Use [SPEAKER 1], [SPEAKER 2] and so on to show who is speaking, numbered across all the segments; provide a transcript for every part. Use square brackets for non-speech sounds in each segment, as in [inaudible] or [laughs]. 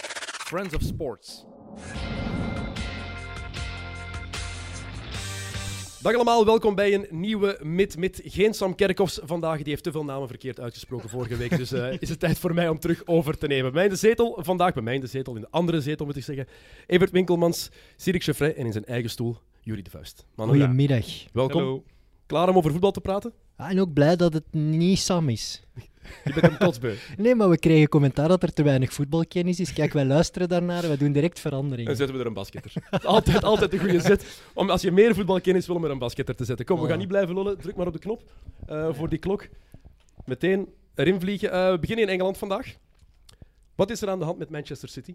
[SPEAKER 1] Friends of Sports. Dag allemaal, welkom bij een nieuwe Mid-Mid. Geen Sam Kerkhoffs vandaag, die heeft te veel namen verkeerd uitgesproken vorige week. Dus eh, is het tijd voor mij om terug over te nemen. Mij in de zetel, vandaag bij mij in de zetel, in de andere zetel moet ik zeggen. Evert Winkelmans, Cyril Cheffray en in zijn eigen stoel, Jury de Vuist. Mannen,
[SPEAKER 2] Goedemiddag.
[SPEAKER 1] welkom. Klaar om over voetbal te praten?
[SPEAKER 2] Ah, en ook blij dat het niet Sam is.
[SPEAKER 1] Je bent hem kotsbeu.
[SPEAKER 2] Nee, maar we kregen commentaar dat er te weinig voetbalkennis is. Kijk, wij [laughs] luisteren daarnaar en wij doen direct veranderingen.
[SPEAKER 1] Dan zetten we er een basketter. Dat is [laughs] Altijd, altijd een goede zet. Om, als je meer voetbalkennis wil om er een basketter te zetten. Kom, we gaan niet blijven lullen. Druk maar op de knop eh, voor die klok. Meteen erin vliegen. Eh, we beginnen in Engeland vandaag. Wat is er aan de hand met Manchester City?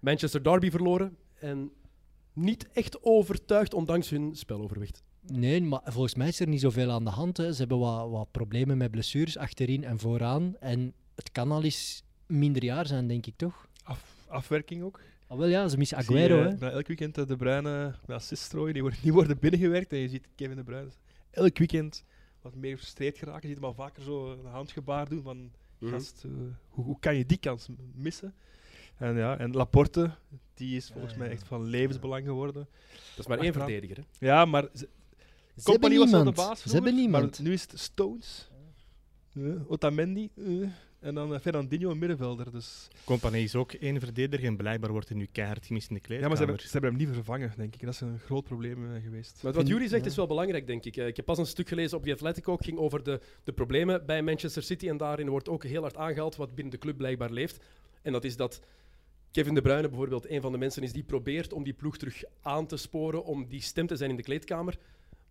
[SPEAKER 1] Manchester Derby verloren en niet echt overtuigd, ondanks hun speloverwicht.
[SPEAKER 2] Nee, maar volgens mij is er niet zoveel aan de hand. Hè. Ze hebben wat, wat problemen met blessures achterin en vooraan. En het kan al eens minder jaar zijn, denk ik toch?
[SPEAKER 3] Af- afwerking ook.
[SPEAKER 2] Ah, wel ja, ze missen
[SPEAKER 3] Ik zie, eh,
[SPEAKER 2] Aguero. hè.
[SPEAKER 3] bijna elk weekend eh, de Bruyne met assist strooien. Die worden, die worden binnengewerkt. En je ziet Kevin de Bruyne elk weekend wat meer frustreerd geraken. Je ziet hem al vaker zo een handgebaar doen van...
[SPEAKER 1] Mhm.
[SPEAKER 3] Gast, eh, hoe, hoe kan je die kans m- missen? En, ja, en Laporte, die is volgens
[SPEAKER 2] Ja,
[SPEAKER 3] mij
[SPEAKER 2] ja.
[SPEAKER 3] echt van levensbelang geworden.
[SPEAKER 1] Dat is maar één
[SPEAKER 3] Achteraan.
[SPEAKER 1] verdediger. Hè?
[SPEAKER 3] Ja, maar ze,
[SPEAKER 2] Ze hebben
[SPEAKER 3] Company was wel de
[SPEAKER 2] niemand.
[SPEAKER 3] baas
[SPEAKER 2] Ze hebben
[SPEAKER 3] vroeger,
[SPEAKER 2] niemand.
[SPEAKER 3] Maar nu is het Stones, eh, Otamendi eh, en dan eh, Fernandinho, een middenvelder. Dus.
[SPEAKER 4] Compagnie is ook één verdediger en blijkbaar wordt hij nu keihard gemist in de
[SPEAKER 3] Ja, maar
[SPEAKER 4] kleedkamer.
[SPEAKER 3] ze hebben, ze hebben hem niet vervangen, denk ik. Dat is een groot probleem eh, geweest.
[SPEAKER 1] Maar wat
[SPEAKER 2] Vind-
[SPEAKER 1] Jury zegt
[SPEAKER 2] ja.
[SPEAKER 1] is wel belangrijk, denk ik. Eh, Ik heb pas een stuk gelezen op The Athletic ook, ging over de, de problemen bij Manchester City. En daarin wordt ook heel hard aangehaald wat binnen de club blijkbaar leeft. En dat is dat Kevin De Bruyne bijvoorbeeld een van de mensen is die probeert om die ploeg terug aan te sporen, om die stem te zijn in de kleedkamer.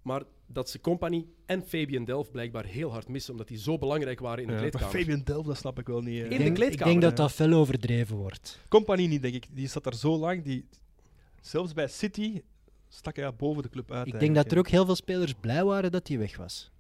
[SPEAKER 1] Maar dat ze Company en Fabian Delft blijkbaar heel hard missen, omdat die zo belangrijk waren in de
[SPEAKER 3] Ja, maar
[SPEAKER 1] kleedkamer.
[SPEAKER 3] Fabian Delft, dat snap ik wel niet.
[SPEAKER 1] de
[SPEAKER 2] Ik
[SPEAKER 3] eh.
[SPEAKER 2] denk- Ik
[SPEAKER 1] kleedkamer,
[SPEAKER 2] denk dat
[SPEAKER 3] hè.
[SPEAKER 2] dat fel overdreven wordt.
[SPEAKER 3] Compagnie niet, denk ik. Die staat daar zo lang. Die, zelfs bij City stak hij boven de club uit.
[SPEAKER 2] Ik denk
[SPEAKER 3] eigenlijk,
[SPEAKER 2] dat er ook heel veel spelers blij waren dat hij weg was.
[SPEAKER 3] hè.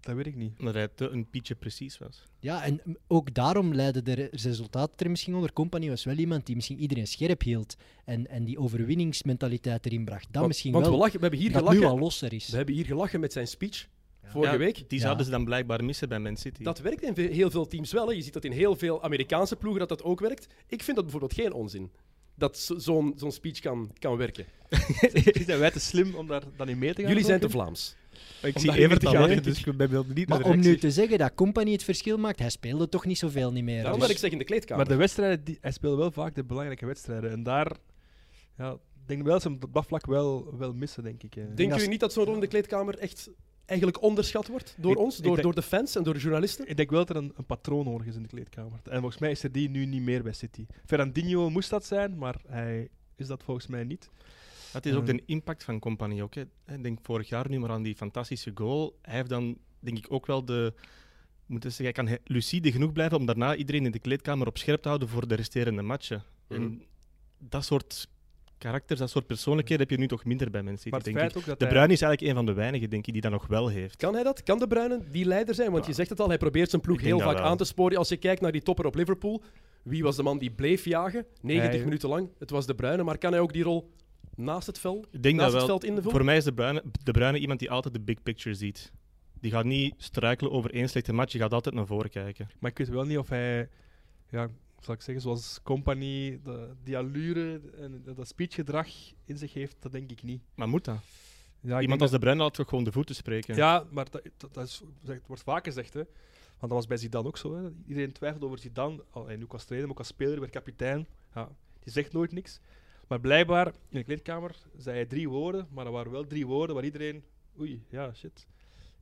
[SPEAKER 3] Dat weet ik niet.
[SPEAKER 2] [laughs]
[SPEAKER 4] Omdat hij te een pietje precies was.
[SPEAKER 2] Ja, en m- ook daarom leidden de re- resultaten er misschien onder. Company was wel iemand die misschien iedereen scherp hield en, en die overwinningsmentaliteit erin bracht. Dat
[SPEAKER 1] want,
[SPEAKER 2] misschien
[SPEAKER 1] want
[SPEAKER 2] wel,
[SPEAKER 1] we, lachen, we hebben hier
[SPEAKER 2] dat nu
[SPEAKER 1] gelachen.
[SPEAKER 2] al losser is.
[SPEAKER 1] We hebben hier gelachen met zijn speech
[SPEAKER 2] Ja.
[SPEAKER 1] vorige
[SPEAKER 4] Ja,
[SPEAKER 1] week.
[SPEAKER 4] Die
[SPEAKER 2] Ja.
[SPEAKER 4] zouden ze dan blijkbaar missen bij Man City.
[SPEAKER 1] Dat werkt in ve- heel veel teams wel. Hè. Je ziet dat in heel veel Amerikaanse ploegen dat dat ook werkt. Ik vind dat bijvoorbeeld geen onzin. Dat zo- zo'n zo'n speech kan, kan werken.
[SPEAKER 3] Misschien zijn wij te slim om daar dan in mee te gaan.
[SPEAKER 1] Jullie zijn te
[SPEAKER 3] ook, hè?
[SPEAKER 1] Vlaams.
[SPEAKER 4] ik
[SPEAKER 3] Omdat
[SPEAKER 4] zie
[SPEAKER 3] je
[SPEAKER 4] Evert
[SPEAKER 3] niet
[SPEAKER 4] al
[SPEAKER 3] gaat,
[SPEAKER 4] lachen,
[SPEAKER 3] denk
[SPEAKER 4] dus ik ben wel niet
[SPEAKER 2] maar
[SPEAKER 4] naar de
[SPEAKER 2] om nu
[SPEAKER 4] reactie.
[SPEAKER 2] te zeggen dat Company het verschil maakt, hij speelde toch niet zoveel niet meer.
[SPEAKER 1] Daarom
[SPEAKER 2] Dus
[SPEAKER 1] dat ik zeg in de kleedkamer.
[SPEAKER 3] Maar de wedstrijden, die, hij speelde wel vaak de belangrijke wedstrijden. En daar, ja, ik denk wel dat ze hem op dat vlak wel, wel missen, denk ik. hè.
[SPEAKER 1] Denken
[SPEAKER 2] dat-
[SPEAKER 1] jullie niet dat zo'n rol in de kleedkamer echt eigenlijk onderschat wordt door
[SPEAKER 3] Ik-
[SPEAKER 1] ons,
[SPEAKER 3] ik
[SPEAKER 1] door,
[SPEAKER 3] denk-
[SPEAKER 1] door de fans en door de journalisten?
[SPEAKER 3] Ik denk wel dat er een, een patroon nodig is in de kleedkamer. En volgens mij is er die nu niet meer bij City. Fernandinho moest dat zijn, maar hij is dat volgens mij niet.
[SPEAKER 4] Dat is ook
[SPEAKER 3] Eh.
[SPEAKER 4] de impact van Compagnie. Ook, hè. Ik denk vorig jaar nu maar aan die fantastische goal. Hij heeft dan denk ik ook wel de... ik Moet zeggen, hij kan he- lucide genoeg blijven om daarna iedereen in de kleedkamer op scherp te houden voor de resterende matchen.
[SPEAKER 1] Mhm.
[SPEAKER 3] Mm.
[SPEAKER 4] En dat soort karakters, dat soort persoonlijkheden heb je nu toch minder bij Man City,
[SPEAKER 3] Maar het
[SPEAKER 4] denk ik.
[SPEAKER 3] feit ook dat
[SPEAKER 4] De
[SPEAKER 3] hij-
[SPEAKER 4] Bruin is eigenlijk een van de weinigen, denk ik, die dat nog wel heeft.
[SPEAKER 1] Kan hij dat? Kan De Bruyne die leider zijn? Want je zegt het al, hij probeert zijn ploeg
[SPEAKER 4] Ik denk
[SPEAKER 1] heel
[SPEAKER 4] dat
[SPEAKER 1] vaak
[SPEAKER 4] wel.
[SPEAKER 1] aan te sporen. Als je kijkt naar die topper op Liverpool, wie was de man die bleef jagen? 90
[SPEAKER 3] Hij-
[SPEAKER 1] minuten lang. Het was De Bruyne. Maar kan hij ook die rol naast het, vel,
[SPEAKER 4] Ik denk
[SPEAKER 1] naast
[SPEAKER 4] dat
[SPEAKER 1] het
[SPEAKER 4] wel.
[SPEAKER 1] veld invullen?
[SPEAKER 4] Voor mij is de Bruyne, de Bruyne iemand die altijd de big picture ziet. Die gaat niet struikelen over één slechte match, je gaat altijd naar voren kijken.
[SPEAKER 3] Maar ik weet wel niet of hij, ja, zal ik zeggen, zoals Company, de, die allure en dat speechgedrag in zich heeft, dat denk ik niet.
[SPEAKER 4] Maar moet dat?
[SPEAKER 3] Ja, ik denk
[SPEAKER 4] iemand als de Bruyne laat toch gewoon de voeten spreken.
[SPEAKER 3] dat- ja maar dat, dat, dat is, dat wordt vaak gezegd, hè. Want dat was bij Zidane ook zo. Hè. Iedereen twijfelt over Zidane, al, en ook als trainer, maar ook als speler, werd kapitein. Ja, die zegt nooit niks. Maar blijkbaar, in de kleedkamer, zei hij drie woorden, maar dat waren wel drie woorden waar iedereen... Oei, ja, shit.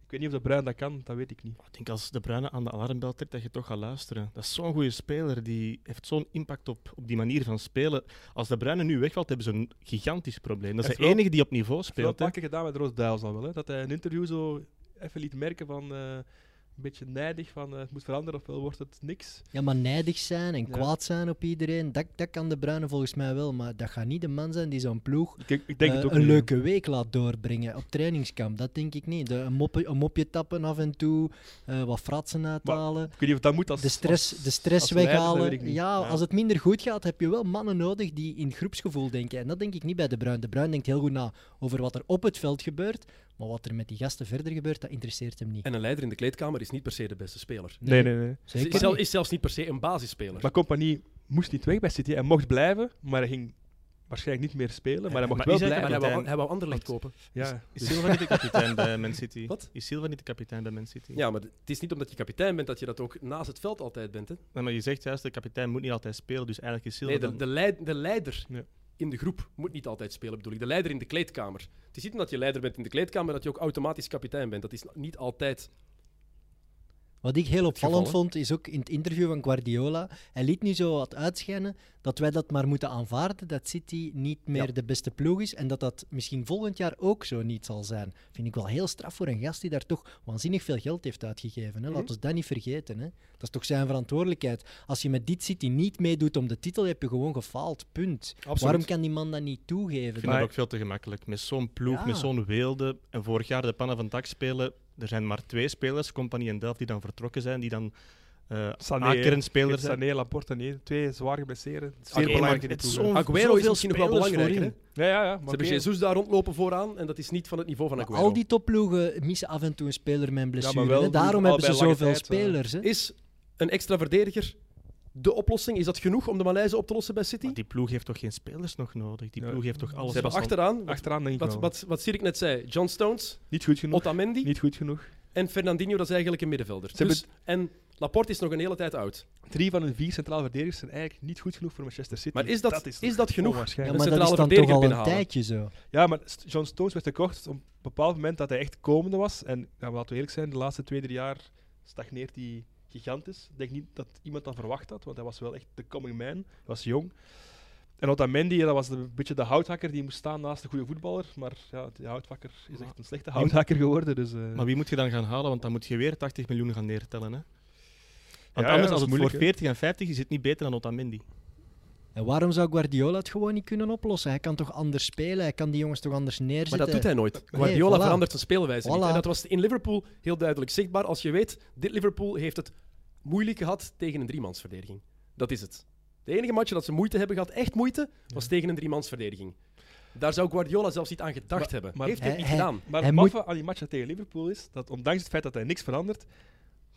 [SPEAKER 3] Ik weet niet of de Bruin dat kan, dat weet ik niet.
[SPEAKER 4] Ik denk als de Bruyne aan de alarmbel trekt, dat je toch gaat luisteren. Dat is zo'n goede speler, die heeft zo'n impact op, op die manier van spelen. Als de Bruyne nu wegvalt, hebben ze een gigantisch probleem. Dat
[SPEAKER 3] Hij
[SPEAKER 4] is de
[SPEAKER 3] heeft wel-
[SPEAKER 4] enige die op niveau
[SPEAKER 3] Ik heb
[SPEAKER 4] speelt.
[SPEAKER 3] het wel
[SPEAKER 4] hè.
[SPEAKER 3] een paar keer gedaan met Roos Duils al wel. Hè? Dat hij een interview zo even liet merken van eh, een beetje nijdig van eh, het moet veranderen ofwel wordt het niks.
[SPEAKER 2] Ja, maar nijdig zijn en
[SPEAKER 3] Ja.
[SPEAKER 2] kwaad zijn op iedereen, dat, dat kan de Bruine volgens mij wel. Maar dat gaat niet de man zijn die zo'n ploeg
[SPEAKER 3] Ik, ik denk
[SPEAKER 2] eh,
[SPEAKER 3] het ook
[SPEAKER 2] een
[SPEAKER 3] niet.
[SPEAKER 2] leuke week laat doorbrengen op trainingskamp. Dat denk ik niet. De, een, mopje, een mopje tappen af en toe, eh, wat fratsen uithalen.
[SPEAKER 3] Ik weet niet of dat moet als...
[SPEAKER 2] de stress,
[SPEAKER 3] als-
[SPEAKER 2] de stress
[SPEAKER 3] als leider, dat
[SPEAKER 2] weghalen.
[SPEAKER 3] weet ik niet.
[SPEAKER 2] ja,
[SPEAKER 4] Ja.
[SPEAKER 2] als het minder goed gaat, heb je wel mannen nodig die in groepsgevoel denken. En dat denk ik niet bij De Bruin. De Bruin denkt heel goed na over wat er op het veld gebeurt. Maar wat er met die gasten verder gebeurt, dat interesseert hem niet.
[SPEAKER 1] En een leider in de kleedkamer is niet per se de beste speler.
[SPEAKER 3] Nee, nee, nee.
[SPEAKER 1] Is,
[SPEAKER 2] Zeker
[SPEAKER 1] zelf-
[SPEAKER 2] niet.
[SPEAKER 1] is zelfs niet per se een basisspeler.
[SPEAKER 3] Maar Compagnie moest niet weg bij City. Hij mocht blijven, maar hij ging waarschijnlijk niet meer spelen. Eh, Maar hij mocht
[SPEAKER 4] Maar
[SPEAKER 3] wel
[SPEAKER 4] is hij
[SPEAKER 1] Maar hij
[SPEAKER 3] blijven.
[SPEAKER 4] kapitein?
[SPEAKER 1] wou, hij wou Anderlecht kopen.
[SPEAKER 3] Ja, Dus
[SPEAKER 4] Is Silva niet de kapitein bij Man [laughs] City?
[SPEAKER 1] Wat?
[SPEAKER 4] Is Silva niet de kapitein bij Man City?
[SPEAKER 1] Ja, maar het is niet omdat je kapitein bent dat je dat ook naast het veld altijd bent. Hè?
[SPEAKER 4] Nee, maar je zegt juist, de kapitein moet niet altijd spelen, dus eigenlijk is Silva...
[SPEAKER 1] Nee, de,
[SPEAKER 4] dan-
[SPEAKER 1] de, leid- de leider
[SPEAKER 3] Ja.
[SPEAKER 1] in de groep moet niet altijd spelen, bedoel ik. De leider in de kleedkamer. Het is niet omdat je leider bent in de kleedkamer dat je ook automatisch kapitein bent. Dat is niet altijd.
[SPEAKER 2] Wat ik heel opvallend
[SPEAKER 1] geval, hè?
[SPEAKER 2] vond, is ook in het interview van Guardiola. Hij liet nu zo wat uitschijnen dat wij dat maar moeten aanvaarden. Dat City niet meer
[SPEAKER 1] Ja.
[SPEAKER 2] de beste ploeg is. En dat dat misschien volgend jaar ook zo niet zal zijn. Vind ik wel heel straf voor een gast die daar toch waanzinnig veel geld heeft uitgegeven. Hè? Laat
[SPEAKER 1] Mhm.
[SPEAKER 2] ons dat niet vergeten. Hè? Dat is toch zijn verantwoordelijkheid. Als je met dit City niet meedoet om de titel, heb je gewoon gefaald. Punt. Waarom kan die man dat niet toegeven?
[SPEAKER 4] Ik vind
[SPEAKER 3] Maar-
[SPEAKER 4] dat ook veel te gemakkelijk. Met zo'n ploeg,
[SPEAKER 2] Ja.
[SPEAKER 4] met zo'n weelde. En vorig jaar de pannen van tak spelen. Er zijn maar twee spelers, Compagnie en Delft, die dan vertrokken zijn. Die dan eh
[SPEAKER 3] Sané,
[SPEAKER 4] aankerend
[SPEAKER 3] Sané,
[SPEAKER 4] spelers zijn.
[SPEAKER 3] Sané, Laporte, nee, twee zwaar geblesseerd. Zeer
[SPEAKER 4] Oké, maar
[SPEAKER 3] belangrijk in
[SPEAKER 4] het
[SPEAKER 3] die
[SPEAKER 4] is
[SPEAKER 3] ploeg,
[SPEAKER 4] zo'n-
[SPEAKER 3] hè.
[SPEAKER 1] Aguero is
[SPEAKER 4] zoveel
[SPEAKER 1] misschien nog wel
[SPEAKER 4] spelers
[SPEAKER 1] belangrijker. Hè?
[SPEAKER 4] voorin.
[SPEAKER 1] Ze
[SPEAKER 3] Ja, ja, ja. maar
[SPEAKER 1] hebben
[SPEAKER 3] oké.
[SPEAKER 1] Jesus daar rondlopen vooraan en dat is niet van het niveau van
[SPEAKER 2] Maar
[SPEAKER 1] Aguero.
[SPEAKER 2] al die topploegen missen af en toe een speler met een
[SPEAKER 3] maar
[SPEAKER 2] blessure.
[SPEAKER 3] wel
[SPEAKER 2] hè. Daarom
[SPEAKER 3] al
[SPEAKER 2] hebben ze
[SPEAKER 3] bij lange
[SPEAKER 2] zoveel
[SPEAKER 3] tijd, eh.
[SPEAKER 2] spelers. Hè?
[SPEAKER 1] Is een extra verdediger de oplossing? Is dat genoeg om de Malaise op te lossen bij City?
[SPEAKER 4] Maar die ploeg heeft toch geen spelers nog nodig? Die
[SPEAKER 3] Ja.
[SPEAKER 4] ploeg heeft toch alles
[SPEAKER 1] Ze hebben
[SPEAKER 4] vast aan-
[SPEAKER 1] achteraan, wat,
[SPEAKER 3] Achteraan denk ik
[SPEAKER 1] wat,
[SPEAKER 3] wel.
[SPEAKER 1] wat, wat Sirik net zei, John Stones,
[SPEAKER 3] Niet goed genoeg.
[SPEAKER 1] Otamendi
[SPEAKER 3] Niet goed genoeg.
[SPEAKER 1] en Fernandinho, dat is eigenlijk een middenvelder.
[SPEAKER 3] Ze
[SPEAKER 1] Dus, en Laporte is nog een hele tijd oud.
[SPEAKER 3] Drie van hun vier centrale verdedigers zijn eigenlijk niet goed genoeg voor Manchester City.
[SPEAKER 1] Maar is dat, is
[SPEAKER 3] toch
[SPEAKER 1] dat genoeg?
[SPEAKER 2] Ja,
[SPEAKER 3] onwaarschijnlijk.
[SPEAKER 1] Een
[SPEAKER 2] maar dat is
[SPEAKER 1] centrale
[SPEAKER 2] dan toch
[SPEAKER 1] verdediger
[SPEAKER 2] al een
[SPEAKER 1] binnenhalen.
[SPEAKER 2] tijdje zo.
[SPEAKER 3] Ja, maar St- John Stones werd gekocht op een bepaald moment dat hij echt komende was. En ja, maar laten we eerlijk zijn, de laatste twee, drie jaar stagneert hij gigantisch. Ik denk niet dat iemand dat verwacht had, want hij was wel echt de coming man. Hij was jong. En Otamendi, dat was de- een beetje de houthakker die moest staan naast de goede voetballer. Maar ja, die houthakker is echt een slechte houthakker geworden. Dus, eh,
[SPEAKER 4] Maar wie moet je dan gaan halen? Want dan moet je weer 80 miljoen gaan neertellen. Hè?
[SPEAKER 3] ja,
[SPEAKER 4] Want
[SPEAKER 3] dat is
[SPEAKER 4] anders, als het
[SPEAKER 3] moeilijk,
[SPEAKER 4] voor
[SPEAKER 3] hè.
[SPEAKER 4] 40 en 50 is het niet beter dan Otamendi.
[SPEAKER 2] En waarom zou Guardiola het gewoon niet kunnen oplossen? Hij kan toch anders spelen? Hij kan die jongens toch anders
[SPEAKER 1] Maar
[SPEAKER 2] neerzetten?
[SPEAKER 1] dat doet hij nooit.
[SPEAKER 2] eh, Nee,
[SPEAKER 1] Guardiola
[SPEAKER 2] voilà.
[SPEAKER 1] verandert zijn speelwijze niet.
[SPEAKER 2] Voilà.
[SPEAKER 1] En dat was in Liverpool heel duidelijk zichtbaar. Als je weet, dit Liverpool heeft het moeilijk gehad tegen een driemansverdediging. Dat is het. De enige match dat ze moeite hebben gehad, echt moeite, was tegen een driemansverdediging. Daar zou Guardiola zelfs niet aan gedacht
[SPEAKER 3] Maar-
[SPEAKER 1] hebben.
[SPEAKER 3] maar
[SPEAKER 1] heeft hij
[SPEAKER 2] hij-
[SPEAKER 1] niet
[SPEAKER 2] hij-
[SPEAKER 1] gedaan.
[SPEAKER 3] Maar
[SPEAKER 2] Hij
[SPEAKER 3] het maffe aan die match tegen Liverpool is dat ondanks het feit dat hij niks verandert,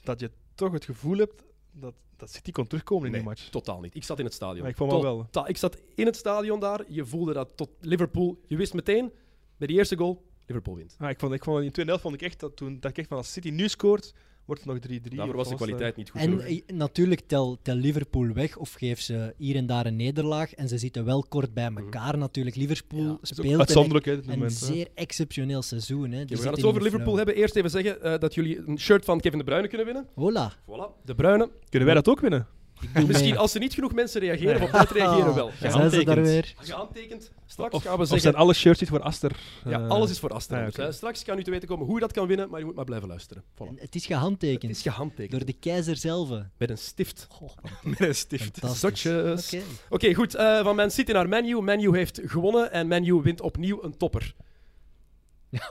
[SPEAKER 3] dat je toch het gevoel hebt dat, dat City kon terugkomen in
[SPEAKER 1] Nee,
[SPEAKER 3] die match.
[SPEAKER 1] totaal niet. Ik zat in het stadion.
[SPEAKER 3] Maar ik vond wel wel.
[SPEAKER 1] Ta- ik zat in het stadion daar. Je voelde dat tot Liverpool. Je wist meteen, bij die eerste goal, Liverpool wint.
[SPEAKER 3] Ah, ik vond, ik vond, in 2 vond ik echt dat toen dat ik echt van als City nu scoort, wordt het nog 3-3.
[SPEAKER 1] Daarvoor was
[SPEAKER 3] of
[SPEAKER 1] de
[SPEAKER 3] het, eh,
[SPEAKER 1] kwaliteit niet goed
[SPEAKER 2] En
[SPEAKER 1] genoeg.
[SPEAKER 2] eh, natuurlijk, tel, tel Liverpool weg of geef ze hier en daar een nederlaag. En ze zitten wel kort bij elkaar natuurlijk. Liverpool
[SPEAKER 1] Mhm. Ja,
[SPEAKER 3] het is ook
[SPEAKER 2] speelt een, e-
[SPEAKER 3] uitzonderlijk hè, dit
[SPEAKER 2] een
[SPEAKER 3] moment. hè.
[SPEAKER 2] zeer exceptioneel seizoen. Hè. Die
[SPEAKER 1] Oké, we gaan het
[SPEAKER 2] zitten
[SPEAKER 1] zo over
[SPEAKER 2] in
[SPEAKER 1] Liverpool
[SPEAKER 2] flow.
[SPEAKER 1] hebben. Eerst even zeggen eh, dat jullie een shirt van Kevin De Bruyne kunnen winnen.
[SPEAKER 2] Hola.
[SPEAKER 1] Voilà. De Bruyne.
[SPEAKER 3] Kunnen wij dat ook winnen?
[SPEAKER 2] Ik doe
[SPEAKER 1] Misschien
[SPEAKER 2] mee.
[SPEAKER 1] als er niet genoeg mensen reageren, op dat reageren
[SPEAKER 2] [laughs]
[SPEAKER 1] wel.
[SPEAKER 4] Ja.
[SPEAKER 2] Zijn ze daar
[SPEAKER 4] gehandtekend.
[SPEAKER 2] weer?
[SPEAKER 1] Gehandtekend. Straks
[SPEAKER 3] Of,
[SPEAKER 1] gaan we
[SPEAKER 3] of
[SPEAKER 1] zeggen...
[SPEAKER 3] zijn alle shirts iets voor Aster?
[SPEAKER 1] Ja,
[SPEAKER 3] eh,
[SPEAKER 1] alles is voor Astra.
[SPEAKER 3] ja,
[SPEAKER 1] Dus,
[SPEAKER 3] oké.
[SPEAKER 1] eh, straks kan u te weten komen hoe je dat kan winnen, maar je moet maar blijven luisteren. Voilà.
[SPEAKER 2] Het is
[SPEAKER 1] Het
[SPEAKER 2] gehandtekend.
[SPEAKER 1] is gehandtekend.
[SPEAKER 2] Door de keizer zelf.
[SPEAKER 1] Met een stift. [laughs]
[SPEAKER 2] Goh,
[SPEAKER 4] Met een stift.
[SPEAKER 2] fantastisch.
[SPEAKER 1] Zotjes.
[SPEAKER 2] Oké.
[SPEAKER 1] Oké, goed. eh, van Man City naar Menu. Menu heeft gewonnen en Menu wint opnieuw een topper.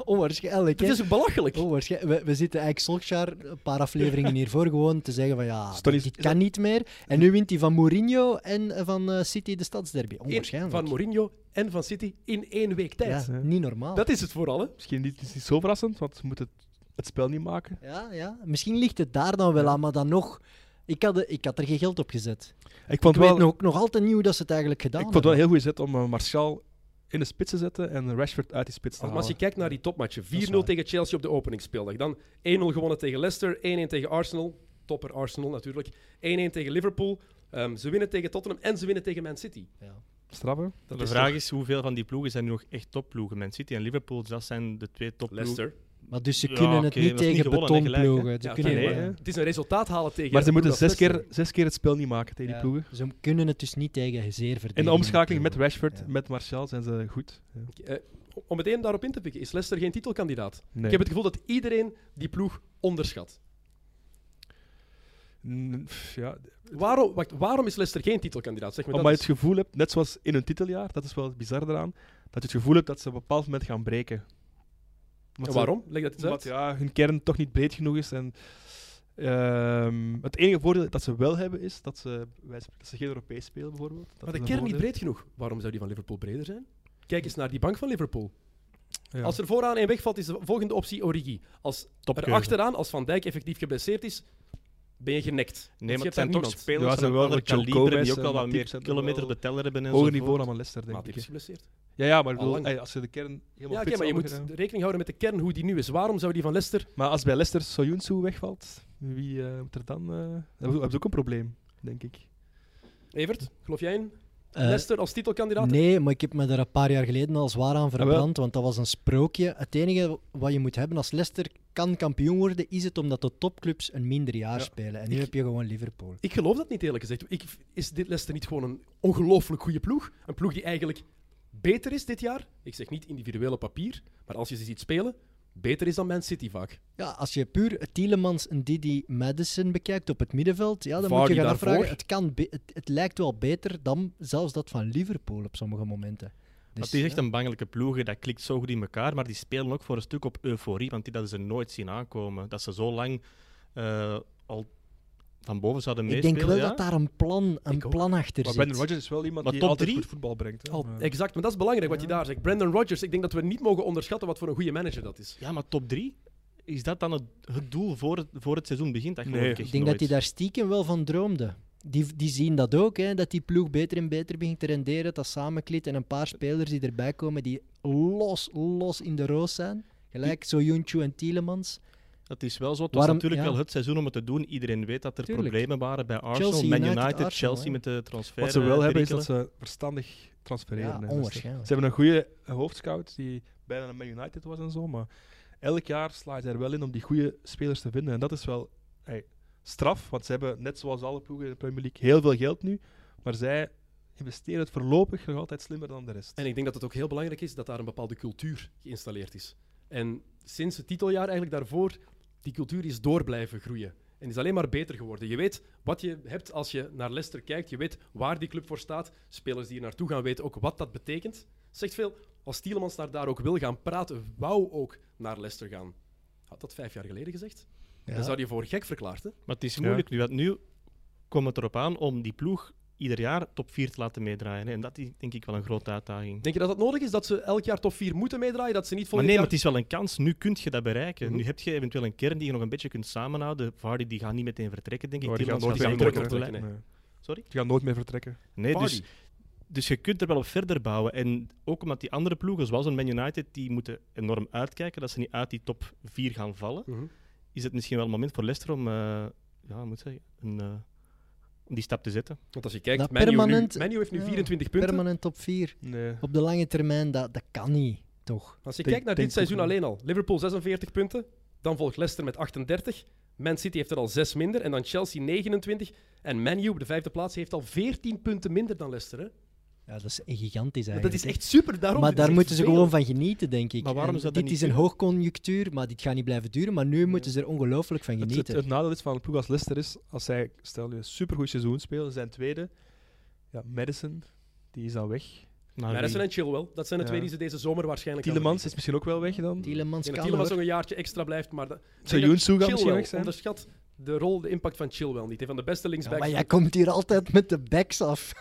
[SPEAKER 2] Onwaarschijnlijk.
[SPEAKER 1] Dit
[SPEAKER 2] hè.
[SPEAKER 1] is belachelijk.
[SPEAKER 2] Oh, waarschijn- we, we zitten eigenlijk Solskjaer een paar
[SPEAKER 3] [laughs]
[SPEAKER 2] afleveringen hiervoor gewoon te zeggen van ja,
[SPEAKER 3] Stonis-
[SPEAKER 2] dit kan niet meer. En nu wint hij van Mourinho en eh, van eh, City de Stadsderby.
[SPEAKER 1] In-
[SPEAKER 2] Onwaarschijnlijk.
[SPEAKER 1] van Mourinho en van City in één week tijd.
[SPEAKER 2] Ja,
[SPEAKER 3] hè.
[SPEAKER 2] niet normaal.
[SPEAKER 1] Dat is het vooral, hè?
[SPEAKER 3] Misschien niet, is niet zo verrassend, want ze moeten het, het spel niet maken.
[SPEAKER 2] Ja, ja. Misschien ligt het daar dan wel aan, maar dan nog. Ik had, ik had er geen geld op gezet.
[SPEAKER 3] Ik
[SPEAKER 2] Ik
[SPEAKER 3] vond
[SPEAKER 2] weet
[SPEAKER 3] wel,
[SPEAKER 2] nog, nog altijd niet hoe dat ze het eigenlijk gedaan
[SPEAKER 3] ik vond het wel
[SPEAKER 2] hebben.
[SPEAKER 3] een heel goede zet om eh, Martial in de spits te zetten en Rashford uit die spits te
[SPEAKER 1] Maar
[SPEAKER 3] halen.
[SPEAKER 1] als je kijkt naar die topmatchen, 4-0
[SPEAKER 3] Oh, is waar.
[SPEAKER 1] tegen Chelsea op de openingsspeeldag. Dan 1-0 gewonnen tegen Leicester, 1-1 tegen Arsenal. Topper Arsenal natuurlijk. 1-1 tegen Liverpool. Ehm, ze winnen tegen Tottenham en ze winnen tegen Man City.
[SPEAKER 3] Straffen.
[SPEAKER 1] Dat
[SPEAKER 4] de
[SPEAKER 1] is
[SPEAKER 4] vraag
[SPEAKER 2] Dus
[SPEAKER 1] toch-
[SPEAKER 4] is hoeveel van die ploegen zijn nu nog echt topploegen? Man City en Liverpool, dat zijn de twee topploegen.
[SPEAKER 1] Leicester.
[SPEAKER 2] Maar dus ze
[SPEAKER 4] Ja,
[SPEAKER 2] kunnen het
[SPEAKER 4] oké,
[SPEAKER 2] niet
[SPEAKER 4] dat is niet
[SPEAKER 2] tegen
[SPEAKER 4] gewonnen, hè, gelijk, hè.
[SPEAKER 2] betonploegen. Ze
[SPEAKER 1] Ja,
[SPEAKER 2] kunnen
[SPEAKER 1] oké,
[SPEAKER 3] nee,
[SPEAKER 2] eh,
[SPEAKER 1] maar het is een resultaat halen tegen.
[SPEAKER 3] Maar ze
[SPEAKER 1] een
[SPEAKER 3] moeten
[SPEAKER 1] ploeg
[SPEAKER 3] zes
[SPEAKER 1] als
[SPEAKER 3] keer,
[SPEAKER 1] Leicester.
[SPEAKER 3] zes keer het spel niet maken tegen die
[SPEAKER 2] ja,
[SPEAKER 3] ploegen.
[SPEAKER 2] Ze kunnen het dus niet tegen zeer verdedigen.
[SPEAKER 3] In de omschakeling met Rashford,
[SPEAKER 2] Ja.
[SPEAKER 3] met Martial zijn ze goed. Ja.
[SPEAKER 1] Eh, om meteen daarop in te pikken, is Leicester geen titelkandidaat?
[SPEAKER 3] Nee.
[SPEAKER 1] Ik heb het gevoel dat iedereen die ploeg onderschat.
[SPEAKER 3] Mm, pff, Ja,
[SPEAKER 1] Waarom, wacht, waarom is Leicester geen titelkandidaat? Zeg maar dat
[SPEAKER 3] Omdat je
[SPEAKER 1] eens.
[SPEAKER 3] het gevoel hebt, net zoals in hun titeljaar, dat is wel het bizar eraan, dat je het gevoel hebt dat ze op een bepaald moment gaan breken. Omdat
[SPEAKER 1] En
[SPEAKER 3] ze-
[SPEAKER 1] waarom? Leg dat eens uit.
[SPEAKER 3] Omdat ja, hun kern toch niet breed genoeg is. En, ehm, het enige voordeel dat ze wel hebben is dat ze, wij, dat ze geen Europees spelen, bijvoorbeeld. Dat
[SPEAKER 1] Maar
[SPEAKER 3] is
[SPEAKER 1] de
[SPEAKER 3] een
[SPEAKER 1] kern niet
[SPEAKER 3] voordeel.
[SPEAKER 1] breed genoeg. Waarom zou die van Liverpool breder zijn? Kijk eens naar die bank van Liverpool.
[SPEAKER 3] Ja.
[SPEAKER 1] Als er vooraan één wegvalt, is de volgende optie Origi. Als er
[SPEAKER 4] Topkeuze.
[SPEAKER 1] achteraan, als Van Dijk effectief geblesseerd is, ben je genekt.
[SPEAKER 4] Nee, maar
[SPEAKER 1] je
[SPEAKER 4] het zijn toch spelers
[SPEAKER 3] Ja,
[SPEAKER 4] van
[SPEAKER 3] ze zijn
[SPEAKER 4] een
[SPEAKER 3] wel
[SPEAKER 4] ander
[SPEAKER 3] wat Joe
[SPEAKER 4] kaliber
[SPEAKER 3] Gomez
[SPEAKER 4] die ook
[SPEAKER 3] en
[SPEAKER 4] al wat
[SPEAKER 3] Matip
[SPEAKER 4] meer
[SPEAKER 3] zijn er
[SPEAKER 4] kilometer
[SPEAKER 3] wel-
[SPEAKER 4] op de teller hebben en
[SPEAKER 3] Hoger
[SPEAKER 4] zo
[SPEAKER 3] niveau dan Manchester, denk
[SPEAKER 1] Matip
[SPEAKER 3] ik.
[SPEAKER 1] is
[SPEAKER 3] hè.
[SPEAKER 1] geblesseerd.
[SPEAKER 3] Ja, ja, maar ik bedoel,
[SPEAKER 1] Allang.
[SPEAKER 3] ey, als je de kern helemaal
[SPEAKER 1] Ja, oké,
[SPEAKER 3] fit
[SPEAKER 1] maar je
[SPEAKER 3] zou
[SPEAKER 1] moet
[SPEAKER 3] mogen, ja.
[SPEAKER 1] rekening houden met de kern, hoe die nu is. Waarom zou die van Leicester...
[SPEAKER 3] Maar als bij Leicester Soyuncu wegvalt, wie eh, moet er dan... eh, hebben ze- hebben ze ook een probleem, denk ik.
[SPEAKER 1] Evert, geloof jij in?
[SPEAKER 2] Eh,
[SPEAKER 1] Leicester als titelkandidaat?
[SPEAKER 2] Nee, maar ik heb me daar een paar jaar geleden al zwaar aan verbrand, want dat was een sprookje. Het enige wat je moet hebben als Leicester kan kampioen worden, is het omdat de topclubs een minder jaar
[SPEAKER 3] Ja.
[SPEAKER 2] spelen. En nu
[SPEAKER 1] Ik-
[SPEAKER 2] heb je gewoon Liverpool.
[SPEAKER 1] Ik geloof dat niet, eerlijk gezegd. Ik, is dit Leicester niet gewoon een ongelooflijk goede ploeg? Een ploeg die eigenlijk beter is dit jaar? Ik zeg niet individueel op papier, maar als je ze ziet spelen, beter is dan Man City vaak.
[SPEAKER 2] Ja, als je puur Tielemans en Didi Madison bekijkt op het middenveld, ja, dan moet
[SPEAKER 1] Vardy
[SPEAKER 2] je gaan
[SPEAKER 1] daarvoor.
[SPEAKER 2] afvragen. Het, kan be- het, het lijkt wel beter dan zelfs dat van Liverpool op sommige momenten.
[SPEAKER 4] Maar
[SPEAKER 2] Dus,
[SPEAKER 4] het is echt
[SPEAKER 2] ja.
[SPEAKER 4] een bangelijke ploeg, hè. dat klikt zo goed in elkaar, maar die spelen ook voor een stuk op euforie, want die hadden ze nooit zien aankomen. Dat ze zo lang eh, al van boven zouden
[SPEAKER 2] Ik
[SPEAKER 4] meespelen.
[SPEAKER 2] denk wel
[SPEAKER 4] ja.
[SPEAKER 2] dat daar een plan, een
[SPEAKER 1] Ik ook.
[SPEAKER 2] plan achter
[SPEAKER 3] Maar
[SPEAKER 2] zit.
[SPEAKER 3] Ben Rodgers is wel iemand
[SPEAKER 4] Maar
[SPEAKER 3] die
[SPEAKER 4] top
[SPEAKER 3] altijd
[SPEAKER 4] drie?
[SPEAKER 3] goed voetbal brengt. hè.
[SPEAKER 1] Al-
[SPEAKER 3] Maar-
[SPEAKER 1] exact, maar dat is belangrijk wat je
[SPEAKER 2] Ja.
[SPEAKER 1] daar zegt. Brandon Rodgers, ik denk dat we niet mogen onderschatten wat voor een goede manager dat is.
[SPEAKER 4] Ja, maar top 3? Is dat dan het, het doel voor het, voor het seizoen begint? Dat geloof
[SPEAKER 3] Nee.
[SPEAKER 4] ik echt
[SPEAKER 2] Ik denk dat
[SPEAKER 4] nooit.
[SPEAKER 2] die daar stiekem wel van droomde. Die, die zien dat ook, hè, dat die ploeg beter en beter begint te renderen. Dat samenklit en een paar spelers die erbij komen die los, los in de roos zijn. Gelijk zo Soyuncu en Tielemans.
[SPEAKER 4] Dat is wel zo. Het was
[SPEAKER 2] Waarom-
[SPEAKER 4] natuurlijk
[SPEAKER 2] ja.
[SPEAKER 4] wel het seizoen om het te doen. Iedereen weet dat er
[SPEAKER 2] Tuurlijk.
[SPEAKER 4] problemen waren bij Arsenal,
[SPEAKER 2] Chelsea,
[SPEAKER 4] Man
[SPEAKER 2] United,
[SPEAKER 4] United,
[SPEAKER 2] Arsenal,
[SPEAKER 4] Chelsea
[SPEAKER 2] hè.
[SPEAKER 4] met de transfer.
[SPEAKER 3] Wat ze wel
[SPEAKER 4] eh,
[SPEAKER 3] hebben is dat
[SPEAKER 4] perikelen.
[SPEAKER 3] ze verstandig transfereren.
[SPEAKER 2] Ja,
[SPEAKER 3] hè,
[SPEAKER 2] onwaarschijnlijk.
[SPEAKER 3] Ze hebben een goede eh, hoofdscout die bijna een Man United was en zo, maar elk jaar slaat hij er wel in om die goede spelers te vinden. En dat is wel ey, straf, want ze hebben net zoals alle ploegen in de Premier League heel veel geld nu, maar zij investeren het voorlopig nog altijd slimmer dan de rest.
[SPEAKER 1] En ik denk dat het ook heel belangrijk is dat daar een bepaalde cultuur geïnstalleerd is. En sinds het titeljaar eigenlijk daarvoor, die cultuur is door blijven groeien. En is alleen maar beter geworden. Je weet wat je hebt als je naar Leicester kijkt. Je weet waar die club voor staat. Spelers die er naartoe gaan weten ook wat dat betekent. Zegt veel, als Tielemans daar, daar ook wil gaan praten, wou ook naar Leicester gaan. Had dat vijf jaar geleden gezegd? Dan zou je voor gek verklaard, hè?
[SPEAKER 4] Maar het is
[SPEAKER 3] Ja.
[SPEAKER 4] moeilijk nu. Want nu komt het erop aan om die ploeg ieder jaar top 4 te laten meedraaien. hè. En dat is denk ik wel een grote uitdaging.
[SPEAKER 1] Denk je dat dat nodig is? Dat ze elk jaar top 4 moeten meedraaien? Dat ze niet
[SPEAKER 4] Maar
[SPEAKER 1] volgend
[SPEAKER 4] nee, maar het
[SPEAKER 1] jaar...
[SPEAKER 4] is wel een kans. Nu kun je dat bereiken.
[SPEAKER 1] Mhm.
[SPEAKER 4] Nu heb je eventueel een kern die je nog een beetje kunt samenhouden. Vardy die gaat niet meteen vertrekken, denk ik.
[SPEAKER 3] Maar Oh, die
[SPEAKER 4] Tielemans
[SPEAKER 3] gaan nooit
[SPEAKER 4] gaat
[SPEAKER 3] meer
[SPEAKER 4] zijn
[SPEAKER 1] vertrekken,
[SPEAKER 4] contract
[SPEAKER 1] hè.
[SPEAKER 4] verlengen.
[SPEAKER 3] Nee.
[SPEAKER 4] Sorry?
[SPEAKER 3] Die gaan nooit meer vertrekken.
[SPEAKER 4] Nee,
[SPEAKER 1] Vardy.
[SPEAKER 4] dus, dus je kunt er wel op verder bouwen. En ook omdat die andere ploegen, zoals een Man United, die moeten enorm uitkijken dat ze niet uit die top 4 gaan vallen.
[SPEAKER 1] Mhm.
[SPEAKER 4] Is het misschien wel een moment voor Leicester om, eh, ja, moet ik zeggen, een, eh, om die stap te zetten?
[SPEAKER 1] Want als je kijkt,
[SPEAKER 2] Dat
[SPEAKER 1] Menu,
[SPEAKER 2] permanent-
[SPEAKER 1] nu, Man U heeft nu
[SPEAKER 2] ja,
[SPEAKER 1] 24 punten.
[SPEAKER 2] Permanent top 4.
[SPEAKER 3] Nee.
[SPEAKER 2] Op de lange termijn, dat, dat kan niet, toch?
[SPEAKER 1] Als je
[SPEAKER 3] Denk-
[SPEAKER 1] kijkt naar
[SPEAKER 3] denk
[SPEAKER 1] dit seizoen
[SPEAKER 3] ook wel.
[SPEAKER 1] alleen al. Liverpool 46 punten, dan volgt Leicester met 38. Man City heeft er al 6 minder en dan Chelsea 29. En Man U op de vijfde plaats heeft al 14 punten minder dan Leicester. Hè?
[SPEAKER 2] Ja, dat is gigantisch eigenlijk.
[SPEAKER 1] dat is
[SPEAKER 2] hè.
[SPEAKER 1] echt super. Daarom,
[SPEAKER 2] maar
[SPEAKER 1] dit is
[SPEAKER 2] daar
[SPEAKER 1] echt
[SPEAKER 2] moeten ze
[SPEAKER 1] veel.
[SPEAKER 2] gewoon van genieten, denk ik.
[SPEAKER 4] Maar waarom
[SPEAKER 2] En
[SPEAKER 4] zou dat
[SPEAKER 2] dit
[SPEAKER 4] niet
[SPEAKER 2] is een
[SPEAKER 4] kunnen?
[SPEAKER 2] hoogconjunctuur, maar dit gaat niet blijven duren. Maar nu moeten ze er ongelooflijk van
[SPEAKER 3] Het,
[SPEAKER 2] genieten.
[SPEAKER 3] het, het nadeel is van een ploeg als Leicester is, als zij, stel je, een supergoed seizoen spelen, zijn tweede, ja, Madison, die is dan weg.
[SPEAKER 4] Naar
[SPEAKER 1] Madison
[SPEAKER 4] wie?
[SPEAKER 1] en Chilwell, dat zijn de
[SPEAKER 3] Ja.
[SPEAKER 1] twee die ze deze zomer waarschijnlijk gaan
[SPEAKER 3] Tielemans is
[SPEAKER 1] verliezen.
[SPEAKER 3] misschien ook wel weg dan.
[SPEAKER 1] Ik denk
[SPEAKER 2] Tielemans kan
[SPEAKER 1] dat Tielemans
[SPEAKER 2] hoor.
[SPEAKER 1] nog een jaartje extra blijft, maar dat-
[SPEAKER 3] Soyuncu gaat misschien
[SPEAKER 1] Chilwell
[SPEAKER 3] weg zijn.
[SPEAKER 1] onderschat de rol, de impact van Chilwell niet. hè. Van de beste
[SPEAKER 2] Ja,
[SPEAKER 1] linksbacks
[SPEAKER 2] maar jij komt hier altijd met de backs af.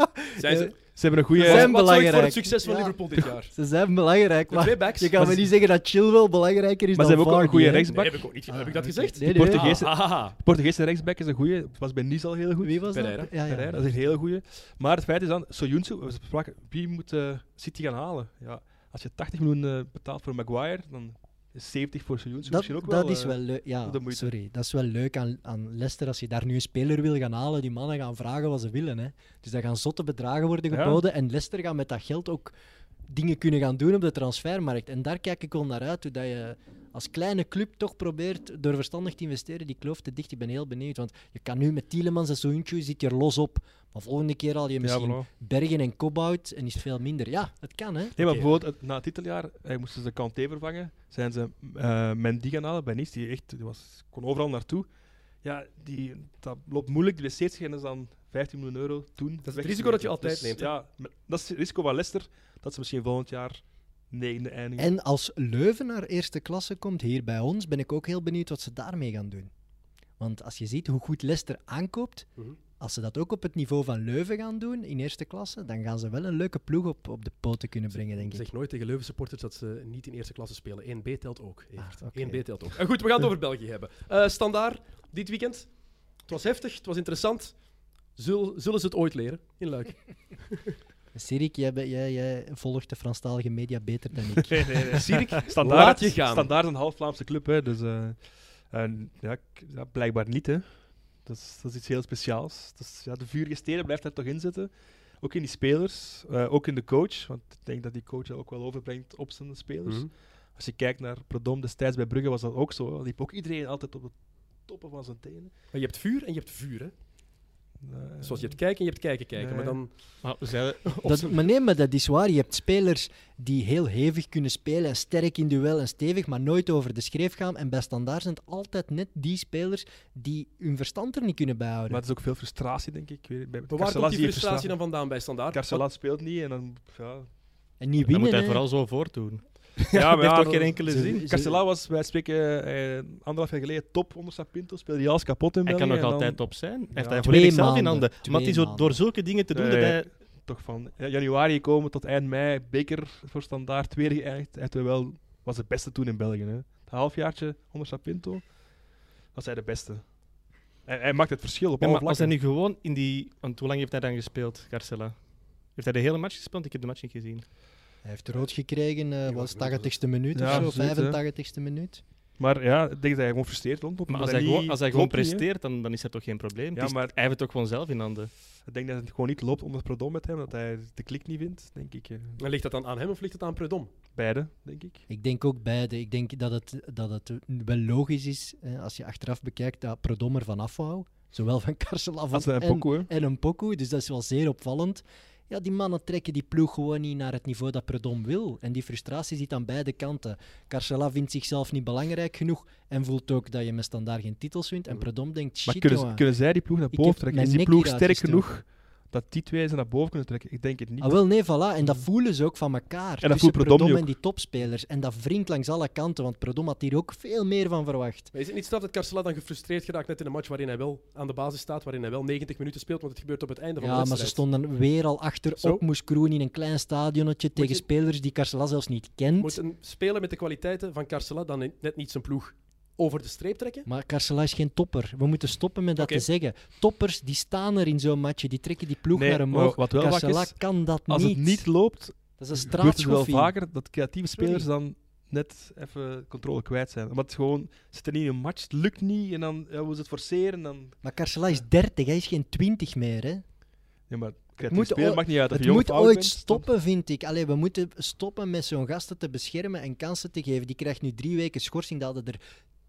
[SPEAKER 2] [laughs]
[SPEAKER 1] zijn ze.
[SPEAKER 2] eh,
[SPEAKER 3] Ze hebben een
[SPEAKER 1] Wat-
[SPEAKER 3] goede...
[SPEAKER 2] zijn
[SPEAKER 1] wat zorgt voor
[SPEAKER 2] belangrijk.
[SPEAKER 1] het succes van
[SPEAKER 2] Ja.
[SPEAKER 1] Liverpool dit jaar?
[SPEAKER 2] Ze zijn belangrijk,
[SPEAKER 1] De
[SPEAKER 2] [laughs] maar
[SPEAKER 1] twee backs.
[SPEAKER 2] je kan me
[SPEAKER 1] Maar-
[SPEAKER 2] niet zeggen dat Chilwell belangrijker is
[SPEAKER 3] Maar ze
[SPEAKER 2] dan
[SPEAKER 3] hebben ook wel een
[SPEAKER 2] Vardy,
[SPEAKER 3] goede
[SPEAKER 2] hè.
[SPEAKER 1] Nee,
[SPEAKER 3] rechtsback.
[SPEAKER 1] heb ik ook niet. Heb ik dat
[SPEAKER 2] oké.
[SPEAKER 1] gezegd?
[SPEAKER 2] Nee,
[SPEAKER 3] Die
[SPEAKER 2] nee.
[SPEAKER 3] Portugees-
[SPEAKER 1] Ah, ah, ah.
[SPEAKER 3] Portugese rechtsback is een goede. Was bij Nice al heel goed.
[SPEAKER 2] Wie was dat?
[SPEAKER 1] Pereira.
[SPEAKER 2] Ja, ja.
[SPEAKER 3] Pereira, dat is een hele goede. Maar het feit is dan, Soyuncu, we spraken, wie moet eh, City gaan halen? Ja, als je 80 miljoen eh, betaalt voor Maguire, dan is 70 voor Soyuncu
[SPEAKER 2] Dat,
[SPEAKER 3] misschien ook wel.
[SPEAKER 2] dat is
[SPEAKER 3] eh,
[SPEAKER 2] wel leuk. Ja,
[SPEAKER 3] de moeite.
[SPEAKER 2] sorry. Dat is wel leuk aan, aan Leicester als je daar nu een speler wil gaan halen. Die mannen gaan vragen wat ze willen. Hè. Dus daar gaan zotte bedragen worden
[SPEAKER 3] Ja.
[SPEAKER 2] geboden. En Leicester gaat met dat geld ook dingen kunnen gaan doen op de transfermarkt. En daar kijk ik wel naar uit. Hoe dat je als kleine club toch probeert door verstandig te investeren die kloof te dicht. Ik ben heel benieuwd. Want je kan nu met Tielemans en Soentje zit je er los op. Maar volgende keer al je
[SPEAKER 3] ja,
[SPEAKER 2] misschien
[SPEAKER 3] voilà.
[SPEAKER 2] Bergen en Kobout en is het veel minder. Ja, het kan hè.
[SPEAKER 3] Nee, maar
[SPEAKER 1] Oké.
[SPEAKER 3] bijvoorbeeld het- na het titeljaar eh, moesten ze Kanté vervangen. Zijn ze eh Mendy gaan halen bij Nice, die echt die was, kon overal naartoe. Ja, die, dat loopt moeilijk. Die wc's gaan ze dan 15 miljoen euro toen. Dat
[SPEAKER 1] risico dat je altijd neemt, hè?
[SPEAKER 3] Ja, maar dat is het risico van Leicester, dat ze misschien volgend jaar negende eindigen.
[SPEAKER 2] En als Leuven naar eerste klasse komt, hier bij ons, ben ik ook heel benieuwd wat ze daarmee gaan doen. Want als je ziet hoe goed Leicester aankoopt,
[SPEAKER 1] Mhm.
[SPEAKER 2] als ze dat ook op het niveau van Leuven gaan doen in eerste klasse, dan gaan ze wel een leuke ploeg op, op de poten kunnen brengen, denk ik.
[SPEAKER 1] Zeg nooit tegen Leuven supporters dat ze niet in eerste klasse spelen. 1B telt ook. Evert.
[SPEAKER 2] Ah, oké.
[SPEAKER 1] 1B telt ook. Eh, goed, we gaan het over België hebben. Eh standaard dit weekend. Het was heftig, het was interessant. Zul- zullen ze het ooit leren in Luik?
[SPEAKER 2] Sirik, jij, be- jij, jij volgt de Franstalige media beter dan
[SPEAKER 4] [laughs]
[SPEAKER 2] ik.
[SPEAKER 3] [laughs] Nee, nee, nee.
[SPEAKER 1] Sirik,
[SPEAKER 3] [laughs] Standaard,
[SPEAKER 1] laat je gaan.
[SPEAKER 3] Standaard is een half Vlaamse club, hè, dus eh, en, ja, k- ja, blijkbaar niet. Hè. Dat, is, dat is iets heel speciaals. Dus, ja, de vurige stenen blijft daar toch in zitten. Ook in die spelers, eh, ook in de coach. Want ik denk dat die coach dat ook wel overbrengt op zijn spelers.
[SPEAKER 1] Mhm.
[SPEAKER 3] Als je kijkt naar Predom destijds bij Brugge, was dat ook zo. hè. Liep ook iedereen altijd op de toppen van zijn tenen.
[SPEAKER 1] Maar je hebt vuur en je hebt vuur, hè?
[SPEAKER 3] Eh,
[SPEAKER 1] Zoals je hebt kijken en je hebt kijken kijken. Maar
[SPEAKER 3] Nee.
[SPEAKER 1] dan
[SPEAKER 4] Maar we zeiden,
[SPEAKER 2] Dat, maar nee, maar dat is waar. Je hebt spelers die heel hevig kunnen spelen en sterk in duel en stevig, maar nooit over de schreef gaan. En bij standaard zijn het altijd net die spelers die hun verstand er niet kunnen bijhouden.
[SPEAKER 3] Maar het is ook veel frustratie, denk ik. ik weet, het, bij
[SPEAKER 1] maar waar komt
[SPEAKER 3] Carcelas
[SPEAKER 1] die
[SPEAKER 3] zie je
[SPEAKER 1] frustratie dan vandaan bij standaard?
[SPEAKER 3] Carcelas speelt niet en dan... Ja,
[SPEAKER 2] en niet
[SPEAKER 4] dan
[SPEAKER 2] winnen.
[SPEAKER 4] moet hij
[SPEAKER 2] hè.
[SPEAKER 4] vooral zo voortdoen.
[SPEAKER 3] Ja,
[SPEAKER 4] Dat heeft
[SPEAKER 3] ja,
[SPEAKER 4] toch geen enkele
[SPEAKER 2] ze-
[SPEAKER 4] zin?
[SPEAKER 2] ze-
[SPEAKER 3] Castella was, wij spreken eh, anderhalf jaar geleden, top onder Sapinto. Speelde hij alles kapot in
[SPEAKER 4] Hij kan
[SPEAKER 3] België
[SPEAKER 4] nog
[SPEAKER 3] en dan
[SPEAKER 4] altijd top zijn. Hij heeft
[SPEAKER 3] Twee
[SPEAKER 4] hij volledig zelf in
[SPEAKER 2] maanden.
[SPEAKER 4] handen.
[SPEAKER 2] Twee
[SPEAKER 4] Maar het is zo-
[SPEAKER 2] maanden.
[SPEAKER 4] door zulke dingen te doen dat
[SPEAKER 3] Nee.
[SPEAKER 4] hij...
[SPEAKER 3] Toch van ja, januari komen tot eind mei, beker voor standaard, tweede geëindigd. Hij heeft wel, was de beste toen in België. Hè. Het halfjaartje onder Sapinto was hij de beste. Hij, hij maakt het verschil op
[SPEAKER 4] Ja,
[SPEAKER 3] alle
[SPEAKER 4] maar als hij
[SPEAKER 3] vlakken.
[SPEAKER 4] nu gewoon in die... Want hoe lang heeft hij dan gespeeld, Garcella? Heeft hij de hele match gespeeld? Ik heb de match niet gezien.
[SPEAKER 2] Hij heeft rood gekregen, eh
[SPEAKER 3] Die
[SPEAKER 2] was
[SPEAKER 3] was
[SPEAKER 2] 80ste minuut
[SPEAKER 3] Ja,
[SPEAKER 2] of zo,
[SPEAKER 3] absoluut, hè.
[SPEAKER 2] 85ste minuut.
[SPEAKER 3] Maar ja, ik denk dat hij gewoon frustreerd rondloopt.
[SPEAKER 4] Maar als
[SPEAKER 3] omdat
[SPEAKER 4] hij, gewoon,
[SPEAKER 3] niet
[SPEAKER 4] als hij gewoon
[SPEAKER 3] loopt niet, hè.
[SPEAKER 4] presteert, dan, dan is er toch geen probleem?
[SPEAKER 3] Ja,
[SPEAKER 4] Het is-
[SPEAKER 3] maar-
[SPEAKER 4] Hij heeft het toch gewoon zelf in handen?
[SPEAKER 3] Ik denk dat het gewoon niet loopt onder Prodom met hem, dat hij de klik niet wint, denk ik. eh.
[SPEAKER 1] En ligt dat dan aan hem of ligt het aan Predom?
[SPEAKER 3] Beide, denk ik.
[SPEAKER 2] Ik denk ook beide. Ik denk dat het, dat het wel logisch is, eh, als je achteraf bekijkt, dat Prodom er vanaf wou. Zowel van Karselaf
[SPEAKER 3] Als hij
[SPEAKER 2] en,
[SPEAKER 3] Poku, hè.
[SPEAKER 2] en een Poku. Dus dat is wel zeer opvallend. Ja, die mannen trekken die ploeg gewoon niet naar het niveau dat Predom wil. En die frustratie zit aan beide kanten. Carcela vindt zichzelf niet belangrijk genoeg en voelt ook dat je met standaard geen titels wint. En
[SPEAKER 1] Mm.
[SPEAKER 2] Predom denkt,
[SPEAKER 3] Maar
[SPEAKER 2] shit
[SPEAKER 3] kunnen, ze-
[SPEAKER 2] jongen.
[SPEAKER 3] kunnen zij die ploeg naar
[SPEAKER 2] Ik
[SPEAKER 3] boven
[SPEAKER 2] heb
[SPEAKER 3] trekken?
[SPEAKER 2] mijn
[SPEAKER 3] Is die
[SPEAKER 2] nek
[SPEAKER 3] ploeg
[SPEAKER 2] hier
[SPEAKER 3] sterk
[SPEAKER 2] uitgestoken.
[SPEAKER 3] genoeg dat die twee ze naar boven kunnen trekken? Ik denk het niet.
[SPEAKER 2] Ah, wel, nee, voilà. En dat voelen ze ook van elkaar.
[SPEAKER 3] dat
[SPEAKER 2] tussen
[SPEAKER 3] voelt Predom
[SPEAKER 2] Predom
[SPEAKER 3] ook.
[SPEAKER 2] en die topspelers. En dat wringt langs alle kanten, want Predom had hier ook veel meer van verwacht.
[SPEAKER 1] Maar is het niet straf dat Carcela dan gefrustreerd geraakt net in een match waarin hij wel aan de basis staat, waarin hij wel 90 minuten speelt, want het gebeurt op het einde van
[SPEAKER 2] Ja,
[SPEAKER 1] de
[SPEAKER 2] maar ze
[SPEAKER 1] wedstrijd.
[SPEAKER 2] stonden weer al achter
[SPEAKER 1] Zo.
[SPEAKER 2] op Moes Kroen in een klein stadionnetje tegen
[SPEAKER 1] je-
[SPEAKER 2] spelers die Carcela zelfs niet kent.
[SPEAKER 1] Moet een speler met de kwaliteiten van Carcela dan in- net niet zijn ploeg over de streep trekken?
[SPEAKER 2] Maar Carcela is geen topper. We moeten stoppen met dat
[SPEAKER 1] Oké.
[SPEAKER 2] te zeggen. Toppers die staan er in zo'n matje, die trekken die ploeg
[SPEAKER 3] Nee,
[SPEAKER 2] naar
[SPEAKER 3] maar
[SPEAKER 2] omhoog.
[SPEAKER 3] wat wel vaak
[SPEAKER 2] Carcela
[SPEAKER 3] is,
[SPEAKER 2] kan dat
[SPEAKER 3] Als
[SPEAKER 2] niet.
[SPEAKER 3] het niet loopt,
[SPEAKER 2] Dat is een
[SPEAKER 3] gebeurt het wel
[SPEAKER 2] straatschoffie.
[SPEAKER 3] vaker dat creatieve spelers
[SPEAKER 2] Sorry.
[SPEAKER 3] dan net even controle kwijt zijn. Omdat het gewoon zitten niet in een match, het lukt niet en dan ja, we ze het forceren. En dan,
[SPEAKER 2] Maar Carcela is 30, hij is geen 20 meer. Hè?
[SPEAKER 3] ja, maar
[SPEAKER 2] moet
[SPEAKER 3] creatief spelen
[SPEAKER 2] ooi-
[SPEAKER 3] maakt niet uit. of
[SPEAKER 2] Het
[SPEAKER 3] je jong
[SPEAKER 2] moet
[SPEAKER 3] of oud
[SPEAKER 2] ooit
[SPEAKER 3] bent, dan-
[SPEAKER 2] stoppen, vind ik. Allee, we moeten stoppen met zo'n gasten te beschermen en kansen te geven. Die krijgt nu drie weken schorsing, dat hadden er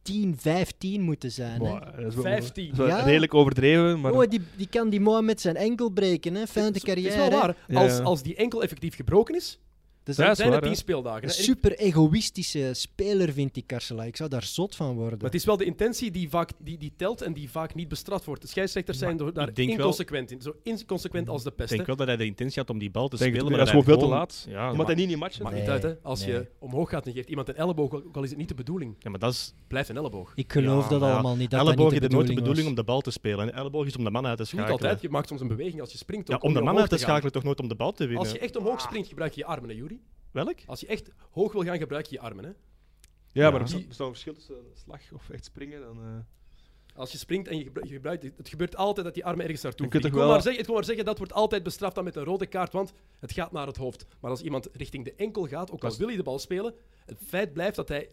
[SPEAKER 2] 10, 15 moeten zijn. Hè?
[SPEAKER 3] Wow, dat is wel-
[SPEAKER 1] 15.
[SPEAKER 3] dat is wel
[SPEAKER 2] Ja.
[SPEAKER 3] redelijk overdreven, maar
[SPEAKER 2] Oh, die, die kan die Mohamed zijn enkel breken. Hè? Fijne
[SPEAKER 1] Het is-
[SPEAKER 2] carrière.
[SPEAKER 1] Het is wel waar.
[SPEAKER 3] Ja,
[SPEAKER 1] Als,
[SPEAKER 3] ja.
[SPEAKER 1] als die enkel effectief gebroken is,
[SPEAKER 2] Dat
[SPEAKER 3] Ja,
[SPEAKER 1] dan
[SPEAKER 3] is
[SPEAKER 1] zijn
[SPEAKER 3] waar,
[SPEAKER 1] het
[SPEAKER 3] hè.
[SPEAKER 1] 10 speeldagen.
[SPEAKER 2] Een
[SPEAKER 1] hè. En ik-
[SPEAKER 2] super egoïstische speler vind ik Carcela. Ik zou daar zot van worden.
[SPEAKER 1] Maar het is wel de intentie die, vaak, die, die telt en die vaak niet bestraft wordt. De scheidsrechters zijn door- daar
[SPEAKER 4] ik denk wel-
[SPEAKER 1] inconsequent in. Zo inconsequent als de
[SPEAKER 4] Ik
[SPEAKER 1] pest. hè.
[SPEAKER 4] denk wel dat hij de intentie had om die bal te
[SPEAKER 3] Ik denk het
[SPEAKER 4] spelen,
[SPEAKER 3] ook,
[SPEAKER 4] maar
[SPEAKER 3] dat is
[SPEAKER 4] hij
[SPEAKER 3] gewoon
[SPEAKER 4] heeft
[SPEAKER 3] veel te
[SPEAKER 4] gewoon- Ja,
[SPEAKER 2] Ah,
[SPEAKER 3] omdat
[SPEAKER 4] maar,
[SPEAKER 3] hij niet in een match zit.
[SPEAKER 1] Maakt
[SPEAKER 2] Nee,
[SPEAKER 1] niet uit, hè. Als
[SPEAKER 2] nee.
[SPEAKER 1] je omhoog gaat en je geeft iemand een elleboog, ook al is het niet de bedoeling,
[SPEAKER 4] ja, maar dat is...
[SPEAKER 1] blijft een elleboog.
[SPEAKER 2] Ik geloof
[SPEAKER 4] Ja,
[SPEAKER 2] dat
[SPEAKER 4] maar ja,
[SPEAKER 2] allemaal niet. Dat dat
[SPEAKER 4] elleboog
[SPEAKER 2] niet
[SPEAKER 4] is
[SPEAKER 2] de
[SPEAKER 4] er nooit de
[SPEAKER 2] bedoeling,
[SPEAKER 4] bedoeling om
[SPEAKER 2] was.
[SPEAKER 4] de bal te spelen. Een elleboog is om de man uit te
[SPEAKER 1] Je moet
[SPEAKER 4] schakelen.
[SPEAKER 1] altijd, je maakt soms een beweging als je springt.
[SPEAKER 4] Ja,
[SPEAKER 1] ook
[SPEAKER 4] om de
[SPEAKER 1] niet
[SPEAKER 4] man uit
[SPEAKER 1] omhoog
[SPEAKER 4] te
[SPEAKER 1] gaan.
[SPEAKER 4] schakelen, toch nooit om de bal te winnen?
[SPEAKER 1] Als je echt omhoog springt, gebruik je je armen, hè, Juri?
[SPEAKER 4] Welk?
[SPEAKER 1] Als je echt hoog wil gaan, gebruik je je armen, hè?
[SPEAKER 3] Ja, maar er
[SPEAKER 4] Ja.
[SPEAKER 3] besta- bestaat een verschil tussen een slag of echt springen. Dan, eh,
[SPEAKER 1] Als je springt en je gebru- je gebruikt... Het gebeurt altijd dat die armen ergens naartoe
[SPEAKER 3] Je kunt
[SPEAKER 1] vliegen. Ik wil
[SPEAKER 3] toch wel-
[SPEAKER 1] maar, zeggen- ik wil maar zeggen, dat wordt altijd bestraft dan met een rode kaart, want het gaat naar het hoofd. Maar als iemand richting de enkel gaat, ook al wil hij de bal spelen, het feit blijft dat hij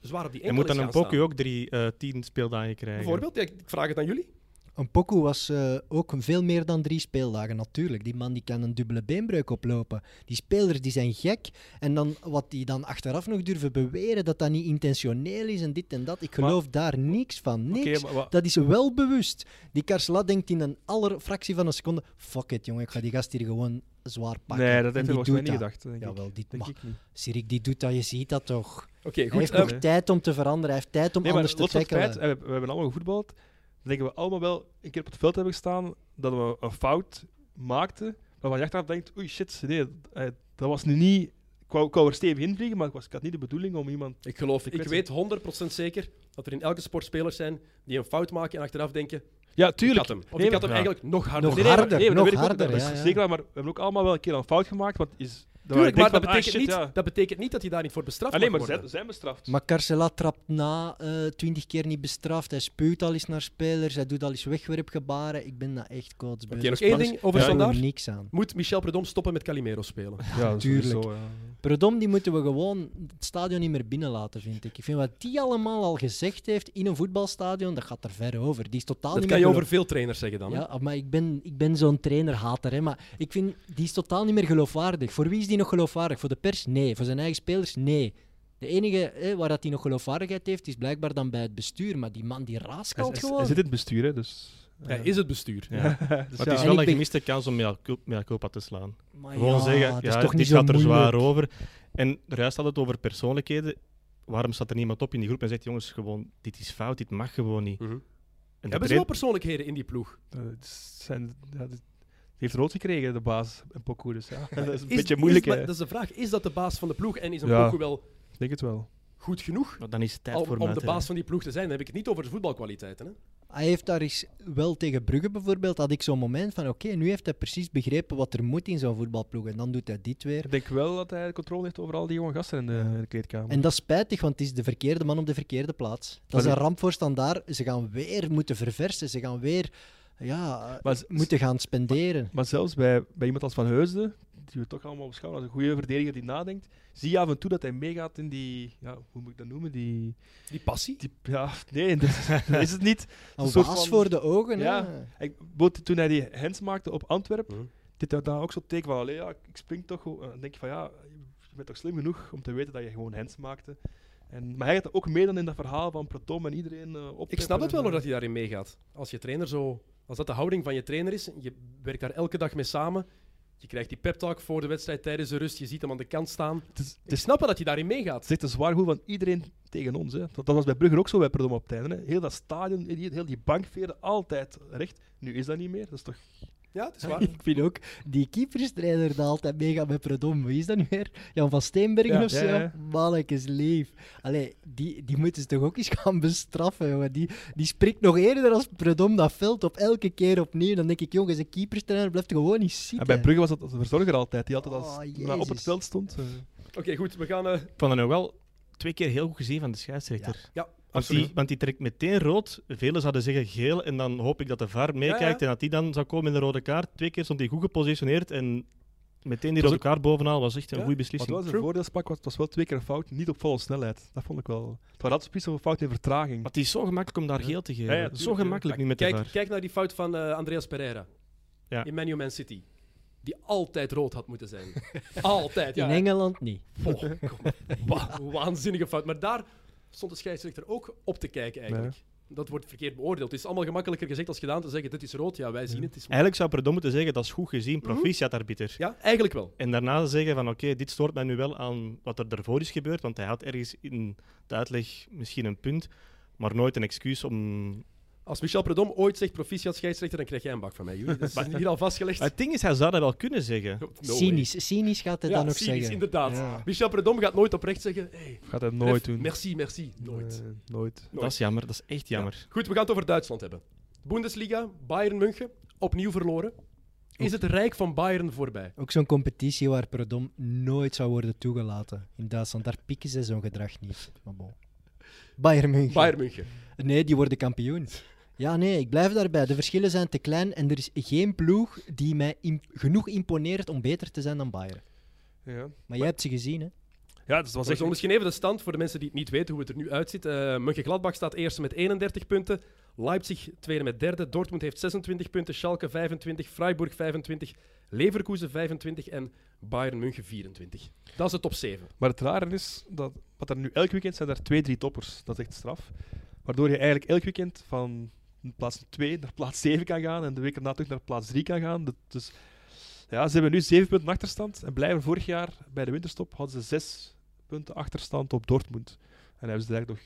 [SPEAKER 1] zwaar op die
[SPEAKER 4] Je
[SPEAKER 1] enkel
[SPEAKER 4] moet
[SPEAKER 1] is
[SPEAKER 4] dan een
[SPEAKER 1] gaan staan.
[SPEAKER 4] Poku ook drie, eh, tien speeldagen krijgen.
[SPEAKER 1] Bijvoorbeeld, ja, ik ik vraag het aan jullie.
[SPEAKER 2] Een Poku was eh, ook veel meer dan drie speeldagen, natuurlijk. Die man die kan een dubbele beenbreuk oplopen. Die spelers die zijn gek. En dan, wat die dan achteraf nog durven beweren, dat dat niet intentioneel is en dit en dat. Ik
[SPEAKER 3] Maar-
[SPEAKER 2] geloof daar niks van. Niks.
[SPEAKER 3] Oké, maar wa-
[SPEAKER 2] Dat is wel bewust. Die Carcela denkt in een aller fractie van een seconde: fuck it, jongen, ik ga die gast hier gewoon zwaar pakken.
[SPEAKER 3] nee,
[SPEAKER 2] En
[SPEAKER 3] dat heeft
[SPEAKER 2] die
[SPEAKER 3] hij volgens mij
[SPEAKER 2] doet
[SPEAKER 3] niet
[SPEAKER 2] dat.
[SPEAKER 3] gedacht. Denk ik.
[SPEAKER 2] Jawel, die,
[SPEAKER 3] Denk
[SPEAKER 2] maar,
[SPEAKER 3] ik niet.
[SPEAKER 2] Sirik, die doet dat, je ziet dat toch?
[SPEAKER 1] Oké, goed.
[SPEAKER 2] Hij heeft
[SPEAKER 1] ehm,
[SPEAKER 2] nog tijd om te veranderen, hij heeft tijd om
[SPEAKER 3] Nee, maar
[SPEAKER 2] anders
[SPEAKER 3] los
[SPEAKER 2] te
[SPEAKER 3] van het feit,
[SPEAKER 2] tackelen.
[SPEAKER 3] eh, we, we hebben allemaal gevoetbald. Dan denken we allemaal wel een keer op het veld hebben gestaan dat we een fout maakten. Waarvan je achteraf denkt, oei shit, nee, eh, dat was nu niet... Ik wou, ik wou er stevig in vliegen, maar ik, was, ik had niet de bedoeling om iemand...
[SPEAKER 1] Ik geloof,
[SPEAKER 3] Ik
[SPEAKER 1] ik,
[SPEAKER 3] weet
[SPEAKER 1] weet 100% zeker dat er in elke sport spelers zijn die een fout maken en achteraf denken:
[SPEAKER 3] Ja,
[SPEAKER 1] ik had hem. Of ik had hem
[SPEAKER 4] Ja.
[SPEAKER 1] eigenlijk nog harder.
[SPEAKER 2] Nog
[SPEAKER 1] Nee, nee,
[SPEAKER 2] harder,
[SPEAKER 3] maar dat
[SPEAKER 2] nog
[SPEAKER 3] weet ik ook,
[SPEAKER 2] harder,
[SPEAKER 3] dat is
[SPEAKER 2] ja, ja.
[SPEAKER 3] Zeker, waar, maar we hebben ook allemaal wel een keer een fout gemaakt. Want is,
[SPEAKER 1] Tuurlijk, maar dat
[SPEAKER 3] van, ah,
[SPEAKER 1] betekent,
[SPEAKER 3] shit,
[SPEAKER 1] niet,
[SPEAKER 3] ja.
[SPEAKER 1] dat betekent niet dat hij daar niet voor bestraft
[SPEAKER 3] Alleen
[SPEAKER 1] mag
[SPEAKER 3] maar
[SPEAKER 1] worden.
[SPEAKER 3] zijn, zijn bestraft.
[SPEAKER 2] Maar Carcela trapt na, eh, twintig keer niet bestraft. Hij spuwt al eens naar spelers, hij doet al eens wegwerpgebaren. Ik ben dat echt kotsbeu.
[SPEAKER 1] Oké, nog
[SPEAKER 2] Dat is
[SPEAKER 1] één
[SPEAKER 2] pas-
[SPEAKER 1] ding over
[SPEAKER 2] daar doen we
[SPEAKER 1] standaard.
[SPEAKER 2] niks aan.
[SPEAKER 1] Moet Michel Predom stoppen met Calimero spelen?
[SPEAKER 3] ja,
[SPEAKER 2] tuurlijk.
[SPEAKER 3] sowieso, ja.
[SPEAKER 2] Predom, die moeten we gewoon het stadion niet meer binnen laten, vind ik. Ik vind wat die allemaal al gezegd heeft in een voetbalstadion, dat gaat er ver over. Die is totaal
[SPEAKER 1] Dat
[SPEAKER 2] niet
[SPEAKER 1] kan
[SPEAKER 2] meer
[SPEAKER 1] je
[SPEAKER 2] geloof-
[SPEAKER 1] over veel trainers zeggen dan. hè.
[SPEAKER 2] Ja, ah, maar ik ben, ik ben zo'n trainerhater, hè, maar ik vind, die is totaal niet meer geloofwaardig. Voor wie is die nog geloofwaardig? Voor de pers? Nee. Voor zijn eigen spelers? Nee. De enige hè, waar dat hij nog geloofwaardigheid heeft, is blijkbaar dan bij het bestuur. Maar die man die
[SPEAKER 3] Hij,
[SPEAKER 2] raaskalt
[SPEAKER 3] hij-
[SPEAKER 2] gewoon.
[SPEAKER 3] hij zit in het bestuur, hè, dus...
[SPEAKER 1] Hij is het bestuur.
[SPEAKER 3] [laughs]
[SPEAKER 4] Ja. Maar
[SPEAKER 3] Dus
[SPEAKER 4] het
[SPEAKER 3] ja.
[SPEAKER 4] is
[SPEAKER 2] En
[SPEAKER 4] wel
[SPEAKER 2] ik
[SPEAKER 4] een
[SPEAKER 2] ben-
[SPEAKER 4] gemiste kans om mea cul- mea culpa te slaan.
[SPEAKER 2] Maar
[SPEAKER 4] Gewoon
[SPEAKER 2] Ah, ja,
[SPEAKER 4] zeggen,
[SPEAKER 2] dat is
[SPEAKER 4] ja,
[SPEAKER 2] toch
[SPEAKER 4] dit
[SPEAKER 2] niet
[SPEAKER 4] gaat
[SPEAKER 2] zo
[SPEAKER 4] er
[SPEAKER 2] moeilijk.
[SPEAKER 4] zwaar over. En Ruijs had het over persoonlijkheden. Waarom staat er niemand op in die groep en zegt, jongens, gewoon, dit is fout, dit mag gewoon niet.
[SPEAKER 1] Mhm.
[SPEAKER 4] En de
[SPEAKER 1] Hebben ze
[SPEAKER 4] train-
[SPEAKER 1] wel persoonlijkheden in die ploeg?
[SPEAKER 3] Eh, het zijn, ja, dit- die heeft rood gekregen, de baas en Poku. Dus ja, [laughs] dat [laughs] is een
[SPEAKER 1] Is-
[SPEAKER 3] beetje
[SPEAKER 1] is-
[SPEAKER 3] moeilijk.
[SPEAKER 1] maar
[SPEAKER 3] hè.
[SPEAKER 1] dat is de vraag. Is dat de baas van de ploeg? En is een
[SPEAKER 3] Ja.
[SPEAKER 1] Poku wel
[SPEAKER 3] Ik denk het wel.
[SPEAKER 1] goed genoeg
[SPEAKER 4] Maar Dan is het tijd
[SPEAKER 1] om,
[SPEAKER 4] voor eh,
[SPEAKER 1] om
[SPEAKER 4] mij
[SPEAKER 1] de
[SPEAKER 4] te-
[SPEAKER 1] baas van die ploeg te zijn? Dan heb ik het niet over de voetbalkwaliteiten. Hè?
[SPEAKER 2] Hij heeft daar eens wel tegen Brugge bijvoorbeeld, had ik zo'n moment van oké, nu heeft hij precies begrepen wat er moet in zo'n voetbalploeg. En dan doet hij dit weer.
[SPEAKER 3] Ik denk wel dat hij controle heeft over al die jonge gasten in de, in de kleedkamer.
[SPEAKER 2] En dat is spijtig, want het is de verkeerde man op de verkeerde plaats. Dat is
[SPEAKER 3] Maar-
[SPEAKER 2] een ramp voor standaard. Ze gaan weer moeten verversen. Ze gaan weer ja, eh,
[SPEAKER 3] Maar z-
[SPEAKER 2] moeten gaan spenderen.
[SPEAKER 3] Maar zelfs bij, bij iemand als Van Heusden, die we toch allemaal beschouwen als een goede verdediger die nadenkt, zie je af en toe dat hij meegaat in die, ja, hoe moet ik dat noemen? Die,
[SPEAKER 1] Die passie?
[SPEAKER 3] die ja, nee, [laughs] dat is, dat is het niet.
[SPEAKER 2] Een
[SPEAKER 3] soort
[SPEAKER 2] waas
[SPEAKER 3] van-
[SPEAKER 2] voor de ogen.
[SPEAKER 3] Ja.
[SPEAKER 2] hè.
[SPEAKER 3] Ik, bijvoorbeeld toen hij die hands maakte op Antwerpen,
[SPEAKER 1] Mhm.
[SPEAKER 3] dit had daar ook zo'n teken van, allee, ja, ik spring toch, wel." En dan denk je van ja, je bent toch slim genoeg om te weten dat je gewoon hands maakte. En, maar hij gaat ook meer dan in dat verhaal van Protom en iedereen eh op.
[SPEAKER 1] Ik snap het wel hoor dat hij daarin meegaat. Als je trainer zo, als dat de houding van je trainer is, je werkt daar elke dag mee samen. Je krijgt die pep talk voor de wedstrijd tijdens de rust. Je ziet hem aan de kant staan.
[SPEAKER 3] Het is, het
[SPEAKER 1] Ik
[SPEAKER 3] is,
[SPEAKER 1] snap wel dat hij daarin meegaat.
[SPEAKER 3] het is echt een zwaar goed van iedereen tegen ons. Hè. Dat, dat was bij Brugger ook zo bij Protom op het einde. Hè. Heel dat stadion, heel, heel die bankveren, altijd recht. Nu is dat niet meer. Dat is toch...
[SPEAKER 1] Ja, het is
[SPEAKER 3] [laughs]
[SPEAKER 1] waar.
[SPEAKER 2] Ik vind ook die keeperstrainer die altijd meegaat met Predom. Wie is dat nu weer? Jan van Steenbergen
[SPEAKER 3] Ja,
[SPEAKER 2] of
[SPEAKER 3] ja,
[SPEAKER 2] zo?
[SPEAKER 3] ja.
[SPEAKER 2] Mannelijk is lief. Allee, die, die moeten ze toch ook eens gaan bestraffen, jongen. Die, die spreekt nog eerder als Predom dat veld op elke keer opnieuw. Dan denk ik, jongens, een keeperstrainer blijft gewoon niet zitten.
[SPEAKER 3] En bij Brugge was dat de verzorger altijd, die altijd als
[SPEAKER 2] Oh,
[SPEAKER 3] maar op het
[SPEAKER 2] Jezus.
[SPEAKER 3] veld stond. eh.
[SPEAKER 1] Oké, goed. We gaan... eh,
[SPEAKER 4] Ik vond dat nou wel twee keer heel goed gezien van de scheidsrechter.
[SPEAKER 1] ja,
[SPEAKER 4] Want
[SPEAKER 1] absoluut.
[SPEAKER 4] die, want die trekt meteen rood. Velen zouden zeggen geel. En dan hoop ik dat de VAR meekijkt
[SPEAKER 1] Ja, ja.
[SPEAKER 4] en dat die dan zou komen met een rode kaart. Twee keer stond hij goed gepositioneerd. En meteen die
[SPEAKER 3] was
[SPEAKER 4] rode kaart bovenaan was echt een
[SPEAKER 1] Ja,
[SPEAKER 4] goede
[SPEAKER 3] Maar het
[SPEAKER 4] beslissing.
[SPEAKER 3] was een voordeelspak, want het was wel twee keer een fout, niet op volle snelheid. Dat vond ik wel. Het was altijd precies een fout in vertraging.
[SPEAKER 4] Maar het is zo gemakkelijk om daar
[SPEAKER 3] Ja.
[SPEAKER 4] geel te geven.
[SPEAKER 3] Ja, ja,
[SPEAKER 4] zo
[SPEAKER 3] tuurlijk, ja.
[SPEAKER 4] gemakkelijk nu
[SPEAKER 1] Maar
[SPEAKER 4] met de
[SPEAKER 1] kijk,
[SPEAKER 4] VAR.
[SPEAKER 1] kijk naar die fout van eh, Andreas Pereira
[SPEAKER 4] Ja.
[SPEAKER 1] in Man U Man City. Die altijd rood had moeten zijn. [laughs] altijd, ja.
[SPEAKER 2] In Engeland niet.
[SPEAKER 1] Poh, kom maar. Wa- waanzinnige fout. Maar daar stond de scheidsrechter ook op te kijken eigenlijk. Dat wordt verkeerd beoordeeld. Het is allemaal gemakkelijker gezegd als gedaan te zeggen, dit is rood, ja, wij zien het. het is rood.
[SPEAKER 4] Eigenlijk zou Perdom moeten zeggen, dat is goed
[SPEAKER 1] Mhm.
[SPEAKER 4] gezien, proficiat arbiter.
[SPEAKER 1] Ja, eigenlijk wel.
[SPEAKER 4] En daarna zeggen van, oké, dit stoort mij nu wel aan wat er daarvoor is gebeurd, want hij had ergens in de uitleg misschien een punt, maar nooit een excuus om...
[SPEAKER 1] Als Michel Predom ooit zegt proficiat scheidsrechter, dan krijg jij een bak van mij. Juri. Dat is hier al vastgelegd.
[SPEAKER 4] Maar het ding is, hij zou dat wel kunnen zeggen.
[SPEAKER 1] [laughs] No way.
[SPEAKER 2] cynisch. Cynisch gaat hij
[SPEAKER 1] Ja,
[SPEAKER 2] dan nog
[SPEAKER 1] cynisch,
[SPEAKER 2] zeggen.
[SPEAKER 1] inderdaad.
[SPEAKER 2] Ja.
[SPEAKER 1] Michel Predom gaat nooit oprecht zeggen, hey,
[SPEAKER 3] Gaat hij
[SPEAKER 1] ref,
[SPEAKER 3] nooit doen.
[SPEAKER 1] merci, merci. Nooit.
[SPEAKER 3] Nee, nooit.
[SPEAKER 1] Nooit.
[SPEAKER 4] Dat is jammer, dat is echt jammer.
[SPEAKER 1] Goed, we gaan het over Duitsland hebben. Bundesliga, Bayern München, opnieuw verloren. Is het rijk van Bayern voorbij?
[SPEAKER 2] Ook zo'n competitie waar Prodom nooit zou worden toegelaten. In Duitsland, daar pikken ze zo'n gedrag niet. Maar bon. Bayern München.
[SPEAKER 1] Bayern München.
[SPEAKER 2] Nee, die worden kampioen. Ja, nee, ik blijf daarbij. De verschillen zijn te klein en er is geen ploeg die mij im- genoeg imponeert om beter te zijn dan Bayern.
[SPEAKER 3] Ja,
[SPEAKER 2] Maar jij hebt ze gezien, hè?
[SPEAKER 3] ja dus dat was
[SPEAKER 1] We
[SPEAKER 3] echt...
[SPEAKER 1] zullen misschien even de stand voor de mensen die het niet weten hoe het er nu uitziet. Eh Mönchengladbach staat eerst met 31 punten. Leipzig tweede met derde. Dortmund heeft 26 punten. Schalke 25. Freiburg 25. Leverkusen 25. En Bayern München 24. Dat is de top 7.
[SPEAKER 3] Maar het rare is, dat, wat er nu elk weekend zijn er twee, drie toppers. Dat is echt straf. Waardoor je eigenlijk elk weekend van plaats 2 naar plaats 7 kan gaan en de week erna terug naar plaats 3 kan gaan. Dat- Dus ja, ze hebben nu 7 punten achterstand en blijven vorig jaar bij de winterstop hadden ze 6 punten achterstand op Dortmund. En hebben ze daar nog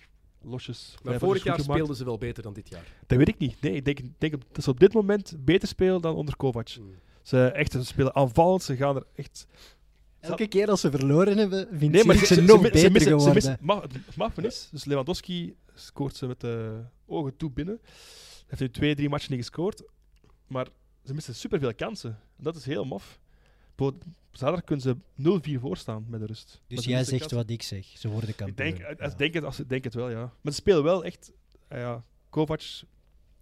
[SPEAKER 3] losjes
[SPEAKER 1] Maar
[SPEAKER 3] vijf
[SPEAKER 1] vorig
[SPEAKER 3] losjes
[SPEAKER 1] jaar
[SPEAKER 3] goed gemaakt.
[SPEAKER 1] speelden ze wel beter dan dit jaar.
[SPEAKER 3] Dat weet ik niet. Nee, ik denk, ik denk dat ze op dit moment beter spelen dan onder Kovac.
[SPEAKER 1] Mhm.
[SPEAKER 3] Ze, echt, ze spelen aanvallend, ze gaan er echt...
[SPEAKER 2] Elke keer als ze verloren hebben, vindt
[SPEAKER 3] Nee, maar
[SPEAKER 2] ze, nog
[SPEAKER 3] mi-
[SPEAKER 2] beter
[SPEAKER 3] missen- ze
[SPEAKER 2] geworden.
[SPEAKER 3] missen- ma- Het maffe is, dus Lewandowski scoort ze met de ogen toe binnen. Hij heeft nu twee, drie matchen niet gescoord. Maar ze missen superveel kansen. En dat is heel maf. Bo- Zaterdag kunnen ze 0-4 voorstaan met de rust. Maar
[SPEAKER 2] Dus
[SPEAKER 3] ze
[SPEAKER 2] jij
[SPEAKER 3] missen
[SPEAKER 2] zegt
[SPEAKER 3] kansen.
[SPEAKER 2] wat ik zeg. Ze worden
[SPEAKER 3] Ik
[SPEAKER 2] kampioen.
[SPEAKER 3] denk, ik
[SPEAKER 2] Ja.
[SPEAKER 3] denk, het, als, ik denk het wel, ja. Maar ze spelen wel echt... ah ja, Kovac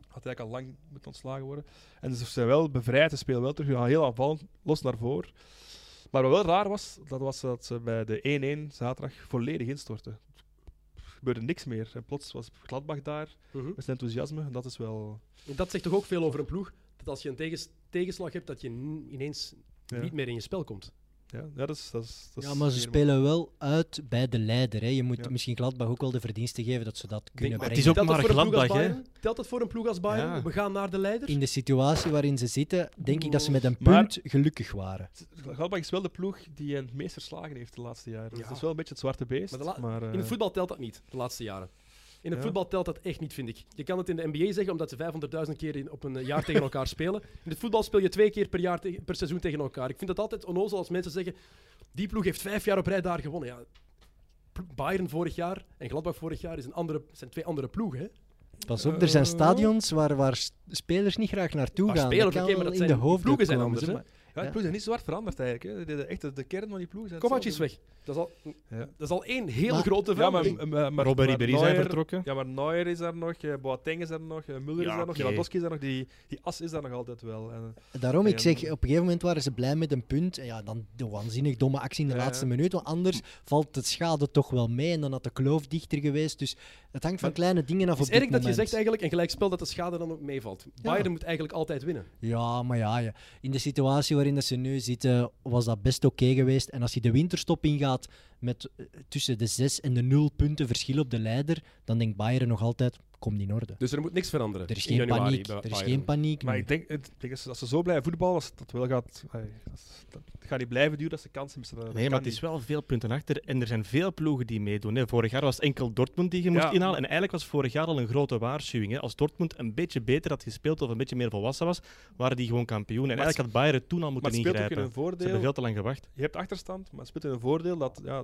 [SPEAKER 3] had eigenlijk al lang moeten ontslagen worden. En ze zijn wel bevrijd, ze spelen wel terug. Ze gaan heel aanvallend, los naar voren. Maar wat wel raar was, dat was dat ze bij de 1-1 zaterdag volledig instortten. Er gebeurde niks meer. En plots was Gladbach daar
[SPEAKER 1] Mhm.
[SPEAKER 3] met zijn enthousiasme. En dat is wel...
[SPEAKER 1] Dat zegt toch ook veel over een ploeg, dat als je een tegens- tegenslag hebt, dat je n- ineens
[SPEAKER 3] Ja,
[SPEAKER 1] niet meer in je spel komt.
[SPEAKER 3] ja, ja, dat is... Dat is, dat is
[SPEAKER 2] Ja, maar ze
[SPEAKER 3] helemaal-
[SPEAKER 2] spelen wel uit bij de leider. Hè. Je moet
[SPEAKER 3] Ja.
[SPEAKER 2] misschien Gladbach ook wel de verdiensten geven dat ze dat kunnen
[SPEAKER 4] maar het
[SPEAKER 2] brengen.
[SPEAKER 4] is ook
[SPEAKER 1] Telt dat
[SPEAKER 4] maar
[SPEAKER 1] voor een ploeg als
[SPEAKER 4] Gladbach, hè?
[SPEAKER 1] Bayern? Telt dat voor een ploeg als Bayern?
[SPEAKER 4] Ja.
[SPEAKER 1] We gaan naar de leider?
[SPEAKER 2] In de situatie waarin ze zitten, denk ik dat ze met een
[SPEAKER 3] Maar-
[SPEAKER 2] punt gelukkig waren.
[SPEAKER 3] Gladbach is wel de ploeg die het meest verslagen heeft de laatste jaren. Dus
[SPEAKER 1] Ja.
[SPEAKER 3] dat is wel een beetje het zwarte beest.
[SPEAKER 1] Maar
[SPEAKER 3] Maar
[SPEAKER 1] de la-
[SPEAKER 3] eh,
[SPEAKER 1] In het voetbal telt dat niet, de laatste jaren. In het
[SPEAKER 3] Ja.
[SPEAKER 1] voetbal telt dat echt niet, vind ik. Je kan het in de NBA zeggen, omdat ze 500.000 keer in- op een eh, jaar tegen elkaar [laughs] spelen. In het voetbal speel je twee keer per, jaar tegen- per seizoen tegen elkaar. Ik vind dat altijd onnozel als mensen zeggen... Die ploeg heeft vijf jaar op rij daar gewonnen. Ja, pl- Bayern vorig jaar en Gladbach vorig jaar is een andere, zijn twee andere ploegen. Hè?
[SPEAKER 2] Pas op, er zijn
[SPEAKER 3] Eh,
[SPEAKER 2] stadions waar, waar s- spelers niet graag naartoe
[SPEAKER 1] Waar
[SPEAKER 2] gaan. Dat
[SPEAKER 1] spelers,
[SPEAKER 2] kan
[SPEAKER 1] oké, maar
[SPEAKER 2] wel
[SPEAKER 1] dat
[SPEAKER 2] in
[SPEAKER 1] zijn-
[SPEAKER 2] de
[SPEAKER 1] die ploegen
[SPEAKER 2] hoofddoek
[SPEAKER 1] zijn
[SPEAKER 2] komen,
[SPEAKER 1] anders,
[SPEAKER 2] zeg
[SPEAKER 1] hè.
[SPEAKER 2] maar.
[SPEAKER 3] Ja, de
[SPEAKER 2] Ja.
[SPEAKER 3] ploeg is niet zo hard veranderd eigenlijk. Hè. De, de, echt, de, de kern van die ploeg zijn
[SPEAKER 1] Kovac is weg. Dat is al,
[SPEAKER 3] Ja.
[SPEAKER 1] dat is al één hele
[SPEAKER 2] Maar-
[SPEAKER 1] grote
[SPEAKER 3] Ja, maar,
[SPEAKER 1] verandering.
[SPEAKER 3] m- m- Eh, maar,
[SPEAKER 4] Robert
[SPEAKER 3] maar
[SPEAKER 4] Ribéry zijn
[SPEAKER 3] Neuer-
[SPEAKER 4] vertrokken.
[SPEAKER 3] Ja, maar Neuer is daar nog, eh, Boateng is daar nog, eh,
[SPEAKER 4] Ja,
[SPEAKER 3] Müller is daar nog,
[SPEAKER 4] oké.
[SPEAKER 3] Lewandowski is daar nog. Die, die as is daar nog altijd wel. En, eh,
[SPEAKER 2] Daarom, ik
[SPEAKER 3] En-
[SPEAKER 2] zeg, op een gegeven moment waren ze blij met een punt. En ja, dan de waanzinnig domme actie in de
[SPEAKER 3] Ja, ja.
[SPEAKER 2] laatste minuut. Want anders valt de schade toch wel mee. En dan had de kloof dichter geweest. Dus het hangt van
[SPEAKER 1] Maar
[SPEAKER 2] kleine dingen af
[SPEAKER 1] Het is
[SPEAKER 2] op dit
[SPEAKER 1] erg dat je
[SPEAKER 2] moment.
[SPEAKER 1] zegt eigenlijk, een gelijkspel, dat de schade dan ook meevalt. Bayern moet eigenlijk altijd winnen.
[SPEAKER 2] Ja, maar ja, ja, in de situatie waarin dat ze nu zitten, was dat best oké geweest. En als je de winterstop ingaat met eh, tussen de 6 en de 0 punten verschil op de leider, dan denkt Bayern nog altijd, komt in orde.
[SPEAKER 1] Dus er moet niks veranderen
[SPEAKER 2] Er is
[SPEAKER 1] in
[SPEAKER 2] geen
[SPEAKER 1] januari
[SPEAKER 2] paniek.
[SPEAKER 1] bij
[SPEAKER 2] Er is
[SPEAKER 1] Bayern.
[SPEAKER 2] geen paniek.
[SPEAKER 3] maar
[SPEAKER 2] nu.
[SPEAKER 3] ik denk, het, ik denk dat ze- als ze zo blijven voetballen, als dat wel gaat, eh, dat, is- dat gaat niet blijven duren dat ze kansen missen. Dat
[SPEAKER 4] Nee,
[SPEAKER 3] kan
[SPEAKER 4] maar het is
[SPEAKER 3] niet.
[SPEAKER 4] wel veel punten achter en er zijn veel ploegen die meedoen. Hè. Vorig jaar was het enkel Dortmund die je moest
[SPEAKER 3] Ja.
[SPEAKER 4] inhalen. En eigenlijk was vorig jaar al een grote waarschuwing. Hè. Als Dortmund een beetje beter had gespeeld of een beetje meer volwassen was, waren die gewoon kampioen. En
[SPEAKER 3] Maar
[SPEAKER 4] eigenlijk had Bayern toen al
[SPEAKER 3] Maar
[SPEAKER 4] moeten
[SPEAKER 3] het speelt ook in
[SPEAKER 4] ingrijpen.
[SPEAKER 3] hun
[SPEAKER 4] Ze
[SPEAKER 3] voordeel.
[SPEAKER 4] hebben veel te lang gewacht.
[SPEAKER 3] Je hebt achterstand, maar het speelt in een voordeel dat... Ja,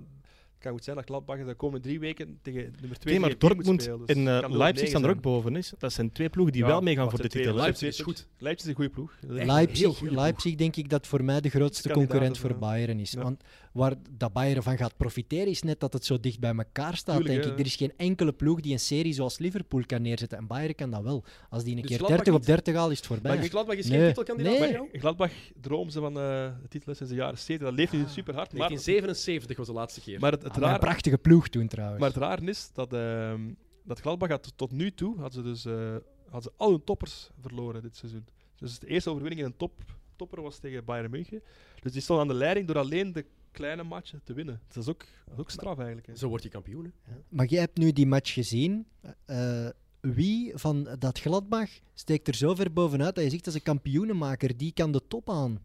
[SPEAKER 3] het kan goed zijn dat Gladbach de komende drie weken tegen nummer
[SPEAKER 4] Oké,
[SPEAKER 3] twee tegen
[SPEAKER 4] maar
[SPEAKER 3] vier moet
[SPEAKER 4] Dortmund
[SPEAKER 3] spelen, dus
[SPEAKER 4] en
[SPEAKER 3] het
[SPEAKER 4] eh,
[SPEAKER 3] kan wel
[SPEAKER 4] Leipzig
[SPEAKER 3] negen
[SPEAKER 4] staan er
[SPEAKER 3] zijn.
[SPEAKER 4] ook boven. Is. Dat zijn twee ploegen die
[SPEAKER 3] Ja,
[SPEAKER 4] wel meegaan
[SPEAKER 3] maar
[SPEAKER 4] voor de
[SPEAKER 3] het zijn
[SPEAKER 4] titel.
[SPEAKER 3] twee
[SPEAKER 4] hè.
[SPEAKER 1] Leipzig is goed.
[SPEAKER 3] Leipzig is een goede ploeg. Dat is echt een heel
[SPEAKER 2] Leipzig,
[SPEAKER 3] goede ploeg.
[SPEAKER 2] Leipzig denk ik dat voor mij de grootste
[SPEAKER 3] Kandidaat
[SPEAKER 2] concurrent
[SPEAKER 3] is,
[SPEAKER 2] voor
[SPEAKER 3] ja.
[SPEAKER 2] Bayern is.
[SPEAKER 3] Ja.
[SPEAKER 2] Want waar dat Bayern van gaat profiteren is net dat het zo dicht bij elkaar staat,
[SPEAKER 3] Tuurlijk,
[SPEAKER 2] denk
[SPEAKER 3] ja,
[SPEAKER 2] ik.
[SPEAKER 3] ja.
[SPEAKER 2] Er is geen enkele ploeg die een serie zoals Liverpool kan neerzetten. En Bayern kan dat wel. Als die een
[SPEAKER 1] Dus
[SPEAKER 2] keer
[SPEAKER 1] Gladbach
[SPEAKER 2] 30 op
[SPEAKER 1] niet?
[SPEAKER 2] 30 haalt, is het voorbij.
[SPEAKER 1] Maar Gladbach is geen
[SPEAKER 2] Nee.
[SPEAKER 1] titelkandidaat
[SPEAKER 2] Nee.
[SPEAKER 1] bij jou?
[SPEAKER 3] Gladbach droomde ze van eh, de titel sinds de jaren 70. Dat leeft nu super hard. Maar,
[SPEAKER 1] 1977 was de laatste keer.
[SPEAKER 3] maar het, het
[SPEAKER 2] Ah, maar een
[SPEAKER 3] raar,
[SPEAKER 2] prachtige ploeg toen trouwens.
[SPEAKER 3] maar het raar is dat, ehm, dat Gladbach had, tot nu toe had ze dus, eh, had ze al hun toppers verloren dit seizoen. Dus de eerste overwinning in een top, topper was tegen Bayern München. Dus die stond aan de leiding door alleen de kleine matchen te winnen. Dus dat is ook, dat is ook straf eigenlijk. hè.
[SPEAKER 1] Zo word je kampioen. hè.
[SPEAKER 2] Maar jij hebt nu die match gezien. Eh, wie van dat Gladbach steekt er zo ver bovenuit dat je zegt dat is een kampioenenmaker, die kan de top aan.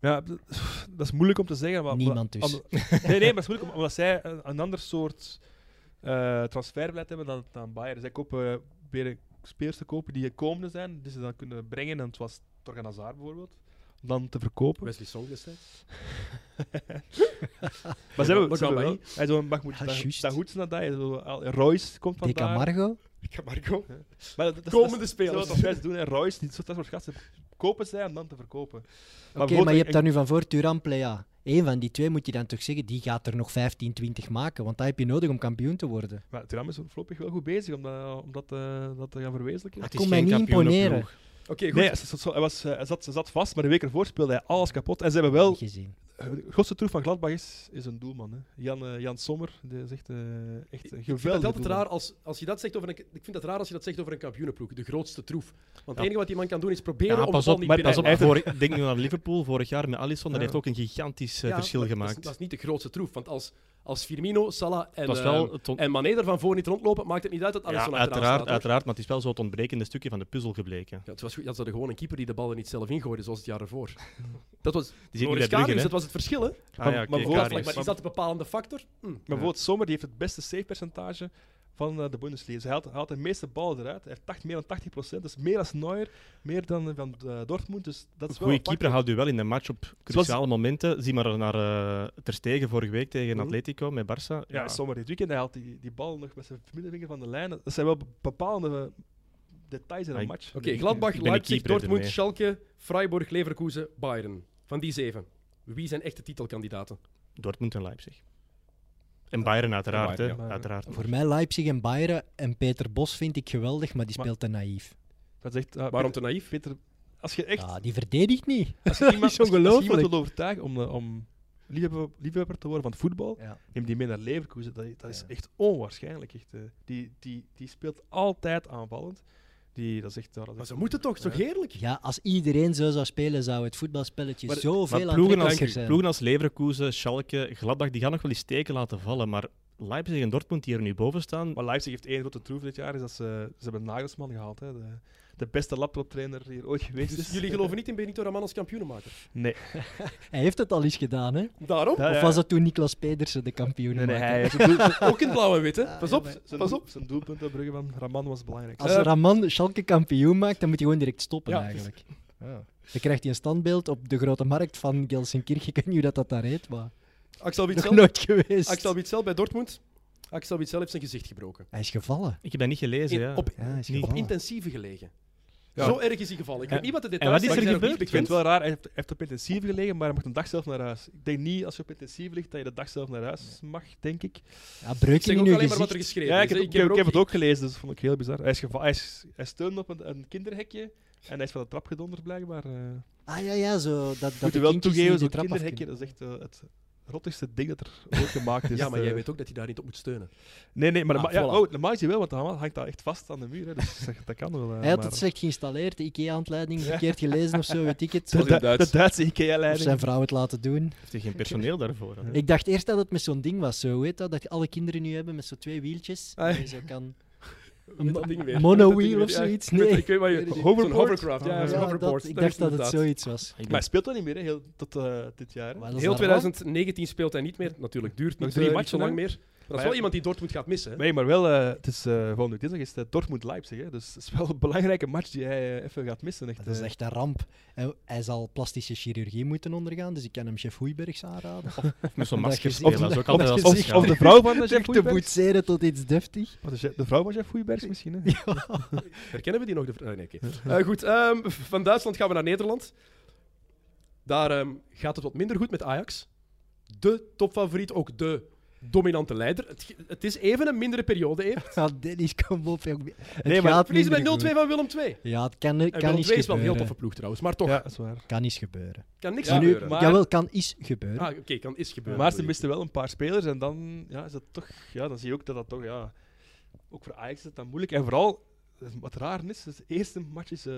[SPEAKER 3] Ja, d- dat is moeilijk om te zeggen. Maar
[SPEAKER 2] Niemand
[SPEAKER 3] maar-
[SPEAKER 2] dus.
[SPEAKER 3] om- [laughs] nee, nee, maar het is moeilijk om- omdat zij een, een ander soort eh, transferbeleid hebben dan, dan Bayern. Zij kopen eh, proberen spelers te kopen die komende zijn, die ze dan kunnen brengen. En het was Torgan Hazard bijvoorbeeld. om Dan te verkopen.
[SPEAKER 1] Wesley Song destijds.
[SPEAKER 4] [laughs]
[SPEAKER 3] maar ze hebben,
[SPEAKER 1] dat
[SPEAKER 3] ze
[SPEAKER 1] kan
[SPEAKER 3] hebben
[SPEAKER 1] bij
[SPEAKER 3] wel. Hij zo mag moet
[SPEAKER 2] Ja, juist.
[SPEAKER 3] dat goed zijn dat hij zo, al- Royce komt
[SPEAKER 2] De
[SPEAKER 3] van daar.
[SPEAKER 2] Camargo?
[SPEAKER 1] Camargo.
[SPEAKER 3] Maar dat, dat, dat-
[SPEAKER 1] Komende
[SPEAKER 3] dat-
[SPEAKER 1] spelers.
[SPEAKER 3] Dat is wat ze doen. En Royce, die, dat soort gasten kopen zij om dan te verkopen.
[SPEAKER 2] Oké, maar je hebt daar nu van voor Turan Plea. Eén van die twee moet je dan toch zeggen, die gaat er nog 15, 20 maken. Want dat heb je nodig om kampioen te worden.
[SPEAKER 3] Maar Thuram is voorlopig wel goed bezig om dat, om dat, eh, dat te gaan verwezenlijken.
[SPEAKER 4] Het
[SPEAKER 2] kon
[SPEAKER 4] is
[SPEAKER 2] mij
[SPEAKER 4] geen
[SPEAKER 2] niet
[SPEAKER 4] kampioenenploeg.
[SPEAKER 2] imponeren.
[SPEAKER 1] Oké, goed.
[SPEAKER 3] Nee, ze, zat- hij was, eh, hij zat, ze zat vast, maar de week ervoor speelde hij alles kapot. En ze hebben wel... Eh,
[SPEAKER 2] Niet gezien.
[SPEAKER 3] De grootste troef van Gladbach is, is een doelman. Hè. Jan, eh, Jan Sommer, die is echt, eh, echt een
[SPEAKER 1] Ik vind het
[SPEAKER 3] geweldige
[SPEAKER 1] altijd
[SPEAKER 3] doelman.
[SPEAKER 1] raar als, als je dat zegt over een, ik vind het raar als je dat zegt over een kampioenenploeg, de grootste troef. Want het
[SPEAKER 4] Ja.
[SPEAKER 1] enige wat die man kan doen is
[SPEAKER 4] Ja,
[SPEAKER 1] proberen om
[SPEAKER 4] pas
[SPEAKER 1] de bal
[SPEAKER 4] op,
[SPEAKER 1] niet
[SPEAKER 4] maar
[SPEAKER 1] binnen
[SPEAKER 4] pas op.
[SPEAKER 1] te houden.
[SPEAKER 4] vorig- denk nu aan Liverpool vorig jaar met Alisson. Dat
[SPEAKER 3] Ja.
[SPEAKER 4] heeft ook een gigantisch eh,
[SPEAKER 1] Ja,
[SPEAKER 4] verschil
[SPEAKER 1] maar dat is-
[SPEAKER 4] gemaakt.
[SPEAKER 1] Dat is, niet de grootste troef, want als, als Firmino, Salah en,
[SPEAKER 4] Het was
[SPEAKER 1] ehm,
[SPEAKER 4] wel het on-
[SPEAKER 1] en Mané ervan voor niet rondlopen, maakt het niet uit dat alles
[SPEAKER 4] ja,
[SPEAKER 1] van achteraan
[SPEAKER 4] uiteraard,
[SPEAKER 1] staat. hoor.
[SPEAKER 4] uiteraard, maar het is wel zo het ontbrekende stukje van de puzzel gebleken.
[SPEAKER 1] Ja, het was goed dat ze er gewoon een keeper die de ballen niet zelf ingooide, zoals het jaar
[SPEAKER 4] [laughs]
[SPEAKER 1] ervoor. Dat was,
[SPEAKER 4] Die zit nu bij
[SPEAKER 1] Loris
[SPEAKER 4] Brugge,
[SPEAKER 1] Karius,
[SPEAKER 4] hè?
[SPEAKER 1] dat was het verschil, hè?
[SPEAKER 4] Ah, ja,
[SPEAKER 3] Maar-
[SPEAKER 4] oké,
[SPEAKER 3] maar voor-
[SPEAKER 1] Op dat
[SPEAKER 4] Karius.
[SPEAKER 1] vlak, Maar is dat de bepalende factor? Hm.
[SPEAKER 3] Maar bijvoorbeeld Sommer die heeft het beste savepercentage van eh, de Bundesliga. Dus hij haalt, hij haalt de meeste ballen eruit. Hij heeft tacht- meer dan 80 procent. Dat is meer dan Neuer, meer dan eh, van eh, Dortmund. Dus dat is wel
[SPEAKER 4] Goeie
[SPEAKER 3] een
[SPEAKER 4] keeper houdt u wel in de match op cruciale momenten. Zie maar naar eh, Ter Stegen vorige week tegen
[SPEAKER 3] Mhm.
[SPEAKER 4] Atletico met Barça.
[SPEAKER 3] Ja, Sommer dit weekend, hij haalt die, die bal nog met zijn middenvinger van de lijn. Dat zijn wel be- bepalende eh, details in
[SPEAKER 4] Ah,
[SPEAKER 3] een
[SPEAKER 4] ik-
[SPEAKER 3] match.
[SPEAKER 1] Oké, Gladbach,
[SPEAKER 4] Ik ben een
[SPEAKER 1] Leipzig,
[SPEAKER 4] keeper
[SPEAKER 1] Dortmund,
[SPEAKER 4] ermee.
[SPEAKER 1] Schalke, Freiburg, Leverkusen, Bayern. Van die zeven, wie zijn echte titelkandidaten?
[SPEAKER 4] Dortmund en Leipzig. En Bayern uiteraard,
[SPEAKER 1] Bayern,
[SPEAKER 4] hè.
[SPEAKER 3] ja.
[SPEAKER 4] uiteraard.
[SPEAKER 2] Voor mij Leipzig en Bayern en Peter Bos vind ik geweldig, maar die
[SPEAKER 3] Maar-
[SPEAKER 2] speelt te naïef.
[SPEAKER 3] Dat is echt, ah,
[SPEAKER 1] Waarom te
[SPEAKER 3] Peter,
[SPEAKER 1] naïef?
[SPEAKER 3] Peter, als je echt
[SPEAKER 2] Ja, die verdedigt niet.
[SPEAKER 1] [laughs]
[SPEAKER 3] als je iemand,
[SPEAKER 2] is
[SPEAKER 3] als je- als je iemand
[SPEAKER 2] ongelooflijk.
[SPEAKER 3] wil overtuigen om, eh, om liefhebber, liefhebber te worden van het voetbal,
[SPEAKER 2] Ja.
[SPEAKER 3] neem die mee naar Leverkusen. Dat, dat is
[SPEAKER 2] Ja.
[SPEAKER 3] echt onwaarschijnlijk. Echt, eh. die, die, die speelt altijd aanvallend. Die, dat is echt, ja, dat is
[SPEAKER 1] Maar
[SPEAKER 3] echt-
[SPEAKER 1] ze moeten toch, is toch
[SPEAKER 3] Ja.
[SPEAKER 1] heerlijk?
[SPEAKER 2] als iedereen zo zou spelen, zou het voetbalspelletje
[SPEAKER 3] Maar-
[SPEAKER 4] Maar
[SPEAKER 2] zoveel
[SPEAKER 4] ploegen als,
[SPEAKER 2] aantrekkelijker zijn.
[SPEAKER 4] ploegen als Leverkusen, Schalke, Gladbach, die gaan nog wel eens steken laten vallen. Maar Leipzig en Dortmund, die er nu boven staan,
[SPEAKER 3] Maar Leipzig heeft één grote troef dit jaar, is dat ze, ze hebben Nagelsman gehaald. Hè, de, de beste laptoptrainer die er ooit geweest
[SPEAKER 1] Dus
[SPEAKER 3] is. [laughs]
[SPEAKER 1] jullie geloven niet in Benito Raman als
[SPEAKER 4] [laughs]
[SPEAKER 1] kampioenenmaker?
[SPEAKER 3] Nee,
[SPEAKER 2] Hij heeft het al eens gedaan, hè?
[SPEAKER 1] Daarom?
[SPEAKER 3] Ja,
[SPEAKER 2] Of
[SPEAKER 3] ja.
[SPEAKER 2] was dat toen Niklas Pedersen de kampioen
[SPEAKER 3] nee, nee
[SPEAKER 2] maakte?
[SPEAKER 3] hij, zijn, doel,
[SPEAKER 1] Ook in blauw en wit, hè? Pas op,
[SPEAKER 3] zijn,
[SPEAKER 1] pas
[SPEAKER 3] doel-
[SPEAKER 1] op.
[SPEAKER 3] zijn doelpunt op Brugge van Raman was belangrijk.
[SPEAKER 2] Als
[SPEAKER 1] Eh.
[SPEAKER 2] Raman Schalke kampioen maakt, dan moet hij gewoon direct stoppen
[SPEAKER 1] Ja,
[SPEAKER 3] [laughs]
[SPEAKER 2] eigenlijk. Dan krijgt hij een standbeeld op de grote markt van Gelsenkirchen. Ik weet niet hoe dat, dat daar heet, maar
[SPEAKER 1] Axel
[SPEAKER 2] nog
[SPEAKER 1] Witsel,
[SPEAKER 2] nooit geweest.
[SPEAKER 1] Axel Witsel bij Dortmund. Axel Witsel heeft zijn gezicht gebroken.
[SPEAKER 2] Hij is gevallen.
[SPEAKER 4] ik heb dat niet gelezen.
[SPEAKER 1] In-
[SPEAKER 4] ja.
[SPEAKER 1] op,
[SPEAKER 2] Ja, hij is
[SPEAKER 4] Niet-
[SPEAKER 2] Ah.
[SPEAKER 1] op
[SPEAKER 2] gevallen.
[SPEAKER 1] intensieve gelegen.
[SPEAKER 3] Ja.
[SPEAKER 1] Zo erg is hij gevallen. Ik weet
[SPEAKER 4] En-
[SPEAKER 1] niet wat de
[SPEAKER 4] en
[SPEAKER 1] details
[SPEAKER 4] wat is
[SPEAKER 1] zijn,
[SPEAKER 4] er
[SPEAKER 1] die zijn nog
[SPEAKER 4] gebeurd?
[SPEAKER 1] niet
[SPEAKER 3] Ik vind
[SPEAKER 1] bekend.
[SPEAKER 3] het wel raar, hij heeft, hij heeft op intensief gelegen, maar hij mag een dag zelf naar huis. Ik denk niet als je op intensief ligt dat je de dag zelf naar huis mag, denk ik.
[SPEAKER 2] Ja,
[SPEAKER 1] Ik
[SPEAKER 2] breuken
[SPEAKER 1] zeg
[SPEAKER 2] in
[SPEAKER 1] ook
[SPEAKER 2] uw
[SPEAKER 1] alleen maar wat er
[SPEAKER 2] gezicht.
[SPEAKER 1] geschreven
[SPEAKER 3] Ja,
[SPEAKER 1] is.
[SPEAKER 3] ik heb,
[SPEAKER 1] hè.
[SPEAKER 3] ook- ik, heb,
[SPEAKER 1] er
[SPEAKER 3] ik heb het ook gelezen, dus dat vond ik heel bizar. Hij, is geva- hij, is, hij steunde op een, een kinderhekje en hij is van de trap gedonderd blijkbaar. eh.
[SPEAKER 2] Ah ja, ja, zo. Dat, dat
[SPEAKER 3] Moet
[SPEAKER 2] de
[SPEAKER 3] je wel
[SPEAKER 2] kindjes
[SPEAKER 3] toegeven,
[SPEAKER 2] niet
[SPEAKER 3] zo'n
[SPEAKER 2] de trap af
[SPEAKER 3] kinderhekje, dat is echt eh, het rottigste ding dat er
[SPEAKER 1] [laughs]
[SPEAKER 3] ooit gemaakt is.
[SPEAKER 1] Ja, maar
[SPEAKER 3] eh.
[SPEAKER 1] jij weet ook dat hij daar niet op moet steunen.
[SPEAKER 3] Nee, nee, maar
[SPEAKER 1] Ah,
[SPEAKER 3] norma- ja,
[SPEAKER 1] voilà.
[SPEAKER 3] oh, normaal is hij wel, want dan hangt dat echt vast aan de muur. Hè, dus dat- dat kan wel. eh,
[SPEAKER 2] Hij had
[SPEAKER 3] maar-
[SPEAKER 2] het slecht geïnstalleerd, de IKEA-handleiding verkeerd gelezen of zo, weet ik het.
[SPEAKER 1] was
[SPEAKER 3] [laughs] de,
[SPEAKER 1] in
[SPEAKER 3] Du-
[SPEAKER 1] het Duits.
[SPEAKER 3] de Duitse
[SPEAKER 2] Of zijn
[SPEAKER 3] IKEA-leiding.
[SPEAKER 2] vrouw het laten doen.
[SPEAKER 4] Heeft hij geen personeel daarvoor? hè?
[SPEAKER 2] Ik dacht eerst dat het met zo'n ding was, zo, hoe heet dat? Dat alle kinderen nu hebben met zo'n twee wieltjes.
[SPEAKER 1] Ah, ja.
[SPEAKER 2] En je zo kan...
[SPEAKER 1] Weet dat ding weer. Weet dat
[SPEAKER 2] monowheel
[SPEAKER 1] ding
[SPEAKER 2] of
[SPEAKER 1] weer, ja.
[SPEAKER 2] zoiets?
[SPEAKER 1] Ik weet-
[SPEAKER 2] Nee.
[SPEAKER 1] Ik weet waar je...
[SPEAKER 2] Weet ik niet.
[SPEAKER 1] Hoverboard?
[SPEAKER 3] Zo'n
[SPEAKER 1] hovercraft, ja.
[SPEAKER 3] Ah,
[SPEAKER 1] zo'n
[SPEAKER 3] ja,
[SPEAKER 1] hoverboard.
[SPEAKER 2] dat, ik
[SPEAKER 1] Dat is
[SPEAKER 2] dacht dat het
[SPEAKER 1] inderdaad.
[SPEAKER 2] zoiets was.
[SPEAKER 4] Ik
[SPEAKER 3] Maar hij
[SPEAKER 4] ben-
[SPEAKER 3] speelt wel niet meer hè, heel, tot eh, dit jaar. hè.
[SPEAKER 2] Maar dat is
[SPEAKER 1] Heel
[SPEAKER 2] daar raar.
[SPEAKER 1] 2019 speelt hij niet meer. Natuurlijk duurt
[SPEAKER 3] Nog
[SPEAKER 1] niet,
[SPEAKER 3] drie
[SPEAKER 1] eh, niet
[SPEAKER 3] matchen
[SPEAKER 1] zo lang
[SPEAKER 3] lang.
[SPEAKER 1] meer. Maar dat is
[SPEAKER 3] Maar
[SPEAKER 1] wel
[SPEAKER 3] ja.
[SPEAKER 1] iemand die Dortmund gaat missen. hè.
[SPEAKER 3] Nee, maar wel, eh, het is eh volgende week dinsdag is het Dortmund Leipzig. Hè, dus het is wel een belangrijke match die hij eh, even gaat missen. Echt,
[SPEAKER 2] Dat is
[SPEAKER 3] eh.
[SPEAKER 2] echt een ramp. Hij, hij zal plastische chirurgie moeten ondergaan, dus ik kan hem chef Hoeibergs aanraden.
[SPEAKER 4] Of met [laughs] zo'n
[SPEAKER 2] Vandaag
[SPEAKER 4] masker
[SPEAKER 2] gezien-
[SPEAKER 4] spelen, dat is ook
[SPEAKER 2] vandaag
[SPEAKER 4] altijd als
[SPEAKER 2] gezien-
[SPEAKER 3] of, of
[SPEAKER 4] afschaam.
[SPEAKER 3] de vrouw
[SPEAKER 1] [laughs]
[SPEAKER 3] van de Jeff
[SPEAKER 2] Terug te
[SPEAKER 3] Hoeibergs.
[SPEAKER 2] boetseren tot iets deftig.
[SPEAKER 3] Of de je- De vrouw van Jeff Hoeibergs misschien. [laughs] Hè?
[SPEAKER 1] Herkennen we die nog? De... vr- Ah, nee, oké. Eh, goed, ehm, van Duitsland gaan we naar Nederland. Daar ehm, gaat het wat minder goed met Ajax. De topfavoriet, ook de dominante leider. Het, ge- het is even een mindere periode. Even.
[SPEAKER 2] Ja, Dennis, kom op. jong. Het
[SPEAKER 3] Nee, maar
[SPEAKER 2] gaat
[SPEAKER 1] Verliezen
[SPEAKER 2] minder
[SPEAKER 1] met 0-2
[SPEAKER 2] goed.
[SPEAKER 1] van Willem II.
[SPEAKER 2] Ja, het kan,
[SPEAKER 1] En
[SPEAKER 2] kan
[SPEAKER 1] Willem
[SPEAKER 2] iets
[SPEAKER 1] II is wel een heel
[SPEAKER 2] gebeuren.
[SPEAKER 1] toffe ploeg trouwens, maar toch,
[SPEAKER 3] Ja, dat is waar.
[SPEAKER 2] Kan iets gebeuren.
[SPEAKER 1] kan niks
[SPEAKER 3] Ja,
[SPEAKER 2] Maar nu,
[SPEAKER 1] gebeuren.
[SPEAKER 3] maar-
[SPEAKER 2] Jawel, kan iets gebeuren.
[SPEAKER 1] Ah, Oké, kan is gebeuren.
[SPEAKER 3] Maar ze
[SPEAKER 1] bedoel je.
[SPEAKER 3] misten wel een paar spelers en dan, ja, is dat toch, ja, dan zie je ook dat dat toch, ja, ook voor Ajax is het dan moeilijk. En vooral, eh, wat raar is, is de eerste match is eh,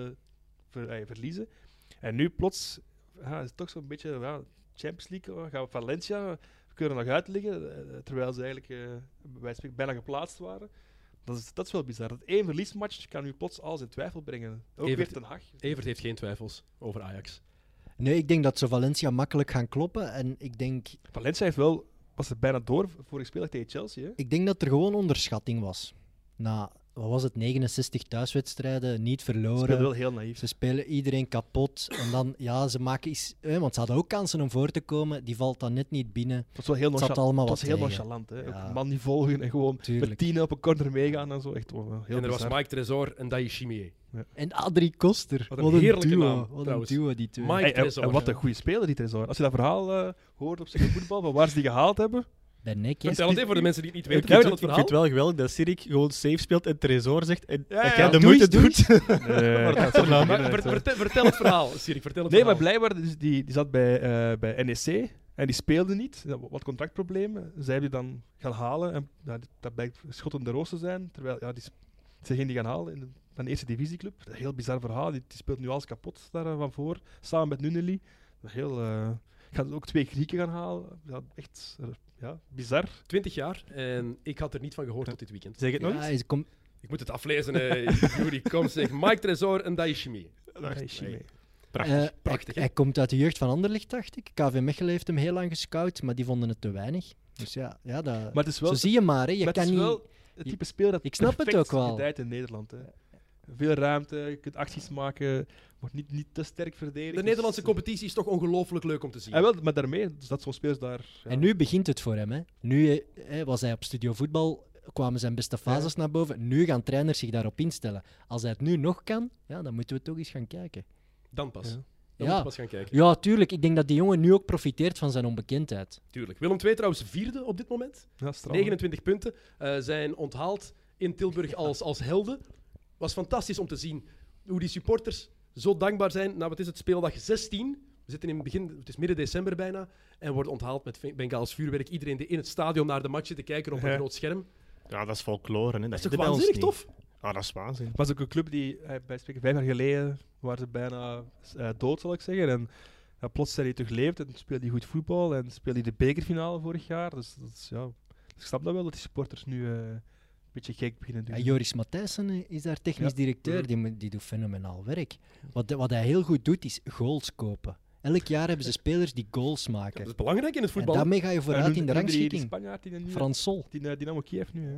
[SPEAKER 3] ver- eh, verliezen. En nu plots ja, is het toch zo'n beetje ja, Champions League, oh, gaan we Valencia, we kunnen er nog uit liggen, eh, terwijl ze eigenlijk eh, bij wijze van spreken bijna geplaatst waren. Dat is, dat is wel bizar. Dat één verliesmatch kan nu plots alles in twijfel brengen. Ook
[SPEAKER 1] Evert-
[SPEAKER 3] weer Ten Hag.
[SPEAKER 1] Evert heeft geen twijfels over Ajax.
[SPEAKER 2] Nee, ik denk dat ze Valencia makkelijk gaan kloppen. En ik denk,
[SPEAKER 3] Valencia heeft wel, was er bijna door vorige speler tegen Chelsea. Hè?
[SPEAKER 2] ik denk dat er gewoon onderschatting was. Na, wat was het, 69 thuiswedstrijden, niet
[SPEAKER 3] Ze speelden
[SPEAKER 2] verloren.
[SPEAKER 3] wel heel naïef.
[SPEAKER 2] Ze spelen iedereen kapot. En dan, ja, ze maken iets... eh, want ze hadden ook kansen om voor te komen. Die valt dan net niet binnen.
[SPEAKER 3] Het was wel heel
[SPEAKER 2] Het zat
[SPEAKER 3] nonchalant.
[SPEAKER 2] allemaal
[SPEAKER 3] Het was
[SPEAKER 2] wat
[SPEAKER 3] heel
[SPEAKER 2] tegen.
[SPEAKER 3] nonchalant, hè. Ook
[SPEAKER 2] Ja.
[SPEAKER 3] man die volgen en gewoon
[SPEAKER 2] Tuurlijk.
[SPEAKER 3] met tien op een corner meegaan en zo. Echt wel, eh, heel
[SPEAKER 1] en er was
[SPEAKER 3] bizar.
[SPEAKER 1] Mike Tresor en Dai Chimier.
[SPEAKER 2] En Adrie Koster.
[SPEAKER 1] Wat een
[SPEAKER 2] duo.
[SPEAKER 1] heerlijke naam,
[SPEAKER 2] wat een
[SPEAKER 1] trouwens.
[SPEAKER 2] duo, die twee. Eh,
[SPEAKER 1] Mike
[SPEAKER 3] Hey, en,
[SPEAKER 1] Tresor.
[SPEAKER 3] en wat een goede speler die Tresor. Als je dat verhaal eh, hoort op zijn voetbal, van waar ze die gehaald hebben.
[SPEAKER 2] Bij nek, hè.
[SPEAKER 1] Vertel het even voor de mensen die het niet
[SPEAKER 4] Ik
[SPEAKER 1] weten.
[SPEAKER 4] vind,
[SPEAKER 1] Vertel
[SPEAKER 4] het,
[SPEAKER 1] het
[SPEAKER 4] ik vind
[SPEAKER 1] verhaal.
[SPEAKER 4] het wel geweldig dat Sirik gewoon safe speelt en Tresor zegt en
[SPEAKER 3] Ja,
[SPEAKER 4] dat
[SPEAKER 3] ja,
[SPEAKER 4] jij
[SPEAKER 3] ja.
[SPEAKER 4] de
[SPEAKER 2] Doe
[SPEAKER 4] moeite
[SPEAKER 2] eens, doe
[SPEAKER 4] doet. [laughs]
[SPEAKER 3] maar dat is
[SPEAKER 1] Maar ver- ver- vertel- vertel het verhaal, Sirik. Vertel het
[SPEAKER 3] Nee, maar
[SPEAKER 1] verhaal.
[SPEAKER 3] blijkbaar, dus die, die zat bij, eh, bij NEC en die speelde niet. Dat wa- Wat contractproblemen. Zij hebben die dan gaan halen. En, ja, dit- dat blijkt schottende roos te zijn. Terwijl ja, die, sp- zij gingen die gaan halen in de, van de eerste divisieclub. Dat is Een heel bizar verhaal. Die, die speelt nu alles kapot daar eh, van voor. Samen met Nunnely. Een Heel, eh, gaat ook twee Grieken gaan halen. Ja, echt eh, ja, bizar.
[SPEAKER 1] 20 jaar en ik had er niet van gehoord tot dit weekend.
[SPEAKER 4] Zeg het nog
[SPEAKER 2] Ja,
[SPEAKER 4] eens?
[SPEAKER 2] hij komt-
[SPEAKER 1] Ik moet het aflezen, hè. Yuri, kom zeg. Mike Tresor en Daishimi.
[SPEAKER 3] Daar is hij mee.
[SPEAKER 4] Prachtig.
[SPEAKER 2] eh,
[SPEAKER 1] Prachtig, hè?
[SPEAKER 2] hij komt uit de jeugd van Anderlicht, dacht ik. KV Mechelen heeft hem heel lang gescout, maar die vonden het te weinig. Dus ja, ja dat...
[SPEAKER 3] Maar het is wel,
[SPEAKER 2] zo zie je maar, hè. Je
[SPEAKER 3] maar het
[SPEAKER 2] kan
[SPEAKER 3] is
[SPEAKER 2] niet...
[SPEAKER 3] wel het type speler dat
[SPEAKER 2] Ik snap het
[SPEAKER 3] perfect
[SPEAKER 2] ook wel.
[SPEAKER 3] gedijt in Nederland. Hè. Veel ruimte, je kunt acties maken, wordt niet, niet te sterk verdedigd.
[SPEAKER 1] De Nederlandse competitie is toch ongelooflijk leuk om te zien.
[SPEAKER 3] En wel, maar daarmee, dus dat zo'n spelers daar... ja.
[SPEAKER 2] En nu begint het voor hem. Hè. Nu eh, hè, was hij op studio voetbal, kwamen zijn beste fases naar boven. Nu gaan trainers zich daarop instellen. Als hij het nu nog kan, ja, dan moeten we toch eens gaan kijken.
[SPEAKER 1] Dan pas.
[SPEAKER 3] Ja.
[SPEAKER 1] Dan
[SPEAKER 2] Ja.
[SPEAKER 1] moet je pas gaan kijken.
[SPEAKER 2] Ja, tuurlijk. Ik denk dat die jongen nu ook profiteert van zijn onbekendheid.
[SPEAKER 1] Tuurlijk. Willem II trouwens vierde op dit moment.
[SPEAKER 3] Ja, straf.
[SPEAKER 1] 29 punten. eh, zijn onthaald in Tilburg als, als helden. was fantastisch om te zien hoe die supporters zo dankbaar zijn. Nou, wat is het? Speeldag 16. We zitten in het begin, het is midden december bijna. En worden onthaald met ve- Bengaals vuurwerk. Iedereen die in het stadion naar de match zit te kijken op een
[SPEAKER 3] Ja.
[SPEAKER 1] groot scherm.
[SPEAKER 4] Ja, dat is folklore. Hè. Dat,
[SPEAKER 1] Dat is
[SPEAKER 4] heb
[SPEAKER 1] toch
[SPEAKER 4] je bij ons
[SPEAKER 1] waanzinnig
[SPEAKER 4] niet.
[SPEAKER 1] tof?
[SPEAKER 4] Ah, dat is waanzin.
[SPEAKER 3] was ook een club die, eh, bij spreken, vijf jaar geleden waren ze bijna eh, dood, zal ik zeggen. En ja, plots zijn die terugleefd en speelde die goed voetbal en speelde die de bekerfinale vorig jaar. Dus, dat is, ja, ik snap dat wel, dat die supporters nu eh, een beetje gek beginnen te
[SPEAKER 2] Ja,
[SPEAKER 3] doen.
[SPEAKER 2] Joris Matthijssen eh, is daar technisch
[SPEAKER 3] Ja.
[SPEAKER 2] directeur. Die, moet- die doet fenomenaal werk. Wat, wat hij heel goed doet, is goals kopen. Elk jaar hebben ze spelers die goals
[SPEAKER 1] Dat is
[SPEAKER 2] maken.
[SPEAKER 1] belangrijk in het
[SPEAKER 2] En
[SPEAKER 1] voetbal.
[SPEAKER 2] daarmee ga je
[SPEAKER 3] En
[SPEAKER 2] vooruit
[SPEAKER 3] hun-
[SPEAKER 2] in de
[SPEAKER 3] hun drie- Die
[SPEAKER 2] rangschikking.
[SPEAKER 3] Spanjaard die, nu-
[SPEAKER 2] Frans Sol.
[SPEAKER 3] die eh, Dynamo Kiev nu. Hè.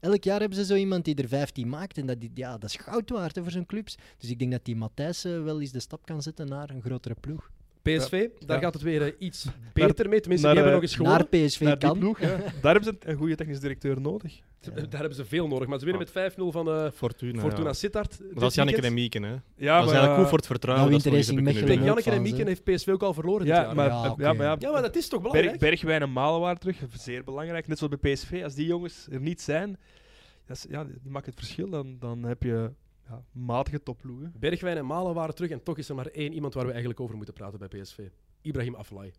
[SPEAKER 2] Elk jaar hebben ze zo iemand die er 15 maakt. En dat, die- ja, dat is goud waard hè, voor zo'n clubs. Dus ik denk dat die Matthijssen wel eens de stap kan zetten naar een grotere ploeg.
[SPEAKER 1] PSV, daar
[SPEAKER 3] Ja.
[SPEAKER 1] gaat het weer eh, iets beter mee. Tenminste,
[SPEAKER 3] naar,
[SPEAKER 1] die hebben
[SPEAKER 3] eh,
[SPEAKER 1] nog eens gewonnen.
[SPEAKER 2] Naar PSV
[SPEAKER 3] Naar die
[SPEAKER 2] kan.
[SPEAKER 3] ploeg, hè. [laughs] Daar hebben ze een, een goede technisch directeur nodig.
[SPEAKER 2] Ja.
[SPEAKER 1] Eh, Daar hebben ze veel nodig. Maar ze
[SPEAKER 3] Ah.
[SPEAKER 1] winnen met 5-0 van eh
[SPEAKER 4] Fortuna.
[SPEAKER 1] Fortuna
[SPEAKER 4] ja.
[SPEAKER 1] Sittard.
[SPEAKER 4] Maar Dat is Janneke en Mieken. Hè.
[SPEAKER 3] Ja, eh,
[SPEAKER 4] dat is eigenlijk goed voor het vertrouwen.
[SPEAKER 2] Nou,
[SPEAKER 4] dat ze nog eens
[SPEAKER 2] Racing
[SPEAKER 4] hebben
[SPEAKER 1] Tegen
[SPEAKER 4] kunnen winnen.
[SPEAKER 2] Mechelen ook.
[SPEAKER 1] Janneke en
[SPEAKER 2] fans,
[SPEAKER 1] Mieken
[SPEAKER 2] hè.
[SPEAKER 1] heeft PSV ook al verloren dit
[SPEAKER 3] Ja,
[SPEAKER 1] jaar.
[SPEAKER 3] maar,
[SPEAKER 2] Ja,
[SPEAKER 3] eh,
[SPEAKER 2] oké.
[SPEAKER 3] ja, maar ja,
[SPEAKER 1] Ja, maar dat is toch belangrijk?
[SPEAKER 3] Berg, Bergwijn en Malen waren terug, zeer belangrijk. Net zoals bij PSV, als die jongens er niet zijn, dat is- ja, die maken het verschil. Dan, dan heb je ja, matige topploegen.
[SPEAKER 1] Bergwijn en Malen waren terug en toch is er maar één iemand waar we eigenlijk over moeten praten bij PSV. Ibrahim Afellay.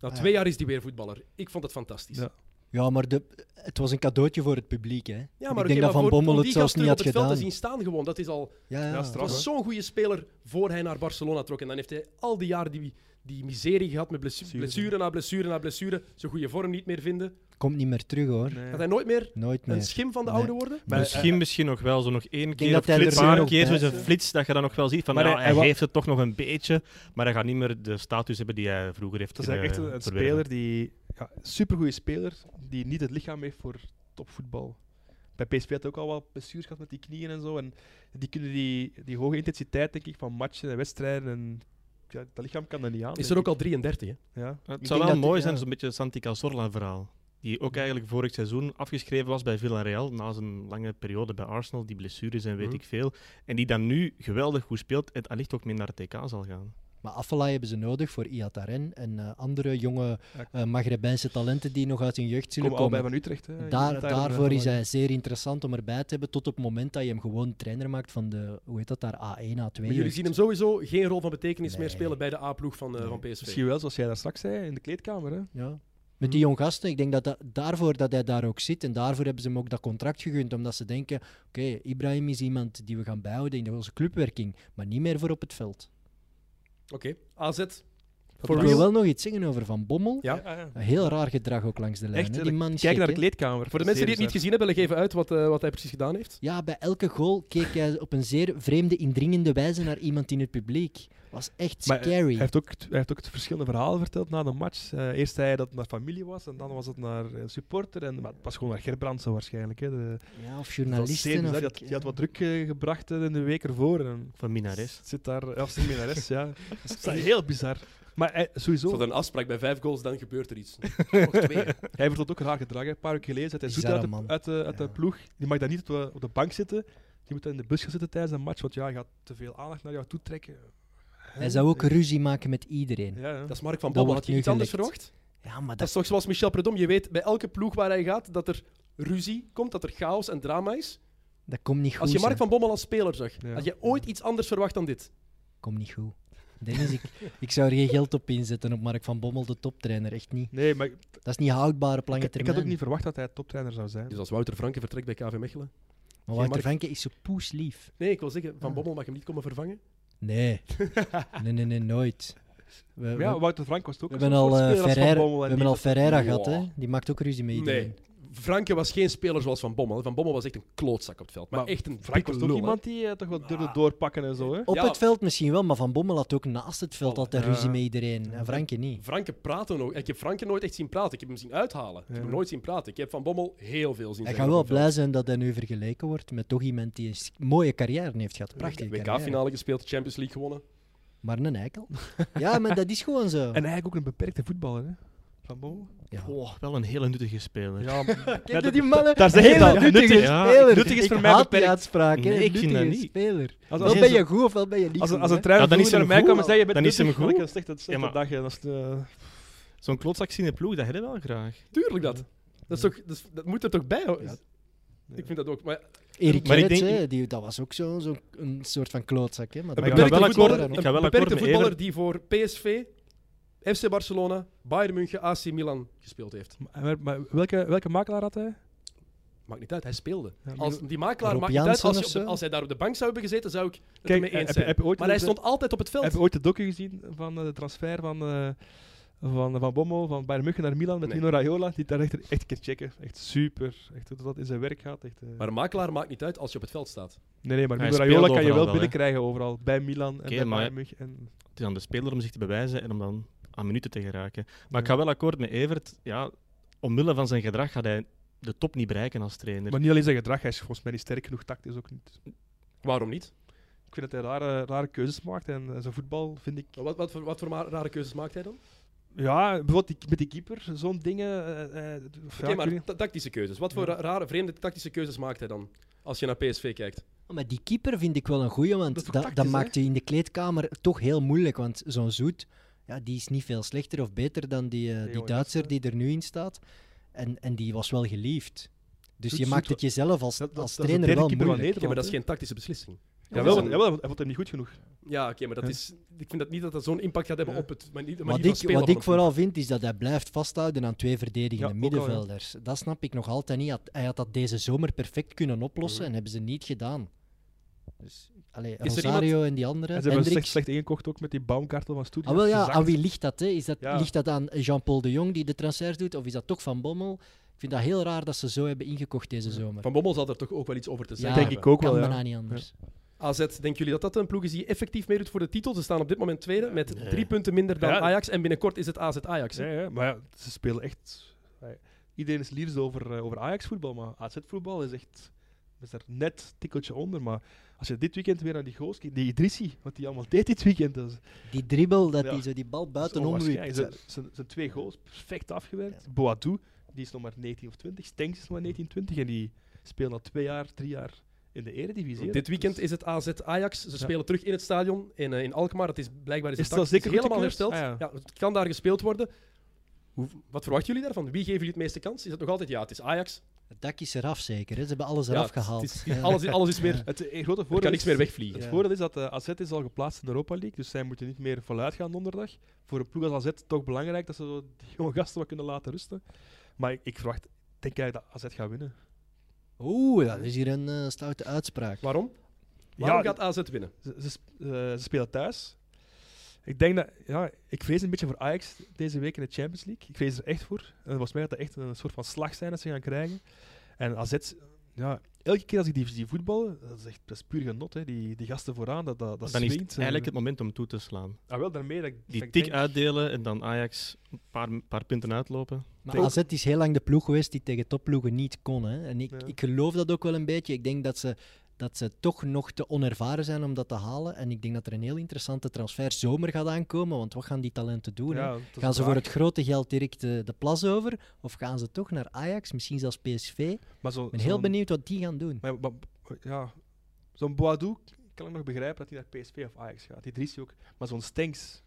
[SPEAKER 1] Na
[SPEAKER 2] Ah,
[SPEAKER 1] twee
[SPEAKER 2] ja.
[SPEAKER 1] jaar is die weer voetballer. Ik vond het fantastisch.
[SPEAKER 3] Ja.
[SPEAKER 2] Ja, maar de, het was een cadeautje voor het publiek. Hè.
[SPEAKER 1] Ja,
[SPEAKER 2] ik
[SPEAKER 1] oké,
[SPEAKER 2] denk dat Van
[SPEAKER 1] voor- om
[SPEAKER 2] Bommel
[SPEAKER 1] die
[SPEAKER 2] het zelfs
[SPEAKER 1] gast
[SPEAKER 2] niet
[SPEAKER 1] terug
[SPEAKER 2] had
[SPEAKER 1] op het veld te
[SPEAKER 2] gedaan.
[SPEAKER 1] zien staan gewoon, dat is al...
[SPEAKER 2] Ja,
[SPEAKER 3] Ja,
[SPEAKER 2] ja.
[SPEAKER 1] Het
[SPEAKER 3] straf.
[SPEAKER 1] was zo'n goede speler voor hij naar Barcelona trok. En dan heeft hij al die jaren die, die miserie gehad met blessu-
[SPEAKER 3] Blessure.
[SPEAKER 1] blessure na blessure na blessure. Zijn goede vorm niet meer vinden.
[SPEAKER 2] Komt niet meer terug hoor.
[SPEAKER 3] Nee.
[SPEAKER 1] Gaat hij nooit meer
[SPEAKER 2] Nooit
[SPEAKER 1] een
[SPEAKER 2] meer. Dus-
[SPEAKER 1] schim van de
[SPEAKER 2] Nee.
[SPEAKER 1] oude worden?
[SPEAKER 2] Maar,
[SPEAKER 4] misschien, misschien nog wel. Zo nog één keer
[SPEAKER 2] dat
[SPEAKER 4] of
[SPEAKER 2] hij
[SPEAKER 4] een
[SPEAKER 2] er
[SPEAKER 4] paar
[SPEAKER 2] nog
[SPEAKER 4] keer.
[SPEAKER 2] bij
[SPEAKER 4] Zo'n
[SPEAKER 2] is.
[SPEAKER 4] flits dat je dan nog wel ziet. Van,
[SPEAKER 3] Maar
[SPEAKER 4] ja,
[SPEAKER 3] hij-
[SPEAKER 4] hij,
[SPEAKER 3] hij wa-
[SPEAKER 4] geeft het toch nog een beetje. Maar hij gaat niet meer de status hebben die hij vroeger heeft. eh,
[SPEAKER 3] Dat is eigenlijk echt een,
[SPEAKER 4] kunnen
[SPEAKER 3] een
[SPEAKER 4] verwerven.
[SPEAKER 3] speler die... Ja, supergoeie speler, die niet het lichaam heeft voor topvoetbal. Bij PSV had hij ook al wat blessures gehad met die knieën en zo. En die kunnen die, die hoge intensiteit, denk ik, van matchen en wedstrijden... En, ja, dat lichaam kan dat niet aan.
[SPEAKER 1] Is er
[SPEAKER 3] denk
[SPEAKER 1] ook al 33, hè?
[SPEAKER 3] ik. Ja.
[SPEAKER 4] Het
[SPEAKER 2] Ik
[SPEAKER 4] zou
[SPEAKER 2] denk
[SPEAKER 4] wel
[SPEAKER 2] dat-
[SPEAKER 4] mooi
[SPEAKER 2] ja.
[SPEAKER 4] zijn, zo'n beetje het Santi Cazorla-verhaal. Die ook eigenlijk vorig seizoen afgeschreven was bij Villarreal, na zijn lange periode bij Arsenal, die blessures en weet
[SPEAKER 1] Mhm.
[SPEAKER 4] ik veel. En die dan nu geweldig goed speelt en allicht ook mee naar het TK zal gaan.
[SPEAKER 2] Maar Afellay hebben ze nodig voor Iataren en eh, andere jonge
[SPEAKER 3] Ja.
[SPEAKER 2] eh Maghrebijnse talenten die nog uit hun jeugd zullen
[SPEAKER 3] Komen al bij
[SPEAKER 2] komen.
[SPEAKER 3] van Utrecht. Hè,
[SPEAKER 2] Daar,
[SPEAKER 3] Iemand Eh, daar-
[SPEAKER 2] daarvoor is
[SPEAKER 3] van-
[SPEAKER 2] hij zeer interessant om erbij te hebben, tot op het moment dat je hem gewoon trainer maakt van de, hoe heet dat daar, A1, A2.
[SPEAKER 1] Maar jullie
[SPEAKER 2] jeugd.
[SPEAKER 1] zien hem sowieso geen rol van betekenis meer
[SPEAKER 2] Nee.
[SPEAKER 1] spelen bij de A-ploeg van, eh,
[SPEAKER 2] Nee.
[SPEAKER 1] van PSV.
[SPEAKER 3] Misschien wel, zoals jij daar straks zei, in de kleedkamer. Hè?
[SPEAKER 2] Ja. Met die jong gasten, ik denk dat, dat daarvoor dat hij daar ook zit en daarvoor hebben ze hem ook dat contract gegund, omdat ze denken, oké, Ibrahim is iemand die we gaan bijhouden in onze clubwerking, maar niet meer voor op het veld.
[SPEAKER 1] Oké, AZ.
[SPEAKER 2] Ik wil wel nog iets zeggen over Van Bommel.
[SPEAKER 1] Ja.
[SPEAKER 2] Heel raar gedrag ook langs de lijn.
[SPEAKER 3] Echt,
[SPEAKER 2] hè.
[SPEAKER 3] hè,
[SPEAKER 2] die man is
[SPEAKER 3] Kijk
[SPEAKER 2] gek,
[SPEAKER 3] naar de
[SPEAKER 2] hè.
[SPEAKER 3] kleedkamer.
[SPEAKER 1] Voor de mensen die het niet gezien hebben, leg even uit wat, eh, wat hij precies gedaan heeft.
[SPEAKER 2] Ja, bij elke goal keek hij op een zeer vreemde, indringende wijze naar iemand in het publiek. Was echt
[SPEAKER 3] Maar, eh,
[SPEAKER 2] scary.
[SPEAKER 3] Hij heeft, ook, t- hij heeft ook t- verschillende verhalen verteld na de match. Eh, eerst zei hij dat het naar familie was, en dan was het naar eh, supporter. En, maar het was gewoon naar Gerbrandsen waarschijnlijk. Hè. De,
[SPEAKER 2] ja, of
[SPEAKER 3] dat was zeer
[SPEAKER 2] journalisten. of
[SPEAKER 3] bizar. die,
[SPEAKER 2] ik-
[SPEAKER 3] had, die had wat druk eh, gebracht eh, in de week ervoor. En
[SPEAKER 4] Van Minares.
[SPEAKER 3] zit daar als de
[SPEAKER 2] [laughs]
[SPEAKER 3] minares, ja. Dat is heel bizar. Maar hij- sowieso,
[SPEAKER 1] een afspraak bij vijf goals, dan gebeurt er iets.
[SPEAKER 3] hij vertelt ook raar gedrag. hè. Een paar weken geleden zat hij zoet
[SPEAKER 2] Bizarre
[SPEAKER 3] uit, de,
[SPEAKER 2] man.
[SPEAKER 3] uit, de, uit de
[SPEAKER 2] Ja.
[SPEAKER 3] ploeg. Die mag daar niet op de, op de bank zitten. Die moet dan in de bus gaan zitten tijdens een match. Want ja, hij gaat te veel aandacht naar jou toe trekken. Eh,
[SPEAKER 2] Hij zou ook ruzie maken met iedereen.
[SPEAKER 3] Ja, ja.
[SPEAKER 1] Dat is Mark van
[SPEAKER 2] Dat
[SPEAKER 1] Bommel. Had
[SPEAKER 2] wordt
[SPEAKER 1] je
[SPEAKER 2] nu
[SPEAKER 1] iets anders
[SPEAKER 2] gelekt.
[SPEAKER 1] verwacht?
[SPEAKER 2] Ja, maar
[SPEAKER 1] Dat
[SPEAKER 2] dat,
[SPEAKER 1] is toch zoals Michel Predom. Je weet bij elke ploeg waar hij gaat dat er ruzie komt, dat er chaos en drama is.
[SPEAKER 2] dat komt niet goed.
[SPEAKER 1] Als je Mark
[SPEAKER 2] zeg.
[SPEAKER 1] van Bommel als speler zag,
[SPEAKER 3] Ja.
[SPEAKER 1] had je ooit iets anders verwacht dan dit?
[SPEAKER 2] Komt niet goed. Dennis, ik, ik zou er geen geld op inzetten op Mark van Bommel, de toptrainer. Echt niet.
[SPEAKER 3] Nee, maar ik,
[SPEAKER 2] Dat is niet houdbaar op lange
[SPEAKER 3] ik, ik
[SPEAKER 2] termijn.
[SPEAKER 3] had ook niet verwacht dat hij toptrainer zou zijn.
[SPEAKER 1] Dus als Wouter Franke vertrekt bij KV Mechelen? Mark-
[SPEAKER 2] Maar Wouter Venke is zo poeslief.
[SPEAKER 1] Nee, ik wil zeggen, Van
[SPEAKER 2] Ah.
[SPEAKER 1] Bommel mag hem niet komen vervangen.
[SPEAKER 2] Nee. nee, nee, nee, nooit. We,
[SPEAKER 3] Maar
[SPEAKER 2] we-
[SPEAKER 3] ja, Wouter Frank was het ook.
[SPEAKER 2] we hebben al, eh, Ferreira,
[SPEAKER 3] Ferrer.
[SPEAKER 2] we hebben al Ferreira gehad, hè?
[SPEAKER 1] Wow.
[SPEAKER 2] Die maakt ook ruzie met iedereen.
[SPEAKER 1] Franke was geen speler zoals Van Bommel. Van Bommel was echt een klootzak op het veld. Maar,
[SPEAKER 3] Maar
[SPEAKER 1] echt een
[SPEAKER 3] Frank
[SPEAKER 1] dikke
[SPEAKER 3] was toch
[SPEAKER 1] lul, hè.
[SPEAKER 3] iemand die eh, toch wel durfde
[SPEAKER 1] Ah.
[SPEAKER 3] doorpakken en zo, hè?
[SPEAKER 2] Op
[SPEAKER 1] Ja.
[SPEAKER 2] het veld misschien wel, maar Van Bommel had ook naast het veld altijd
[SPEAKER 3] Oh, Ja.
[SPEAKER 2] ruzie met iedereen. En Franke niet.
[SPEAKER 1] Franke praatte nog. Ik heb Franke nooit echt zien praten. Ik heb hem zien uithalen. Ik
[SPEAKER 3] Ja.
[SPEAKER 1] heb hem nooit zien praten. Ik heb Van Bommel heel veel zien
[SPEAKER 2] Hij
[SPEAKER 1] zeggen
[SPEAKER 2] gaat wel
[SPEAKER 1] op het veld.
[SPEAKER 2] blij zijn dat hij nu vergeleken wordt met toch iemand die een s- mooie carrière heeft gehad. Prachtige carrière.
[SPEAKER 1] WK-finale gespeeld, Champions League gewonnen.
[SPEAKER 2] Maar een eikel. Ja, maar dat is gewoon zo.
[SPEAKER 3] En eigenlijk ook een beperkte voetballer, hè? Van Bommel.
[SPEAKER 2] Ja.
[SPEAKER 4] Oh, wel een hele nuttige speler.
[SPEAKER 3] Ja, maar-
[SPEAKER 2] Kende
[SPEAKER 3] dat-
[SPEAKER 2] die mannen?
[SPEAKER 3] daar zeg je
[SPEAKER 2] Heel
[SPEAKER 3] dat.
[SPEAKER 2] nuttige
[SPEAKER 3] Nuttig-
[SPEAKER 4] ja,
[SPEAKER 2] speler.
[SPEAKER 3] nuttig is voor
[SPEAKER 2] ik
[SPEAKER 3] mij
[SPEAKER 2] haat
[SPEAKER 3] beperkt.
[SPEAKER 2] die uitspraak. hè.
[SPEAKER 4] Nee, ik vind
[SPEAKER 2] nuttige
[SPEAKER 4] dat niet.
[SPEAKER 2] speler.
[SPEAKER 3] als,
[SPEAKER 2] Wel
[SPEAKER 3] als,
[SPEAKER 4] is
[SPEAKER 2] ben
[SPEAKER 4] zo-
[SPEAKER 2] je goed of wel ben je niet
[SPEAKER 3] als,
[SPEAKER 2] goed.
[SPEAKER 3] als
[SPEAKER 2] hè.
[SPEAKER 3] een
[SPEAKER 4] Ja,
[SPEAKER 3] trainer
[SPEAKER 4] dan is hem
[SPEAKER 3] vroeger naar mij
[SPEAKER 4] goed.
[SPEAKER 3] kwam en zei, je bent
[SPEAKER 4] Dan is hem
[SPEAKER 3] nuttig, dan
[SPEAKER 4] goed.
[SPEAKER 3] ik slecht, dat
[SPEAKER 4] Ja,
[SPEAKER 3] slechte
[SPEAKER 4] maar-
[SPEAKER 3] dag. hè. Dat is, eh,
[SPEAKER 4] Zo'n klootzakzien in de ploeg, dat hebben we wel graag.
[SPEAKER 1] Tuurlijk dat. Dat, is toch, dat, is- dat moet er toch bij hoor.
[SPEAKER 3] Ja.
[SPEAKER 1] Ik vind dat ook. Maar
[SPEAKER 2] Erik
[SPEAKER 4] Maar ik
[SPEAKER 2] Gerrits,
[SPEAKER 4] denk-
[SPEAKER 2] hè, die, dat was ook zo'n zo een soort van klootzak. Hè, maar
[SPEAKER 1] een
[SPEAKER 2] dat-
[SPEAKER 4] ik ga
[SPEAKER 1] beperkte
[SPEAKER 4] wel akkoord-
[SPEAKER 1] voetballer,
[SPEAKER 4] ik ga wel
[SPEAKER 1] een beperkte
[SPEAKER 4] akkoord met Evert.
[SPEAKER 1] voetballer die voor PSV, FC Barcelona, Bayern München, AC Milan gespeeld heeft.
[SPEAKER 3] eh, maar, maar welke, welke makelaar had hij?
[SPEAKER 1] Maakt niet uit, hij speelde.
[SPEAKER 3] Ja, maar-
[SPEAKER 1] Als, die makelaar
[SPEAKER 2] Rob
[SPEAKER 1] maakt niet uit.
[SPEAKER 2] Jansen
[SPEAKER 1] Als, je
[SPEAKER 2] of
[SPEAKER 1] op de-
[SPEAKER 2] zo?
[SPEAKER 1] als hij daar op de bank zou hebben gezeten, zou ik het
[SPEAKER 3] Kijk,
[SPEAKER 1] ermee
[SPEAKER 3] heb-
[SPEAKER 1] eens
[SPEAKER 3] heb,
[SPEAKER 1] zijn.
[SPEAKER 3] heb je ooit
[SPEAKER 1] maar hij
[SPEAKER 3] de-
[SPEAKER 1] stond altijd op het veld.
[SPEAKER 3] Heb je ooit de docu gezien van eh, de transfer van, eh, van, van Bommel, van Bayern München naar Milan met
[SPEAKER 1] Nee.
[SPEAKER 3] Nino Raiola? Die daar echt, echt een keer checken. Echt super. Echt hoe dat in zijn werk gaat. Echt, eh.
[SPEAKER 1] Maar een makelaar maakt niet uit als je op het veld staat.
[SPEAKER 3] nee, nee, maar
[SPEAKER 4] Hij
[SPEAKER 3] Nino
[SPEAKER 4] speelt
[SPEAKER 3] Raiola kan je
[SPEAKER 4] overal
[SPEAKER 3] wel
[SPEAKER 4] wel, hè.
[SPEAKER 3] binnenkrijgen overal. Bij Milan en
[SPEAKER 4] Oké,
[SPEAKER 3] bij
[SPEAKER 4] maar-
[SPEAKER 3] Bayern München. En,
[SPEAKER 4] Het is aan de speler om zich te bewijzen en om dan aan minuten te geraken. Maar ik
[SPEAKER 3] Ja.
[SPEAKER 4] ga wel akkoord met Evert. Ja, omwille van zijn gedrag gaat hij de top niet bereiken als trainer.
[SPEAKER 3] maar niet alleen zijn gedrag, hij is volgens mij niet sterk genoeg tactisch ook niet.
[SPEAKER 1] Waarom niet?
[SPEAKER 3] Ik vind dat hij rare, rare keuzes maakt en eh, zijn voetbal vind ik...
[SPEAKER 1] Wat, wat, voor, wat voor ma- rare keuzes maakt hij dan?
[SPEAKER 3] Ja, bijvoorbeeld die, met die keeper, zo'n dingen. eh, eh, d-
[SPEAKER 1] Oké,
[SPEAKER 3] of ja, ik weet
[SPEAKER 1] maar
[SPEAKER 3] niet.
[SPEAKER 1] ta- tactische keuzes. Wat voor
[SPEAKER 3] Ja.
[SPEAKER 1] ra- rare, vreemde tactische keuzes maakt hij dan? Als je naar PSV kijkt.
[SPEAKER 2] Maar die keeper vind ik wel een goeie, want
[SPEAKER 3] Dat is
[SPEAKER 2] dat, dat,
[SPEAKER 3] ook tactisch, hè?
[SPEAKER 2] maakt je in de kleedkamer toch heel moeilijk. Want zo'n zoet, ja, die is niet veel slechter of beter dan die, eh, die
[SPEAKER 3] Theo
[SPEAKER 2] Duitser
[SPEAKER 3] Jansen.
[SPEAKER 2] die er nu in staat. En, en die was wel geliefd. Dus
[SPEAKER 3] Zoet-
[SPEAKER 2] je maakt
[SPEAKER 3] Zoet-
[SPEAKER 2] het jezelf als,
[SPEAKER 3] dat- dat-
[SPEAKER 2] als
[SPEAKER 3] dat is de
[SPEAKER 2] trainer
[SPEAKER 3] derde
[SPEAKER 2] wel
[SPEAKER 3] keeper van
[SPEAKER 2] moeilijk.
[SPEAKER 1] Oké, maar dat is
[SPEAKER 3] hè?
[SPEAKER 1] geen tactische beslissing.
[SPEAKER 3] Jawel,
[SPEAKER 1] dat
[SPEAKER 3] want-
[SPEAKER 1] is een-
[SPEAKER 3] jawel, want hij vond hem niet goed genoeg.
[SPEAKER 1] Ja, oké, maar dat
[SPEAKER 3] Ja.
[SPEAKER 1] is, ik vind dat niet dat dat zo'n impact gaat hebben op het maar niet,
[SPEAKER 2] Wat ik, wat ik vooral vind, is dat hij blijft vasthouden aan twee verdedigende
[SPEAKER 3] Ja, ook al, ja.
[SPEAKER 2] middenvelders. Dat snap ik nog altijd niet. Had- Hij had dat deze zomer perfect kunnen oplossen en hebben ze niet gedaan. Dus, allee,
[SPEAKER 1] er
[SPEAKER 2] Rosario en die
[SPEAKER 3] En
[SPEAKER 2] anderen,
[SPEAKER 3] ze hebben slecht,
[SPEAKER 2] Hendricks.
[SPEAKER 3] slecht ingekocht ook met die baumkartel van Studio.
[SPEAKER 2] Ah, wel ja, aan wie ligt dat? Hè? Is dat
[SPEAKER 3] Ja.
[SPEAKER 2] Ligt dat aan Jean-Paul de Jong die de transfers doet? Of is dat toch Van Bommel? Ik vind dat heel raar dat ze zo hebben ingekocht deze zomer.
[SPEAKER 1] Van Bommel zal er toch ook wel iets over te zeggen.
[SPEAKER 3] denk ik ook
[SPEAKER 2] kan
[SPEAKER 3] wel, ja.
[SPEAKER 2] bijna niet anders.
[SPEAKER 1] AZ, denken jullie dat dat een ploeg is die effectief meedoet voor de titel? Ze staan op dit moment tweede met
[SPEAKER 4] Nee.
[SPEAKER 1] drie punten minder dan
[SPEAKER 3] Ja.
[SPEAKER 1] Ajax. En binnenkort is het AZ Ajax.
[SPEAKER 3] Ja, ja, maar ja, ze spelen echt. ja, Iedereen is liefst over, eh, over Ajax-voetbal, maar AZ-voetbal is echt. is daar net een tikkeltje onder. Maar als je dit weekend weer naar die goals kijkt, die Idrissi, wat hij allemaal deed dit weekend. Dat is,
[SPEAKER 2] Die dribbel, dat
[SPEAKER 3] Ja.
[SPEAKER 2] die, zo die bal
[SPEAKER 3] dat is
[SPEAKER 2] buiten omwipt.
[SPEAKER 3] onwaarschijnlijk. Zijn- Zijn zijn twee goals, perfect afgewerkt. Boadou, die is nog maar 19 of 20. Stenks is nog maar 19, 20. En die speelt al twee jaar, drie jaar in de Eredivisie. hè.
[SPEAKER 1] Dit weekend
[SPEAKER 3] Dus-
[SPEAKER 1] is het AZ Ajax. Ze spelen terug in het stadion in, eh, in Alkmaar. Het is blijkbaar is
[SPEAKER 3] Is
[SPEAKER 1] het
[SPEAKER 3] het
[SPEAKER 1] dak-
[SPEAKER 3] al zeker
[SPEAKER 1] helemaal hersteld.
[SPEAKER 3] goedgekeurd?
[SPEAKER 1] ja.
[SPEAKER 3] Ah, ja.
[SPEAKER 1] het kan daar gespeeld worden. Hoe, wat verwachten jullie daarvan? Wie geven jullie het meeste kans? Is het nog altijd ja? Het is Ajax.
[SPEAKER 2] Het dak is eraf zeker, hè? ze hebben alles
[SPEAKER 1] Ja,
[SPEAKER 2] eraf
[SPEAKER 1] het is-
[SPEAKER 2] gehaald.
[SPEAKER 1] het is-
[SPEAKER 2] Ja.
[SPEAKER 1] Alles, alles is weer.
[SPEAKER 3] Het eh, grote voordeel
[SPEAKER 1] Er kan niks
[SPEAKER 3] is-
[SPEAKER 1] meer wegvliegen.
[SPEAKER 3] Het
[SPEAKER 2] Ja.
[SPEAKER 3] voordeel is dat eh, AZ is al geplaatst in de Europa League, dus zij moeten niet meer vooruit gaan donderdag. Voor een ploeg als AZ toch belangrijk dat ze zo die [laughs] jonge gasten wat kunnen laten rusten. Maar ik, ik verwacht, denk eigenlijk dat AZ gaat winnen.
[SPEAKER 2] Oeh, dat is hier een eh, stoute uitspraak.
[SPEAKER 1] Waarom? Waarom
[SPEAKER 3] ja,
[SPEAKER 1] gaat AZ winnen?
[SPEAKER 3] ze, ze sp- eh, ze spelen thuis. Ik denk dat, ja, ik vrees een beetje voor Ajax deze week in de Champions League. Ik vrees er echt voor. En volgens mij gaat dat echt een soort van slag zijn dat ze gaan krijgen. En AZ, ja, elke keer als ik die zie voetballen, dat is echt dat is puur genot. Hè. Die, die gasten vooraan, dat, dat, dat
[SPEAKER 4] dan is het
[SPEAKER 3] swingt, eh.
[SPEAKER 4] eigenlijk het moment om toe te slaan.
[SPEAKER 3] Ah, wel, daarmee dat ik- dat
[SPEAKER 4] Die
[SPEAKER 3] ik
[SPEAKER 4] tik
[SPEAKER 3] denk-
[SPEAKER 4] uitdelen en dan Ajax een paar, paar punten uitlopen.
[SPEAKER 2] Maar
[SPEAKER 3] Ook-
[SPEAKER 2] AZ is heel lang de ploeg geweest die tegen topploegen niet kon. Hè? En ik,
[SPEAKER 3] Ja.
[SPEAKER 2] ik geloof dat ook wel een beetje. Ik denk dat ze, dat ze toch nog te onervaren zijn om dat te halen. En ik denk dat er een heel interessante transferzomer gaat aankomen. Want wat gaan die talenten doen? hè?
[SPEAKER 3] Ja, dat is
[SPEAKER 2] gaan ze
[SPEAKER 3] waar.
[SPEAKER 2] voor het grote geld direct eh, de plas over? Of gaan ze toch naar Ajax, misschien zelfs PSV? Ik
[SPEAKER 3] Maar zo,
[SPEAKER 2] ben heel
[SPEAKER 3] zo'n-
[SPEAKER 2] benieuwd wat die gaan doen.
[SPEAKER 3] Maar, ja, maar- ja, zo'n Boadou kan ik nog begrijpen dat hij naar PSV of Ajax gaat. Die Dries ook. Maar zo'n Stenks,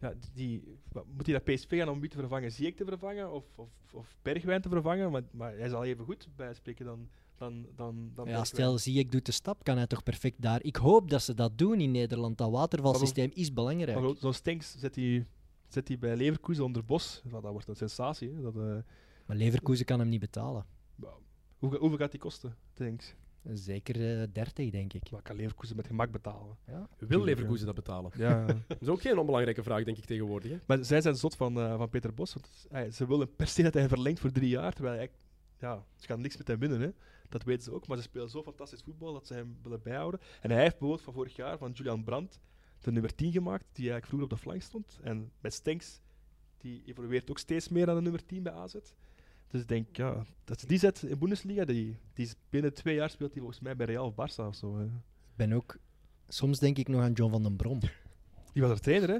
[SPEAKER 3] ja, die, wat- moet hij naar PSV gaan om wie te vervangen? Ziek te vervangen of, of, of Bergwijn te vervangen? Maar, maar hij zal even goed bijspreken dan, dan, dan, dan
[SPEAKER 2] Ja,
[SPEAKER 3] Bergwijn.
[SPEAKER 2] stel, zie ik doe de stap, kan hij toch perfect daar. Ik hoop dat ze dat doen in Nederland. Dat watervalsysteem is belangrijk.
[SPEAKER 3] Maar zo- Zo'n Stenks zet hij zet hij bij Leverkusen onder Bos. Nou, dat wordt een sensatie. Hè? Dat, eh,
[SPEAKER 2] Maar Leverkusen kan hem niet betalen.
[SPEAKER 3] hoeveel, hoeveel gaat die kosten, Stenks?
[SPEAKER 2] Zeker eh, 30, denk ik.
[SPEAKER 3] Maar kan Leverkusen met gemak betalen?
[SPEAKER 1] Wil Leverkusen dat betalen?
[SPEAKER 3] Ja, ja.
[SPEAKER 1] Dat is ook geen onbelangrijke vraag, denk ik tegenwoordig. Hè?
[SPEAKER 3] Maar zij zijn zot van, eh, van Peter Bos. Want hij- ze willen per se dat hij verlengt voor drie jaar. Terwijl hij, ja, ze gaan niks met hem winnen. Hè. Dat weten ze ook. Maar ze spelen zo fantastisch voetbal dat ze hem willen bijhouden. En hij heeft bijvoorbeeld van vorig jaar van Julian Brandt de nummer 10 gemaakt. Die eigenlijk vroeger op de flank stond. En met Stenks, die evolueert ook steeds meer aan de nummer 10 bij AZ. Dus ik denk ja, dat ze die zet in Bundesliga. Die, die is binnen twee jaar speelt hij volgens mij bij Real of Barça of zo. Hè.
[SPEAKER 2] Ik ben ook... Soms denk ik nog aan John van den Brom.
[SPEAKER 3] Die was er trainer, hè?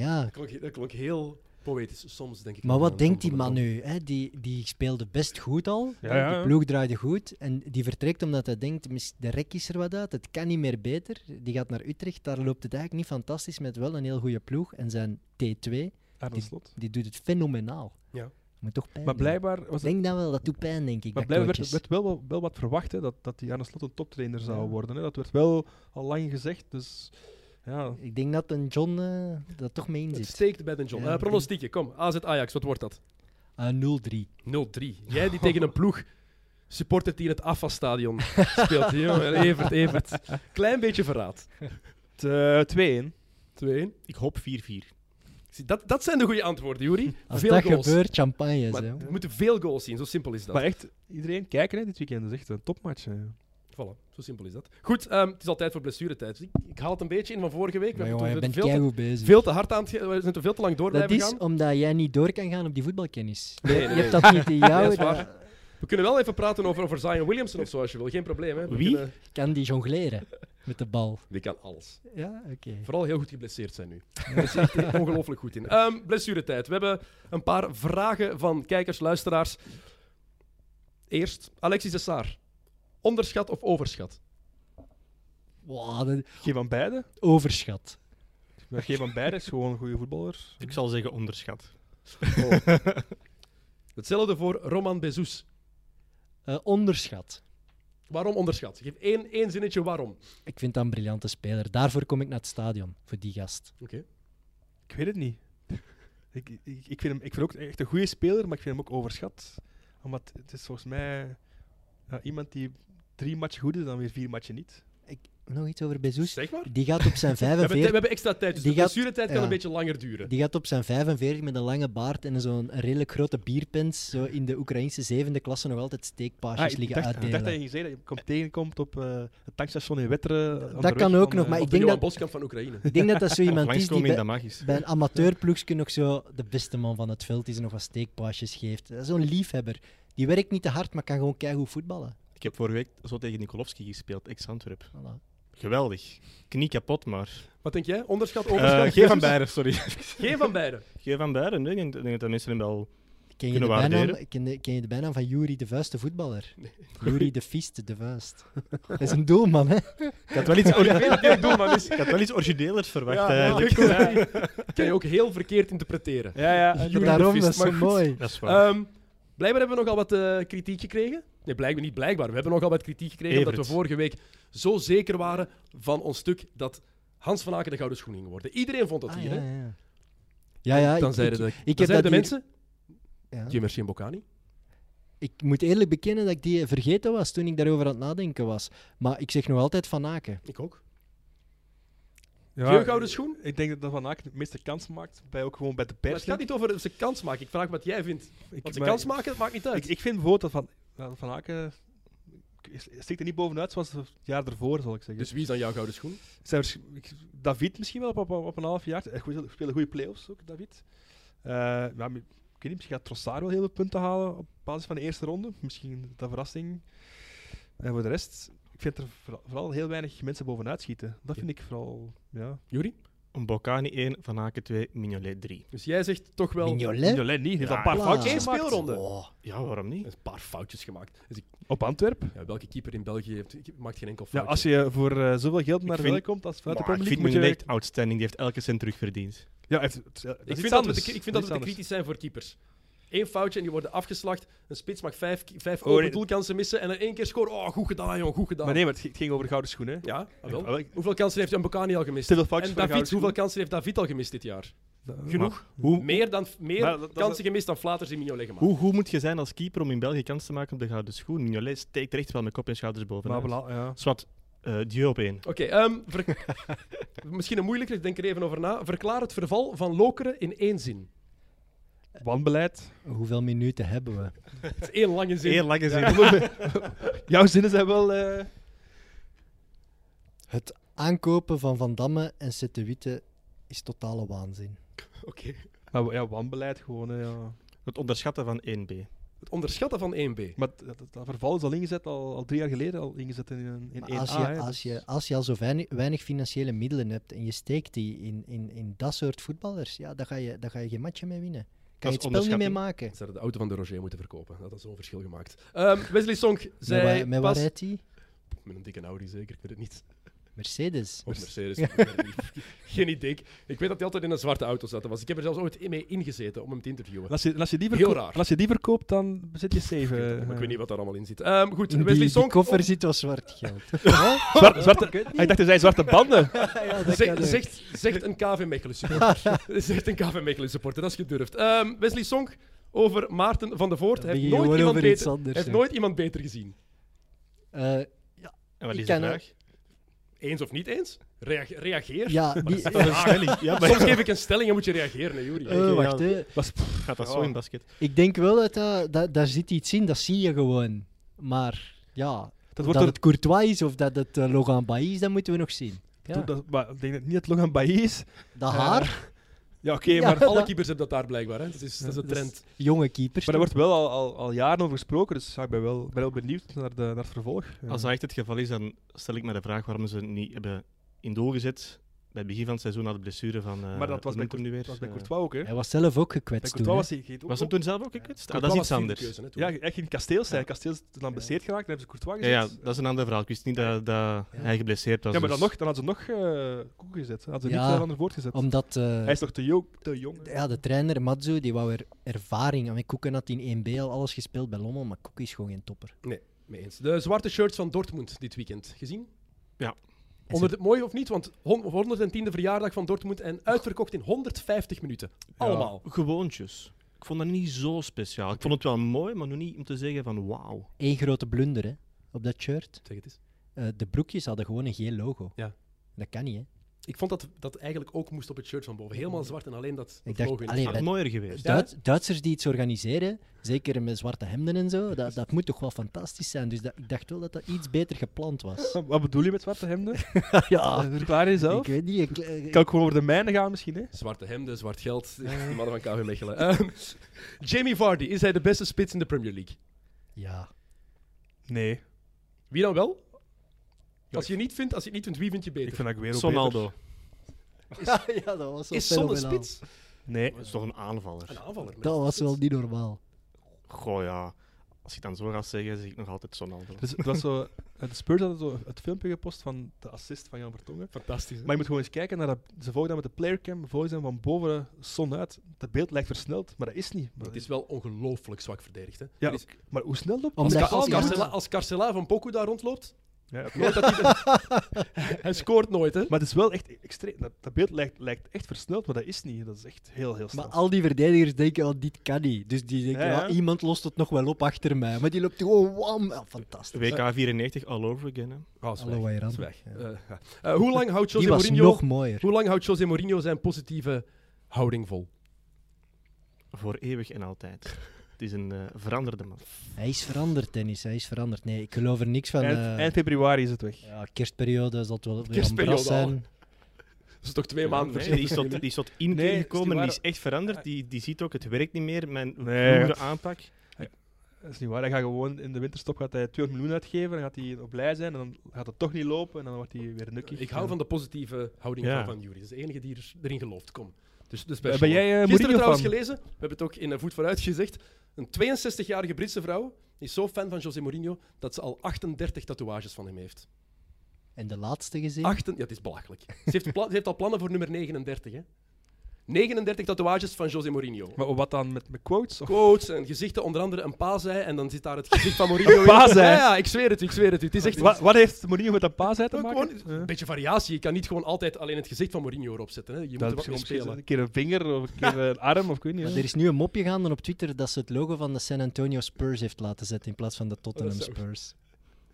[SPEAKER 2] Ja,
[SPEAKER 1] Dat klonk, dat klonk heel Poëtisch, soms denk ik.
[SPEAKER 2] Maar
[SPEAKER 1] nog
[SPEAKER 2] wat
[SPEAKER 1] aan
[SPEAKER 2] denkt
[SPEAKER 1] Tom
[SPEAKER 2] die man
[SPEAKER 1] van den
[SPEAKER 2] nu? Hè? Die, die speelde best goed al.
[SPEAKER 3] Ja,
[SPEAKER 2] hè?
[SPEAKER 3] ja,
[SPEAKER 2] Die
[SPEAKER 3] ja.
[SPEAKER 2] ploeg draaide goed. En die vertrekt omdat hij denkt, "Mis- de rek is er wat uit. Het kan niet meer beter. Die gaat naar Utrecht. Daar loopt het eigenlijk niet fantastisch met wel een heel goede ploeg. En zijn T2,
[SPEAKER 3] Arne Slot.
[SPEAKER 2] die doet het fenomenaal.
[SPEAKER 1] Ja.
[SPEAKER 2] Moet toch pijn
[SPEAKER 3] Maar
[SPEAKER 2] doen.
[SPEAKER 3] blijkbaar was
[SPEAKER 2] Ik denk dat wel, dat doet pijn, denk ik. dat
[SPEAKER 3] Maar blijkbaar werd,
[SPEAKER 2] klootjes.
[SPEAKER 3] werd wel, wel, wel wat verwacht hè, dat, dat die Arne Slot een toptrainer zou
[SPEAKER 2] Ja.
[SPEAKER 3] worden. Hè. Dat werd wel al lang gezegd. Dus ja,
[SPEAKER 2] Ik denk dat een John eh, dat toch mee in
[SPEAKER 1] Brom. Het
[SPEAKER 2] zit.
[SPEAKER 1] steekt bij Den John.
[SPEAKER 2] Ja.
[SPEAKER 1] Eh, pronostieken, kom. AZ Ajax, wat wordt dat?
[SPEAKER 2] Eh, 0-3.
[SPEAKER 1] 0-3. Jij die tegen een ploeg supportert die in het AFA-stadion speelt. Jongen, Evert, Evert. Klein beetje verraad.
[SPEAKER 3] t- eh, 2-1.
[SPEAKER 1] 2
[SPEAKER 4] Ik hoop 4-4.
[SPEAKER 1] dat, dat zijn de goede antwoorden, Juri.
[SPEAKER 2] Als
[SPEAKER 1] veel
[SPEAKER 2] dat
[SPEAKER 1] goals.
[SPEAKER 2] gebeurt, champagne.
[SPEAKER 1] Maar
[SPEAKER 2] hè.
[SPEAKER 1] we moeten veel goals zien, zo simpel is dat.
[SPEAKER 3] Maar echt, iedereen kijken hè, dit weekend. Dat is echt een topmatch. Hè.
[SPEAKER 1] Voilà, zo simpel is dat. Goed, ehm, het is al tijd voor blessuretijd. Ik, ik haal het een beetje in van vorige week. We
[SPEAKER 2] Maar
[SPEAKER 1] hebben
[SPEAKER 2] jongen, je
[SPEAKER 1] toen
[SPEAKER 2] bent
[SPEAKER 1] veel, te,
[SPEAKER 2] keigoed bezig.
[SPEAKER 1] veel te hard aan het ge- We zijn te veel te lang door
[SPEAKER 2] dat
[SPEAKER 1] blijven
[SPEAKER 2] is [laughs]
[SPEAKER 1] gaan.
[SPEAKER 2] omdat jij niet door kan gaan op die voetbalkennis.
[SPEAKER 1] Nee,
[SPEAKER 2] Je
[SPEAKER 1] nee,
[SPEAKER 2] hebt
[SPEAKER 1] nee.
[SPEAKER 2] [laughs] dat niet in jou.
[SPEAKER 1] dat is
[SPEAKER 2] dat-
[SPEAKER 1] waar. We kunnen wel even praten over, over Zion Williamson of zo, als je wil. Geen probleem, hè. We
[SPEAKER 4] Wie?
[SPEAKER 1] kunnen-
[SPEAKER 2] kan die jongleren met de bal.
[SPEAKER 1] die kan alles.
[SPEAKER 2] Ja, oké.
[SPEAKER 1] Vooral heel goed geblesseerd zijn nu. Daar is hij echt [laughs] ongelooflijk goed in. Ehm blessuretijd. We hebben een paar vragen van kijkers, luisteraars. Eerst, Alexis de Saar. Onderschat of overschat?
[SPEAKER 2] Wow, dat-
[SPEAKER 3] Geen van beide.
[SPEAKER 2] overschat.
[SPEAKER 3] Maar geen van beide is gewoon een goede voetballer.
[SPEAKER 4] Ik zal zeggen onderschat.
[SPEAKER 1] Oh. [laughs] Hetzelfde voor Roman Bezous.
[SPEAKER 2] Eh, onderschat.
[SPEAKER 1] Waarom onderschat? Geef één, één zinnetje waarom.
[SPEAKER 2] Ik vind dat een briljante speler. Daarvoor kom ik naar het stadion, voor die gast.
[SPEAKER 1] Oké.
[SPEAKER 3] Ik weet het niet. ik, ik, ik, vind hem, ik vind ook echt een goede speler, maar ik vind hem ook overschat. Omdat het is volgens mij ja, iemand die drie matchen goed is, dan weer vier matchen niet.
[SPEAKER 2] Nog iets over Bezos.
[SPEAKER 1] Zeg maar. We
[SPEAKER 2] Die gaat op [laughs] zijn
[SPEAKER 1] hebben, te- we
[SPEAKER 2] 45...
[SPEAKER 1] hebben extra tijd, dus
[SPEAKER 2] Die
[SPEAKER 1] de
[SPEAKER 2] gaat-
[SPEAKER 1] blessuretijd kan
[SPEAKER 2] ja.
[SPEAKER 1] een beetje langer duren.
[SPEAKER 2] Die gaat op zijn 45 met een lange baard en zo'n redelijk grote bierpens zo in de Oekraïnse zevende klasse nog altijd steekpaasjes
[SPEAKER 3] Ah, ik,
[SPEAKER 2] liggen
[SPEAKER 3] dacht, ik dacht
[SPEAKER 2] uitdelen.
[SPEAKER 3] dat je gezegd dat je hem tegenkomt op eh, het tankstation in Wetteren. eh,
[SPEAKER 2] dat
[SPEAKER 3] onderweg
[SPEAKER 2] kan ook
[SPEAKER 3] van,
[SPEAKER 2] nog,
[SPEAKER 3] eh,
[SPEAKER 2] maar
[SPEAKER 1] Of
[SPEAKER 2] ik
[SPEAKER 1] de
[SPEAKER 2] denk,
[SPEAKER 1] Johan
[SPEAKER 2] dat,
[SPEAKER 1] Boskamp van Oekraïne.
[SPEAKER 2] ik denk dat [laughs] dat zo
[SPEAKER 4] Of
[SPEAKER 2] iemand is die
[SPEAKER 4] langskomen in
[SPEAKER 2] bij,
[SPEAKER 4] dat magisch.
[SPEAKER 2] bij een amateurploegje nog zo de beste man van het veld is en nog wat steekpaasjes geeft. Dat is Zo'n liefhebber. Die werkt niet te hard, maar kan gewoon keigoed voetballen.
[SPEAKER 4] Ik heb vorige week zo tegen Nikolovski gespeeld, ex-Antwerp.
[SPEAKER 2] Voilà.
[SPEAKER 4] Geweldig. Knie kapot, maar...
[SPEAKER 1] Wat denk jij? Onderschat,
[SPEAKER 4] Eh, [laughs]
[SPEAKER 1] overschat?
[SPEAKER 4] geen van beiden, sorry.
[SPEAKER 1] Geen van beiden.
[SPEAKER 4] geen van beiden. Nee, ik denk, ik denk dat mensen hem wel...
[SPEAKER 2] Ken je, de
[SPEAKER 4] Kunnen
[SPEAKER 2] bijnaam,
[SPEAKER 4] waarderen.
[SPEAKER 2] ken, de- ken je de bijnaam van Yuri de Vuist, de voetballer? Yuri de Fiest,
[SPEAKER 1] [laughs]
[SPEAKER 2] de Vuist. Dat is een doelman, hè?
[SPEAKER 4] Ik had wel iets,
[SPEAKER 3] Oh,
[SPEAKER 4] or-
[SPEAKER 1] Ik doe maar eens.
[SPEAKER 4] ik had wel iets origineelers verwacht,
[SPEAKER 1] Ja,
[SPEAKER 4] eigenlijk.
[SPEAKER 1] ik ook. Kan je ook heel verkeerd interpreteren.
[SPEAKER 3] Ja, ja.
[SPEAKER 1] Yuri Ah, de
[SPEAKER 2] Daarom,
[SPEAKER 1] Vist,
[SPEAKER 2] dat is
[SPEAKER 1] maar
[SPEAKER 2] zo
[SPEAKER 1] goed.
[SPEAKER 2] mooi.
[SPEAKER 4] Dat is waar.
[SPEAKER 1] Ehm, blijkbaar hebben we nogal wat eh, kritiek gekregen. Nee, blijkbaar niet blijkbaar. We hebben nogal wat kritiek gekregen omdat
[SPEAKER 4] Evert.
[SPEAKER 1] we vorige week zo zeker waren van ons stuk dat Hans van Aken de gouden schoen ging worden. Iedereen vond dat
[SPEAKER 2] Ah,
[SPEAKER 1] hier.
[SPEAKER 2] ja,
[SPEAKER 1] hè?
[SPEAKER 2] ja. ja, ja,
[SPEAKER 1] dan
[SPEAKER 2] ik-
[SPEAKER 1] zeiden
[SPEAKER 2] ik-
[SPEAKER 1] de,
[SPEAKER 2] heb
[SPEAKER 1] dan zeiden
[SPEAKER 2] dat
[SPEAKER 1] de
[SPEAKER 2] hier-
[SPEAKER 1] mensen,
[SPEAKER 2] ja.
[SPEAKER 1] Jim Mercier Bocani.
[SPEAKER 2] Ik moet eerlijk bekennen dat ik die vergeten was toen ik daarover aan het nadenken was. Maar ik zeg nog altijd Van Aken.
[SPEAKER 1] Ik ook.
[SPEAKER 3] Ja,
[SPEAKER 1] Geen gouden schoen?
[SPEAKER 3] Ik denk dat dat Van Aken het meeste kans maakt, bij, ook gewoon bij de
[SPEAKER 1] Maar het
[SPEAKER 3] pers.
[SPEAKER 1] gaat niet over ze kans maken. Ik vraag wat jij vindt.
[SPEAKER 3] Ik-
[SPEAKER 1] Wat ze
[SPEAKER 3] maar-
[SPEAKER 1] kans maken, dat maakt niet
[SPEAKER 3] Ik,
[SPEAKER 1] uit.
[SPEAKER 3] ik vind bijvoorbeeld dat Van, dat van Aken is- steekt er niet bovenuit zoals het jaar ervoor, zal ik zeggen.
[SPEAKER 1] Dus wie is dan jouw gouden schoen?
[SPEAKER 3] Zijn waarsch- ik- David misschien wel op, op, op een half jaar. Hij goed- speelde goede play-offs ook, David. Eh, ja, maar ik weet niet, misschien gaat Trossard wel heel veel punten halen op basis van de eerste ronde. Misschien dat verrassing. En voor de rest, ik vind er vooral- vooral heel weinig mensen bovenuit schieten. Dat vind ik vooral, ja...
[SPEAKER 1] Juri?
[SPEAKER 4] Bocani 1, Van Aken 2, Mignolet 3.
[SPEAKER 1] Dus jij zegt toch wel...
[SPEAKER 2] Mignolet?
[SPEAKER 3] Mignolet niet, hij heeft
[SPEAKER 4] Ja,
[SPEAKER 3] een paar
[SPEAKER 2] ja.
[SPEAKER 3] foutjes
[SPEAKER 1] Geen
[SPEAKER 3] gemaakt.
[SPEAKER 1] speelronde.
[SPEAKER 2] Oh,
[SPEAKER 4] Ja, waarom niet?
[SPEAKER 1] Een paar foutjes gemaakt. Dus ik,
[SPEAKER 3] Op Antwerp.
[SPEAKER 1] ja, welke keeper in België heeft, maakt geen enkel
[SPEAKER 3] Ja,
[SPEAKER 1] foutje?
[SPEAKER 3] als je voor eh, zoveel geld naar
[SPEAKER 4] Ik
[SPEAKER 3] de
[SPEAKER 4] vind-
[SPEAKER 3] komt als vanuit de
[SPEAKER 4] Maar ik vind
[SPEAKER 3] Premier League, moet
[SPEAKER 4] Mignolet
[SPEAKER 3] je...
[SPEAKER 4] echt outstanding. Die heeft elke cent terugverdiend.
[SPEAKER 3] Ja, het, het- ja,
[SPEAKER 1] Ik
[SPEAKER 3] is
[SPEAKER 1] vind,
[SPEAKER 3] iets
[SPEAKER 1] dat we,
[SPEAKER 3] anders.
[SPEAKER 1] te- ik vind
[SPEAKER 3] Dat
[SPEAKER 1] dat
[SPEAKER 3] is
[SPEAKER 1] we te
[SPEAKER 3] iets
[SPEAKER 1] kritisch zijn voor keepers. Eén foutje en die worden afgeslacht. Een spits mag vijf, ki- vijf
[SPEAKER 3] Oh,
[SPEAKER 1] open
[SPEAKER 3] nee.
[SPEAKER 1] doelkansen missen en in één keer scoren. Oh, goed gedaan, jong, goed gedaan.
[SPEAKER 3] Maar nee, maar het ging- het ging over gouden schoenen. hè.
[SPEAKER 1] Ja, ah, wel.
[SPEAKER 3] Ah, wel, ik-
[SPEAKER 1] Hoeveel kansen heeft Mbokani al gemist?
[SPEAKER 3] Te veel foutjes
[SPEAKER 1] En
[SPEAKER 3] voor
[SPEAKER 1] David,
[SPEAKER 3] gouden
[SPEAKER 1] hoeveel kansen heeft David al gemist dit jaar?
[SPEAKER 3] schoenen.
[SPEAKER 1] Genoeg.
[SPEAKER 4] Hoe,
[SPEAKER 1] Meer, dan, meer
[SPEAKER 3] Maar dat- dat-
[SPEAKER 1] kansen gemist dan Flaters in Mignolet gemaakt.
[SPEAKER 4] hoe, hoe moet je zijn als keeper om in België kans te maken op de gouden schoen? Mignolet steekt er echt wel met kop en schouders
[SPEAKER 3] Maar,
[SPEAKER 4] bovenuit.
[SPEAKER 3] maar bela- ja.
[SPEAKER 4] Zwat, eh Dieu op 1.
[SPEAKER 1] Oké, ehm, ver- [laughs] misschien een moeilijker, denk er even over na. Verklaar het verval van Lokeren in één zin.
[SPEAKER 3] Wanbeleid.
[SPEAKER 2] hoeveel minuten hebben we?
[SPEAKER 1] Het is één lange zin.
[SPEAKER 4] Heel lange zin.
[SPEAKER 3] [laughs] Jouw zinnen zijn wel... eh,
[SPEAKER 2] Het aankopen van Van Damme en Sette Witte is totale waanzin.
[SPEAKER 1] Oké.
[SPEAKER 3] Maar ja, wanbeleid gewoon, hè, ja.
[SPEAKER 4] Het onderschatten van 1B.
[SPEAKER 1] het onderschatten van 1B.
[SPEAKER 3] Maar dat, dat, dat verval is al ingezet, al, al drie jaar geleden al ingezet in, een- in
[SPEAKER 2] Maar
[SPEAKER 3] 1A.
[SPEAKER 2] als,
[SPEAKER 3] hè,
[SPEAKER 2] je, als,
[SPEAKER 3] dus-
[SPEAKER 2] je, als je al zo weinig, weinig financiële middelen hebt en je steekt die in, in, in dat soort voetballers, ja, dan, ga je, dan ga je geen matje mee winnen. Kan
[SPEAKER 4] is
[SPEAKER 2] je het spel niet mee
[SPEAKER 4] onderschatting.
[SPEAKER 2] maken.
[SPEAKER 1] Ze hadden de auto van de Roger moeten verkopen. Dat had zo'n verschil gemaakt. Ehm, Wesley Song
[SPEAKER 2] Met,
[SPEAKER 1] zei
[SPEAKER 2] waar- met waar
[SPEAKER 1] pas...
[SPEAKER 2] rijdt die?
[SPEAKER 1] Met een dikke Audi zeker, ik weet het niet.
[SPEAKER 2] Mercedes.
[SPEAKER 1] Of
[SPEAKER 2] [laughs]
[SPEAKER 1] Mercedes. ik weet het niet. Geen idee. Ik weet dat hij altijd in een zwarte auto zat. Dat was. Ik heb er zelfs ooit mee ingezeten om hem te interviewen.
[SPEAKER 3] En als je, en als je die
[SPEAKER 1] Heel
[SPEAKER 3] verkoopt-
[SPEAKER 1] raar.
[SPEAKER 3] en als je die verkoopt, dan bezit je eh,
[SPEAKER 1] Ik weet,
[SPEAKER 3] 7.
[SPEAKER 1] het, maar ik weet niet wat daar allemaal in zit. Ehm, goed,
[SPEAKER 2] eh, Die,
[SPEAKER 1] Wesley
[SPEAKER 2] die
[SPEAKER 1] Song.
[SPEAKER 2] koffer
[SPEAKER 1] op-
[SPEAKER 2] zit wel zwart geld.
[SPEAKER 3] Zwarte, zwarte, ik dacht, er zijn zwarte banden.
[SPEAKER 2] ja, dat kan
[SPEAKER 1] Zeg-
[SPEAKER 2] ook.
[SPEAKER 1] zegt, zegt een KV Mechelen supporter. [laughs]
[SPEAKER 2] [laughs]
[SPEAKER 1] zegt een KV Mechelen supporter, dat is gedurfd. Ehm, Wesley Song over Maarten van der Voort. Hij
[SPEAKER 2] Begin
[SPEAKER 1] heeft,
[SPEAKER 2] je
[SPEAKER 1] nooit iemand,
[SPEAKER 2] gewoon over
[SPEAKER 1] beter,
[SPEAKER 2] iets anders,
[SPEAKER 1] hij heeft
[SPEAKER 2] hè.
[SPEAKER 1] nooit iemand beter gezien.
[SPEAKER 2] [laughs] Eh,
[SPEAKER 4] En wat
[SPEAKER 2] Ik
[SPEAKER 4] is de
[SPEAKER 2] ken
[SPEAKER 4] vraag?
[SPEAKER 1] Eens of niet eens? Reage- reageer.
[SPEAKER 2] ja, die,
[SPEAKER 4] Dat is een stelling. Ja, [laughs] maar
[SPEAKER 1] Soms geef ik een stelling en moet je reageren, hè, Juri.
[SPEAKER 2] eh, wacht, hè.
[SPEAKER 3] Was,
[SPEAKER 4] gaat dat
[SPEAKER 3] Ja.
[SPEAKER 4] zo in basket?
[SPEAKER 2] ik denk wel dat, dat, dat daar zit iets in, dat zie je gewoon. Maar ja,
[SPEAKER 3] dat
[SPEAKER 2] dat
[SPEAKER 3] wordt door,
[SPEAKER 2] het Courtois is of dat het eh, Logan Bailly is, dat moeten we nog zien. Ja.
[SPEAKER 3] door dat, maar ik denk dat niet dat Logan Bailly is.
[SPEAKER 2] Dat haar,
[SPEAKER 3] Eh. Ja, oké,
[SPEAKER 2] Ja.
[SPEAKER 3] maar, maar
[SPEAKER 1] Alle keepers hebben dat daar blijkbaar. Hè. Dat, is, dat is een
[SPEAKER 2] dat is-
[SPEAKER 1] trend.
[SPEAKER 2] jonge keepers.
[SPEAKER 3] daar wordt wel al, al, al jaren over gesproken, dus ja, ik ben wel, ben wel benieuwd naar, de, naar het vervolg. Ja.
[SPEAKER 4] Als dat echt het geval is, dan stel ik me de vraag waarom ze niet hebben in doel gezet bij het begin van het seizoen na de blessure van. eh,
[SPEAKER 3] maar dat was
[SPEAKER 4] hoe
[SPEAKER 3] bij,
[SPEAKER 4] noemt hem nu
[SPEAKER 3] Cour-
[SPEAKER 4] weer?
[SPEAKER 3] dat was bij
[SPEAKER 4] Eh,
[SPEAKER 3] Courtois ook, hè?
[SPEAKER 2] Hij was zelf ook
[SPEAKER 3] Bij
[SPEAKER 2] gekwetst toen.
[SPEAKER 3] Courtois was hij... ging ook-
[SPEAKER 4] Was hem toen zelf ook gekutst? Ah,
[SPEAKER 1] Courtois
[SPEAKER 4] dat is
[SPEAKER 1] was
[SPEAKER 4] iets anders.
[SPEAKER 1] vierde keuze, hè, toen.
[SPEAKER 3] Ja, hij ging in Kasteels zijn. Kasteels is dan beseerd geraakt, dan hebben ze Courtois
[SPEAKER 4] Ja,
[SPEAKER 3] gezet.
[SPEAKER 4] ja, dat is een ander verhaal. Ik wist niet dat, dat hij geblesseerd was.
[SPEAKER 3] Ja, maar dan,
[SPEAKER 4] dus-
[SPEAKER 3] nog, dan hadden ze nog eh Koek gezet. Hadden ze
[SPEAKER 2] Ja.
[SPEAKER 3] niet een ander woord gezet.
[SPEAKER 2] Omdat eh,
[SPEAKER 3] Hij is toch te, jo- te jong? hè?
[SPEAKER 2] ja, de trainer Matsu, die wou er ervaring. En met Koeken had in 1B al alles gespeeld bij Lommel, maar Koeken is gewoon geen topper.
[SPEAKER 1] Mee eens. De zwarte shirts van Dortmund dit weekend. Gezien?
[SPEAKER 4] Ja.
[SPEAKER 1] Onder de, mooi of niet? Want hon- 110e verjaardag van Dortmund en uitverkocht in 150 minuten. Allemaal.
[SPEAKER 4] Gewoontjes. Ik vond dat niet zo speciaal. Ik vond het wel mooi, maar nog niet om te zeggen van wauw.
[SPEAKER 2] Eén grote blunder hè, op dat shirt.
[SPEAKER 1] Zeg het eens.
[SPEAKER 2] Eh, de broekjes hadden gewoon een geel logo.
[SPEAKER 1] Ja.
[SPEAKER 2] Dat kan niet, hè?
[SPEAKER 1] Ik vond dat dat eigenlijk ook moest op het shirt van boven. Helemaal zwart en alleen dat
[SPEAKER 2] Ik
[SPEAKER 1] dat
[SPEAKER 2] dacht,
[SPEAKER 1] logo in het
[SPEAKER 2] allee,
[SPEAKER 4] Dat
[SPEAKER 1] zwart.
[SPEAKER 4] is
[SPEAKER 2] dat-
[SPEAKER 4] mooier geweest.
[SPEAKER 1] Ja.
[SPEAKER 2] Duits- Duitsers die iets organiseren, zeker met zwarte hemden en zo, dat, dat moet toch wel fantastisch zijn. Dus dat, ik dacht wel dat dat iets beter gepland
[SPEAKER 1] [laughs]
[SPEAKER 2] was.
[SPEAKER 3] Wat bedoel je met zwarte hemden?
[SPEAKER 2] ja,
[SPEAKER 3] Verklaar jezelf.
[SPEAKER 2] ik weet niet. ik- eh,
[SPEAKER 3] Kan ik gewoon over de mijnen gaan misschien, hè?
[SPEAKER 1] Zwarte hemden, zwart geld. [laughs] Die mannen van KV Mechelen. Ehm, Jamie Vardy, is hij de beste spits in de Premier League?
[SPEAKER 2] ja.
[SPEAKER 3] Nee.
[SPEAKER 1] Wie dan wel?
[SPEAKER 3] Ja,
[SPEAKER 1] Als je niet vindt, als je het niet vindt, wie vind je
[SPEAKER 3] Ik
[SPEAKER 1] beter?
[SPEAKER 3] vind Aguero
[SPEAKER 4] Sonaldo.
[SPEAKER 2] [laughs] ja, dat was wel
[SPEAKER 1] Is Son een
[SPEAKER 2] fenomenaal.
[SPEAKER 1] spits?
[SPEAKER 3] beter. Nee.
[SPEAKER 4] Dat is toch een aanvaller?
[SPEAKER 1] Een aanvaller. maar
[SPEAKER 2] Dat was wel niet normaal.
[SPEAKER 4] Goh ja. Als ik dan zo ga zeggen, zeg ik nog altijd Sonaldo.
[SPEAKER 3] Dus het was zo, eh, de Spurs hadden zo het filmpje gepost van de assist van Jan Vertongen.
[SPEAKER 1] Fantastisch. hè?
[SPEAKER 3] Maar je moet gewoon eens kijken naar dat. Ze volgen dat met de playercam, volgen ze hem van boven son uit. Dat beeld lijkt versneld, maar dat is niet. Maar,
[SPEAKER 1] Het is wel ongelooflijk zwak verdedigd. Hè?
[SPEAKER 3] ja,
[SPEAKER 1] Er is-
[SPEAKER 3] ook- maar hoe snel loopt
[SPEAKER 2] Om-
[SPEAKER 1] als,
[SPEAKER 2] Omdat
[SPEAKER 1] Ka- als,
[SPEAKER 2] je-
[SPEAKER 1] Carcela, als Carcela van Poku daar rondloopt,
[SPEAKER 3] Ja, oké.
[SPEAKER 1] nooit dat hij, [laughs] hij scoort nooit. Hè?
[SPEAKER 3] Maar het is wel echt extreem. Dat, dat beeld lijkt, lijkt echt versneld, maar dat is niet. Dat is echt heel, heel
[SPEAKER 2] Maar
[SPEAKER 3] snel.
[SPEAKER 2] al die verdedigers denken, oh, dit kan niet. Dus die denken,
[SPEAKER 3] Ja, ja.
[SPEAKER 2] "Ah, iemand lost het nog wel op achter mij. Maar die loopt gewoon wam. Ah, fantastisch.
[SPEAKER 4] WK 94 all over again. Hè.
[SPEAKER 1] Oh, is
[SPEAKER 2] Hallo,
[SPEAKER 1] weg.
[SPEAKER 2] Ayran.
[SPEAKER 1] Is weg.
[SPEAKER 2] Ja.
[SPEAKER 1] Eh, ja. Eh, hoe, lang houdt José
[SPEAKER 2] Die was
[SPEAKER 1] Mourinho,
[SPEAKER 2] nog mooier.
[SPEAKER 1] hoe lang houdt José Mourinho zijn positieve houding vol?
[SPEAKER 4] Voor eeuwig en altijd. Het is een eh, veranderde man.
[SPEAKER 2] Hij is veranderd, Dennis. Hij is veranderd. Nee, ik geloof er niks van.
[SPEAKER 3] eind,
[SPEAKER 2] eh,
[SPEAKER 3] eind februari is het weg.
[SPEAKER 2] ja, kerstperiode zal het wel weer een
[SPEAKER 1] Kerstperiode
[SPEAKER 2] bras
[SPEAKER 1] al.
[SPEAKER 2] zijn.
[SPEAKER 1] Dat is toch twee
[SPEAKER 4] Ja,
[SPEAKER 1] maanden
[SPEAKER 4] nee,
[SPEAKER 1] verschil
[SPEAKER 4] die is tot,
[SPEAKER 1] tussen
[SPEAKER 4] die is tot
[SPEAKER 3] Nee,
[SPEAKER 4] inkeer
[SPEAKER 3] is die
[SPEAKER 4] gekomen, die,
[SPEAKER 3] waar-
[SPEAKER 4] is echt veranderd. Die, die ziet ook, het werkt niet meer. Mijn
[SPEAKER 3] Nee.
[SPEAKER 4] vroegere aanpak.
[SPEAKER 3] Dat is niet waar. Hij gaat gewoon in de winterstop gaat hij 200 miljoen uitgeven. Dan gaat hij op blij zijn. En dan gaat het toch niet lopen. En dan wordt hij weer nukkie.
[SPEAKER 1] jullie. Ik hou van de positieve houding
[SPEAKER 4] Ja.
[SPEAKER 1] van van Jury. Dat is de enige die er, erin gelooft. Kom. Dus, dus bij
[SPEAKER 3] Ben
[SPEAKER 1] Sean.
[SPEAKER 3] jij, eh,
[SPEAKER 1] Gisteren
[SPEAKER 3] Mourinho
[SPEAKER 1] trouwens
[SPEAKER 3] fan?
[SPEAKER 1] gelezen, we hebben het ook in eh, Voet vooruit gezegd, een 62-jarige Britse vrouw is zo fan van José Mourinho dat ze al 38 tatoeages van hem heeft.
[SPEAKER 2] En de laatste gezien.
[SPEAKER 1] Achten, ja, het is belachelijk. Ze heeft, pla- ze heeft al plannen voor nummer 39. Hè? 39 tatoeages van José Mourinho.
[SPEAKER 3] Maar wat dan met, met quotes? Of
[SPEAKER 1] Quotes en gezichten, onder andere een paasei. En dan zit daar het
[SPEAKER 3] [laughs]
[SPEAKER 1] gezicht van [laughs] Mourinho. in.
[SPEAKER 3] paasei?
[SPEAKER 1] Ja, ja, ik zweer het, u, ik zweer het. u. Het is echt
[SPEAKER 3] Wa- wat heeft Mourinho met dat paas uit te
[SPEAKER 1] Ook
[SPEAKER 3] maken?
[SPEAKER 1] gewoon
[SPEAKER 3] Ja.
[SPEAKER 1] een beetje variatie. Je kan niet gewoon altijd alleen het gezicht van Mourinho erop zetten. Hè. Je moet
[SPEAKER 3] Dat
[SPEAKER 1] er
[SPEAKER 3] is
[SPEAKER 1] wat mee
[SPEAKER 3] misschien
[SPEAKER 1] spelen.
[SPEAKER 3] Een keer een vinger of een keer een arm of ik weet niet.
[SPEAKER 2] Maar
[SPEAKER 3] hè.
[SPEAKER 2] er is nu een mopje
[SPEAKER 1] Oh,
[SPEAKER 2] gaande op Twitter dat ze het logo van de San Antonio Spurs heeft laten zetten in plaats van de Tottenham
[SPEAKER 1] zou-
[SPEAKER 2] Spurs.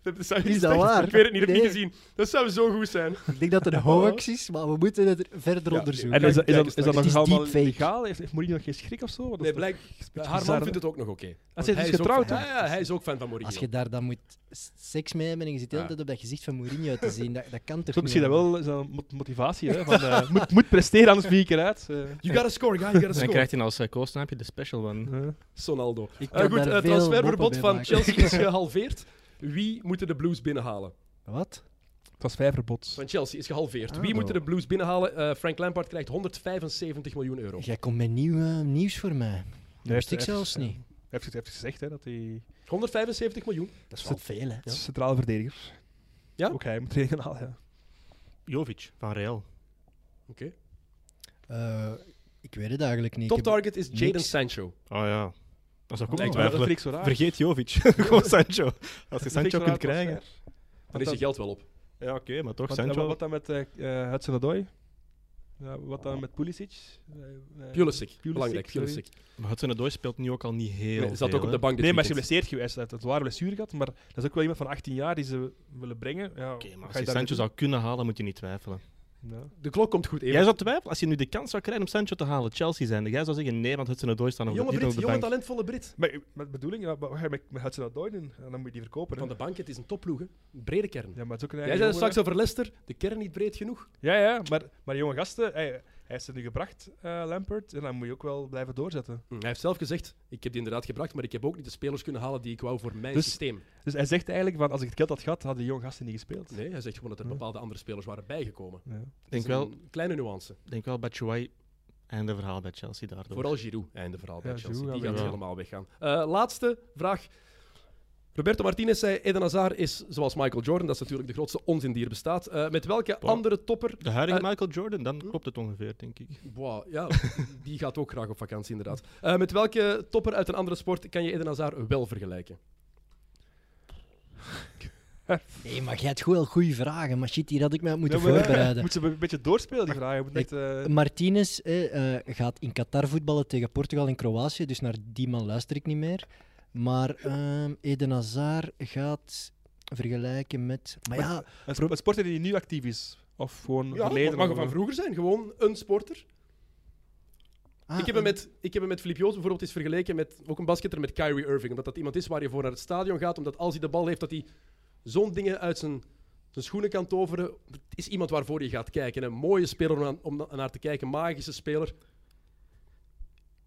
[SPEAKER 1] Dat zou je
[SPEAKER 2] Is
[SPEAKER 1] niet
[SPEAKER 2] dat
[SPEAKER 1] zeggen.
[SPEAKER 2] waar?
[SPEAKER 1] Ik weet het niet, ik heb
[SPEAKER 2] Nee.
[SPEAKER 1] niet gezien. Dat zou zo goed zijn.
[SPEAKER 2] Ik denk dat het een hoax is, maar we moeten het er verder
[SPEAKER 1] Ja,
[SPEAKER 2] onderzoeken.
[SPEAKER 3] En is, dat- is, dat, is dat
[SPEAKER 2] Het
[SPEAKER 3] nog
[SPEAKER 2] is
[SPEAKER 3] allemaal
[SPEAKER 2] deepfake.
[SPEAKER 3] legaal? Heeft, heeft Mourinho nog geen schrik of zo? Want
[SPEAKER 1] Nee,
[SPEAKER 3] dat is
[SPEAKER 1] blijk, haar
[SPEAKER 3] bizar,
[SPEAKER 1] man
[SPEAKER 3] hè?
[SPEAKER 1] vindt het ook nog oké. Want
[SPEAKER 3] ze is
[SPEAKER 1] ook
[SPEAKER 3] getrouwd,
[SPEAKER 1] van-
[SPEAKER 3] hè?
[SPEAKER 1] Ja, ja, hij is ook fan van Mourinho.
[SPEAKER 2] Als je daar dan moet s- seks mee hebben en je zit de hele
[SPEAKER 1] Ja.
[SPEAKER 2] tijd op dat gezicht van Mourinho te zien, dat, dat kan toch
[SPEAKER 3] toch- misschien
[SPEAKER 2] niet,
[SPEAKER 3] dat wel is dat een mot- motivatie. Hè? Van, eh, [laughs] moet, moet presteren, anders vlieg ik eruit. Eh,
[SPEAKER 1] You gotta score, guy, you gotta
[SPEAKER 4] [laughs] Dan
[SPEAKER 1] score.
[SPEAKER 4] krijgt hij als uh, koosnaapje de special one.
[SPEAKER 3] eh.
[SPEAKER 1] Sonaldo.
[SPEAKER 2] Ik
[SPEAKER 1] Eh,
[SPEAKER 2] kan
[SPEAKER 1] goed,
[SPEAKER 2] daar
[SPEAKER 1] het
[SPEAKER 2] veel
[SPEAKER 1] transferverbod
[SPEAKER 2] moppen bij
[SPEAKER 1] van
[SPEAKER 2] maken.
[SPEAKER 1] Chelsea is gehalveerd. Wie moeten de Blues binnenhalen?
[SPEAKER 2] Wat?
[SPEAKER 3] Transferverbod.
[SPEAKER 1] Van Chelsea is gehalveerd.
[SPEAKER 2] Ah.
[SPEAKER 1] Wie moeten de Blues binnenhalen? Eh, Frank Lampard krijgt 175 miljoen euro.
[SPEAKER 2] Jij komt met nieuw, eh, nieuws voor mij.
[SPEAKER 3] Nee,
[SPEAKER 2] wist
[SPEAKER 3] heeft-
[SPEAKER 2] ik zelfs
[SPEAKER 3] ja.
[SPEAKER 2] niet.
[SPEAKER 3] Hij heeft, hij heeft gezegd hè, dat hij
[SPEAKER 1] 175 miljoen.
[SPEAKER 2] Dat is wel veel, hè.
[SPEAKER 1] Ja.
[SPEAKER 3] centrale verdediger.
[SPEAKER 1] Ja?
[SPEAKER 3] Ook hij moet rekening halen. Ja.
[SPEAKER 4] Jovic van Real.
[SPEAKER 2] Eh, ik weet het eigenlijk niet.
[SPEAKER 1] Top
[SPEAKER 2] Ik heb-
[SPEAKER 1] target is Jadon
[SPEAKER 2] niks.
[SPEAKER 1] Sancho.
[SPEAKER 4] Oh ja, dat zou ik ook niet
[SPEAKER 1] Lijkt me wel
[SPEAKER 3] dat vind
[SPEAKER 4] twijfelen.
[SPEAKER 3] ik zo raar.
[SPEAKER 4] Vergeet Jovic, [laughs] gewoon Sancho. Als je
[SPEAKER 3] Dat vind ik zo
[SPEAKER 4] Sancho
[SPEAKER 3] raar
[SPEAKER 4] kunt krijgen.
[SPEAKER 3] transfer.
[SPEAKER 1] Daar is je
[SPEAKER 3] dat-
[SPEAKER 1] geld wel op.
[SPEAKER 4] Ja, oké, maar toch,
[SPEAKER 3] Wat, en
[SPEAKER 4] Sancho.
[SPEAKER 3] wat dan met eh eh, Hudson-Odoi? Ja, wat dan met Pulisic? Eh, eh,
[SPEAKER 1] Pulisic, belangrijk.
[SPEAKER 3] sorry.
[SPEAKER 1] Pulisic.
[SPEAKER 4] Maar Hudson-Odoi speelt nu ook al niet heel
[SPEAKER 1] Nee, zat
[SPEAKER 4] veel,
[SPEAKER 1] ook op
[SPEAKER 4] hè.
[SPEAKER 1] de bank dit
[SPEAKER 3] Nee, maar hij is
[SPEAKER 1] weekend.
[SPEAKER 3] geblesseerd geweest. Hij heeft het ware blessure gehad, maar dat is ook wel iemand van 18 jaar die ze willen brengen. Ja,
[SPEAKER 4] Oké, maar als
[SPEAKER 3] ga je
[SPEAKER 4] je
[SPEAKER 3] daar
[SPEAKER 4] Sancho
[SPEAKER 3] naartoe?
[SPEAKER 4] zou kunnen halen, moet je niet twijfelen.
[SPEAKER 3] Ja.
[SPEAKER 1] De klok komt goed,
[SPEAKER 4] Jij
[SPEAKER 1] even.
[SPEAKER 4] zou twijfelen, als je nu de kans zou krijgen om Sancho te halen, Chelsea zijn. Jij zou zeggen, nee, want Hudson-Odoi staat nog
[SPEAKER 1] Jonge
[SPEAKER 4] niet op
[SPEAKER 1] Brit,
[SPEAKER 4] de
[SPEAKER 1] jonge
[SPEAKER 4] bank.
[SPEAKER 1] talentvolle Brit.
[SPEAKER 3] Maar met bedoeling, ja, maar wat ga je met, met Hudson Odoi doen? En dan moet je die verkopen. hè.
[SPEAKER 1] Van de bank, het is een topploeg, hè. Een brede kern.
[SPEAKER 3] Ja, maar het is ook een
[SPEAKER 1] Jij
[SPEAKER 3] eigen
[SPEAKER 1] zei
[SPEAKER 3] jongen,
[SPEAKER 1] straks over Leicester, de kern niet breed genoeg.
[SPEAKER 3] hè. Ja, ja, maar, maar jonge gasten, hij, hij is er nu gebracht, eh Lampert, en dan moet je ook wel blijven doorzetten.
[SPEAKER 1] Hm, Hij heeft zelf gezegd, ik heb die inderdaad gebracht, maar ik heb ook niet de spelers kunnen halen die ik wou voor mijn
[SPEAKER 3] Dus-
[SPEAKER 1] systeem.
[SPEAKER 3] Dus hij zegt eigenlijk, van, als ik het geld had gehad, hadden die jonge gasten niet gespeeld.
[SPEAKER 1] Nee, hij zegt gewoon dat er
[SPEAKER 3] Ja.
[SPEAKER 1] bepaalde andere spelers waren bijgekomen.
[SPEAKER 3] Ja.
[SPEAKER 4] Ik
[SPEAKER 1] Dat
[SPEAKER 4] denk
[SPEAKER 1] is
[SPEAKER 4] wel,
[SPEAKER 1] een Kleine nuance.
[SPEAKER 4] denk wel Batshuayi en de verhaal bij Chelsea daardoor.
[SPEAKER 1] Vooral Giroud, einde verhaal bij
[SPEAKER 3] Ja,
[SPEAKER 1] Chelsea.
[SPEAKER 3] Giroud
[SPEAKER 1] die
[SPEAKER 3] gaat
[SPEAKER 1] gaat
[SPEAKER 4] weg.
[SPEAKER 1] helemaal weggaan. Eh, laatste vraag. Roberto Martinez zei, Eden Hazard is, zoals Michael Jordan, dat is natuurlijk de grootste onzin die er bestaat. Eh, met welke
[SPEAKER 4] Wow.
[SPEAKER 1] andere topper...
[SPEAKER 4] De huidige
[SPEAKER 1] Eh,
[SPEAKER 4] Michael Jordan, dan klopt het ongeveer, denk ik.
[SPEAKER 1] Boah, ja, die gaat ook graag op vakantie, inderdaad. Eh, met welke topper uit een andere sport kan je Eden Hazard wel vergelijken?
[SPEAKER 2] Nee, maar jij hebt gewoon goede vragen. Maar shit, hier had ik mij op moeten
[SPEAKER 3] Ja, maar, eh,
[SPEAKER 2] voorbereiden.
[SPEAKER 3] [laughs] Moet ze een beetje doorspelen, die vraag. Je moet
[SPEAKER 2] Ik-
[SPEAKER 3] net, eh,
[SPEAKER 2] Martinez eh, eh, gaat in Qatar voetballen tegen Portugal en Kroatië, dus naar die man luister ik niet meer. Maar ehm, Eden Hazard gaat vergelijken met... Maar ja,
[SPEAKER 3] een, sp- een sporter die nu actief is. Of gewoon
[SPEAKER 1] Ja,
[SPEAKER 3] verleden.
[SPEAKER 1] mag
[SPEAKER 3] of-
[SPEAKER 1] van vroeger zijn. Gewoon een sporter.
[SPEAKER 2] ah,
[SPEAKER 1] ik, heb hem met, ik heb hem met Filip Joos bijvoorbeeld eens vergeleken met ook een basketter met Kyrie Irving. Omdat dat iemand is waar je voor naar het stadion gaat. Omdat als hij de bal heeft, dat hij zo'n dingen uit zijn, zijn schoenen kan toveren. Het is iemand waarvoor je gaat kijken. Een mooie speler om, aan- om na- naar te kijken. Magische speler.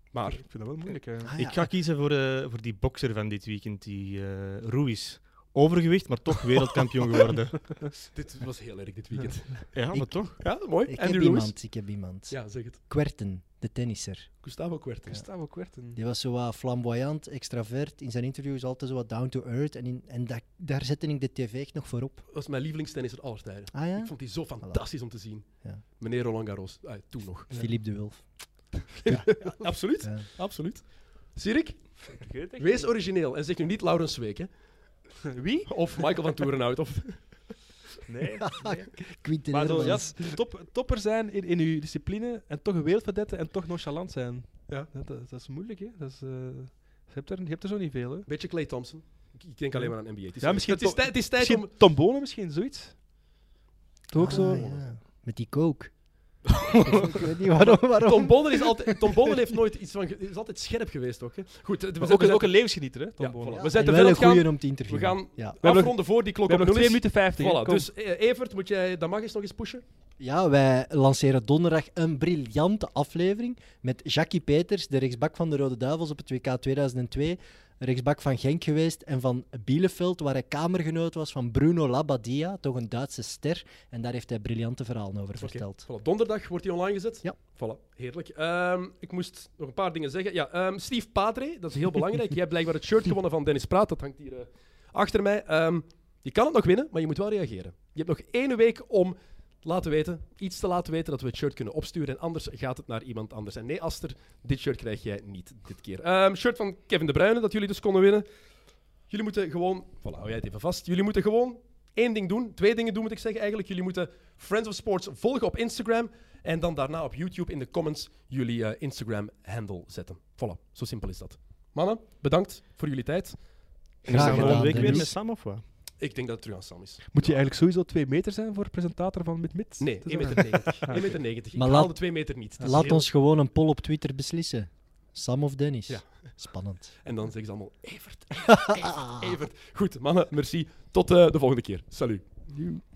[SPEAKER 3] Ik
[SPEAKER 1] Maar
[SPEAKER 3] vind dat wel moeilijk. hè.
[SPEAKER 2] ah, ja,
[SPEAKER 4] Ik ga kiezen voor, eh, voor die bokser van dit weekend, die eh Ruiz. Overgewicht, maar toch wereldkampioen geworden.
[SPEAKER 1] dit was heel erg dit weekend.
[SPEAKER 4] [laughs] ja, maar
[SPEAKER 2] Ik-
[SPEAKER 4] toch?
[SPEAKER 1] Ja, mooi.
[SPEAKER 2] ik heb
[SPEAKER 1] Andrew Lewis.
[SPEAKER 2] iemand, ik heb iemand.
[SPEAKER 1] Ja, zeg het.
[SPEAKER 2] Kwerten, de tennisser.
[SPEAKER 1] Gustavo Kuerten.
[SPEAKER 3] Gustavo Kwerten.
[SPEAKER 2] Die was zo wat flamboyant, extravert, in zijn interviews altijd zo wat down to earth. En, in, en da- daar zette ik de tv echt nog voor op.
[SPEAKER 1] Dat was mijn lievelingstennisser aller tijden.
[SPEAKER 2] Ah ja?
[SPEAKER 1] Ik vond die zo fantastisch om te zien.
[SPEAKER 2] Ja.
[SPEAKER 1] Meneer Roland Garros. Ah, toen
[SPEAKER 3] [laughs]
[SPEAKER 1] nog.
[SPEAKER 2] Philippe de Wulf.
[SPEAKER 1] Absoluut.
[SPEAKER 2] Ja.
[SPEAKER 1] Absoluut. Sirik,
[SPEAKER 3] Vergeet ik.
[SPEAKER 1] wees origineel en zeg nu niet Laurens Zweek, hè.
[SPEAKER 3] Wie?
[SPEAKER 1] Of Michael van Toerenhout. Of...
[SPEAKER 3] Nee.
[SPEAKER 2] Quinten
[SPEAKER 3] Maar zo, ja,
[SPEAKER 2] Hermans.
[SPEAKER 3] top, topper zijn in, in uw discipline en toch een wereldverdette en toch nonchalant zijn. Ja. Dat, dat, dat is moeilijk, hè. Dat is, eh, je, hebt er, je hebt er zo niet veel, hè.
[SPEAKER 1] Beetje Clay Thompson. Ik- Ik denk alleen maar aan NBA. Het is,
[SPEAKER 3] Ja, misschien
[SPEAKER 1] het is,
[SPEAKER 3] toch-
[SPEAKER 1] tij- het is tijd om...
[SPEAKER 3] Misschien Tom Bonen misschien, zoiets. Toch ook
[SPEAKER 2] Ah,
[SPEAKER 3] zo?
[SPEAKER 2] ja. Met die
[SPEAKER 1] [laughs]
[SPEAKER 2] coke. ik weet niet waarom. waarom.
[SPEAKER 1] Tom Bonnen, is altijd, Tom Bonnen heeft nooit iets van... ge- is altijd scherp geweest ook. Hè. Goed, eh, we,
[SPEAKER 3] Maar
[SPEAKER 1] zijn-
[SPEAKER 3] ook,
[SPEAKER 1] we
[SPEAKER 3] een-
[SPEAKER 1] zijn-
[SPEAKER 3] ook een levensgenieter, hè, Tom
[SPEAKER 1] Ja,
[SPEAKER 3] Bonen.
[SPEAKER 1] voilà.
[SPEAKER 3] We
[SPEAKER 1] zijn te ver
[SPEAKER 2] En wel
[SPEAKER 1] aan
[SPEAKER 2] een
[SPEAKER 1] het gaan.
[SPEAKER 2] goeie om te interviewen.
[SPEAKER 1] We gaan-
[SPEAKER 2] Ja.
[SPEAKER 3] hebben nog-
[SPEAKER 1] afronden voor die klok
[SPEAKER 3] hebben
[SPEAKER 1] op
[SPEAKER 3] nog
[SPEAKER 1] nul
[SPEAKER 3] 2
[SPEAKER 1] is.
[SPEAKER 3] minuten 50. hè.
[SPEAKER 1] Voilà,
[SPEAKER 3] Kom.
[SPEAKER 1] dus eh, Evert, moet jij, dat mag eens nog eens pushen.
[SPEAKER 2] ja, wij lanceren donderdag een briljante aflevering met Jackie Peters, de rechtsbak van de Rode Duivels op het WK 2002. Rechtsbak van Genk geweest en van Bielefeld, waar hij kamergenoot was van Bruno Labbadia, toch een Duitse ster. En daar heeft hij briljante verhalen over verteld.
[SPEAKER 1] Voilà, donderdag wordt die online gezet.
[SPEAKER 2] Ja.
[SPEAKER 1] Voilà, heerlijk. Ehm, ik moest nog een paar dingen zeggen. Ja, ehm, Steve Padre, dat is heel belangrijk. Jij hebt blijkbaar het shirt gewonnen van Dennis Praat. Dat hangt hier eh, achter mij. Ehm, je kan het nog winnen, maar je moet wel reageren. Je hebt nog één week om te laten weten, iets te laten weten dat we het shirt kunnen opsturen. En anders gaat het naar iemand anders. En nee, Aster, dit shirt krijg jij niet dit keer. Ehm, shirt van Kevin De Bruyne, dat jullie dus konden winnen. Jullie moeten gewoon, voilà, hou jij het even vast. Jullie moeten gewoon één ding doen. Twee dingen doen, moet ik zeggen eigenlijk. Jullie moeten Friends of Sports volgen op Instagram. En dan daarna op YouTube in de comments jullie eh, Instagram-handle zetten. Voilà, zo simpel is dat. Mannen, bedankt voor jullie tijd.
[SPEAKER 4] We
[SPEAKER 2] Graag
[SPEAKER 4] zijn
[SPEAKER 2] gedaan,
[SPEAKER 4] volgende week weer
[SPEAKER 2] Dennis.
[SPEAKER 4] met Sam of wat?
[SPEAKER 1] Ik denk dat het terug aan Sam is.
[SPEAKER 3] Moet je eigenlijk sowieso twee meter zijn voor presentator van Mid-Mid?
[SPEAKER 1] Nee, 1,90
[SPEAKER 3] Dat is Ah,
[SPEAKER 1] meter.
[SPEAKER 3] waar. [laughs]
[SPEAKER 1] 1,90 meter. Ik
[SPEAKER 2] Maar
[SPEAKER 1] haal
[SPEAKER 2] laat-
[SPEAKER 1] de 2 meter niet. Dat is
[SPEAKER 2] Laat
[SPEAKER 1] heel-
[SPEAKER 2] ons gewoon een poll op Twitter beslissen. Sam of Dennis?
[SPEAKER 1] Ja.
[SPEAKER 2] Spannend.
[SPEAKER 1] En dan zeggen ze allemaal
[SPEAKER 2] [laughs] Ah.
[SPEAKER 1] Evert, Evert, Evert. Goed, mannen, merci. Tot eh, de volgende keer. Salut.
[SPEAKER 3] Nieuw.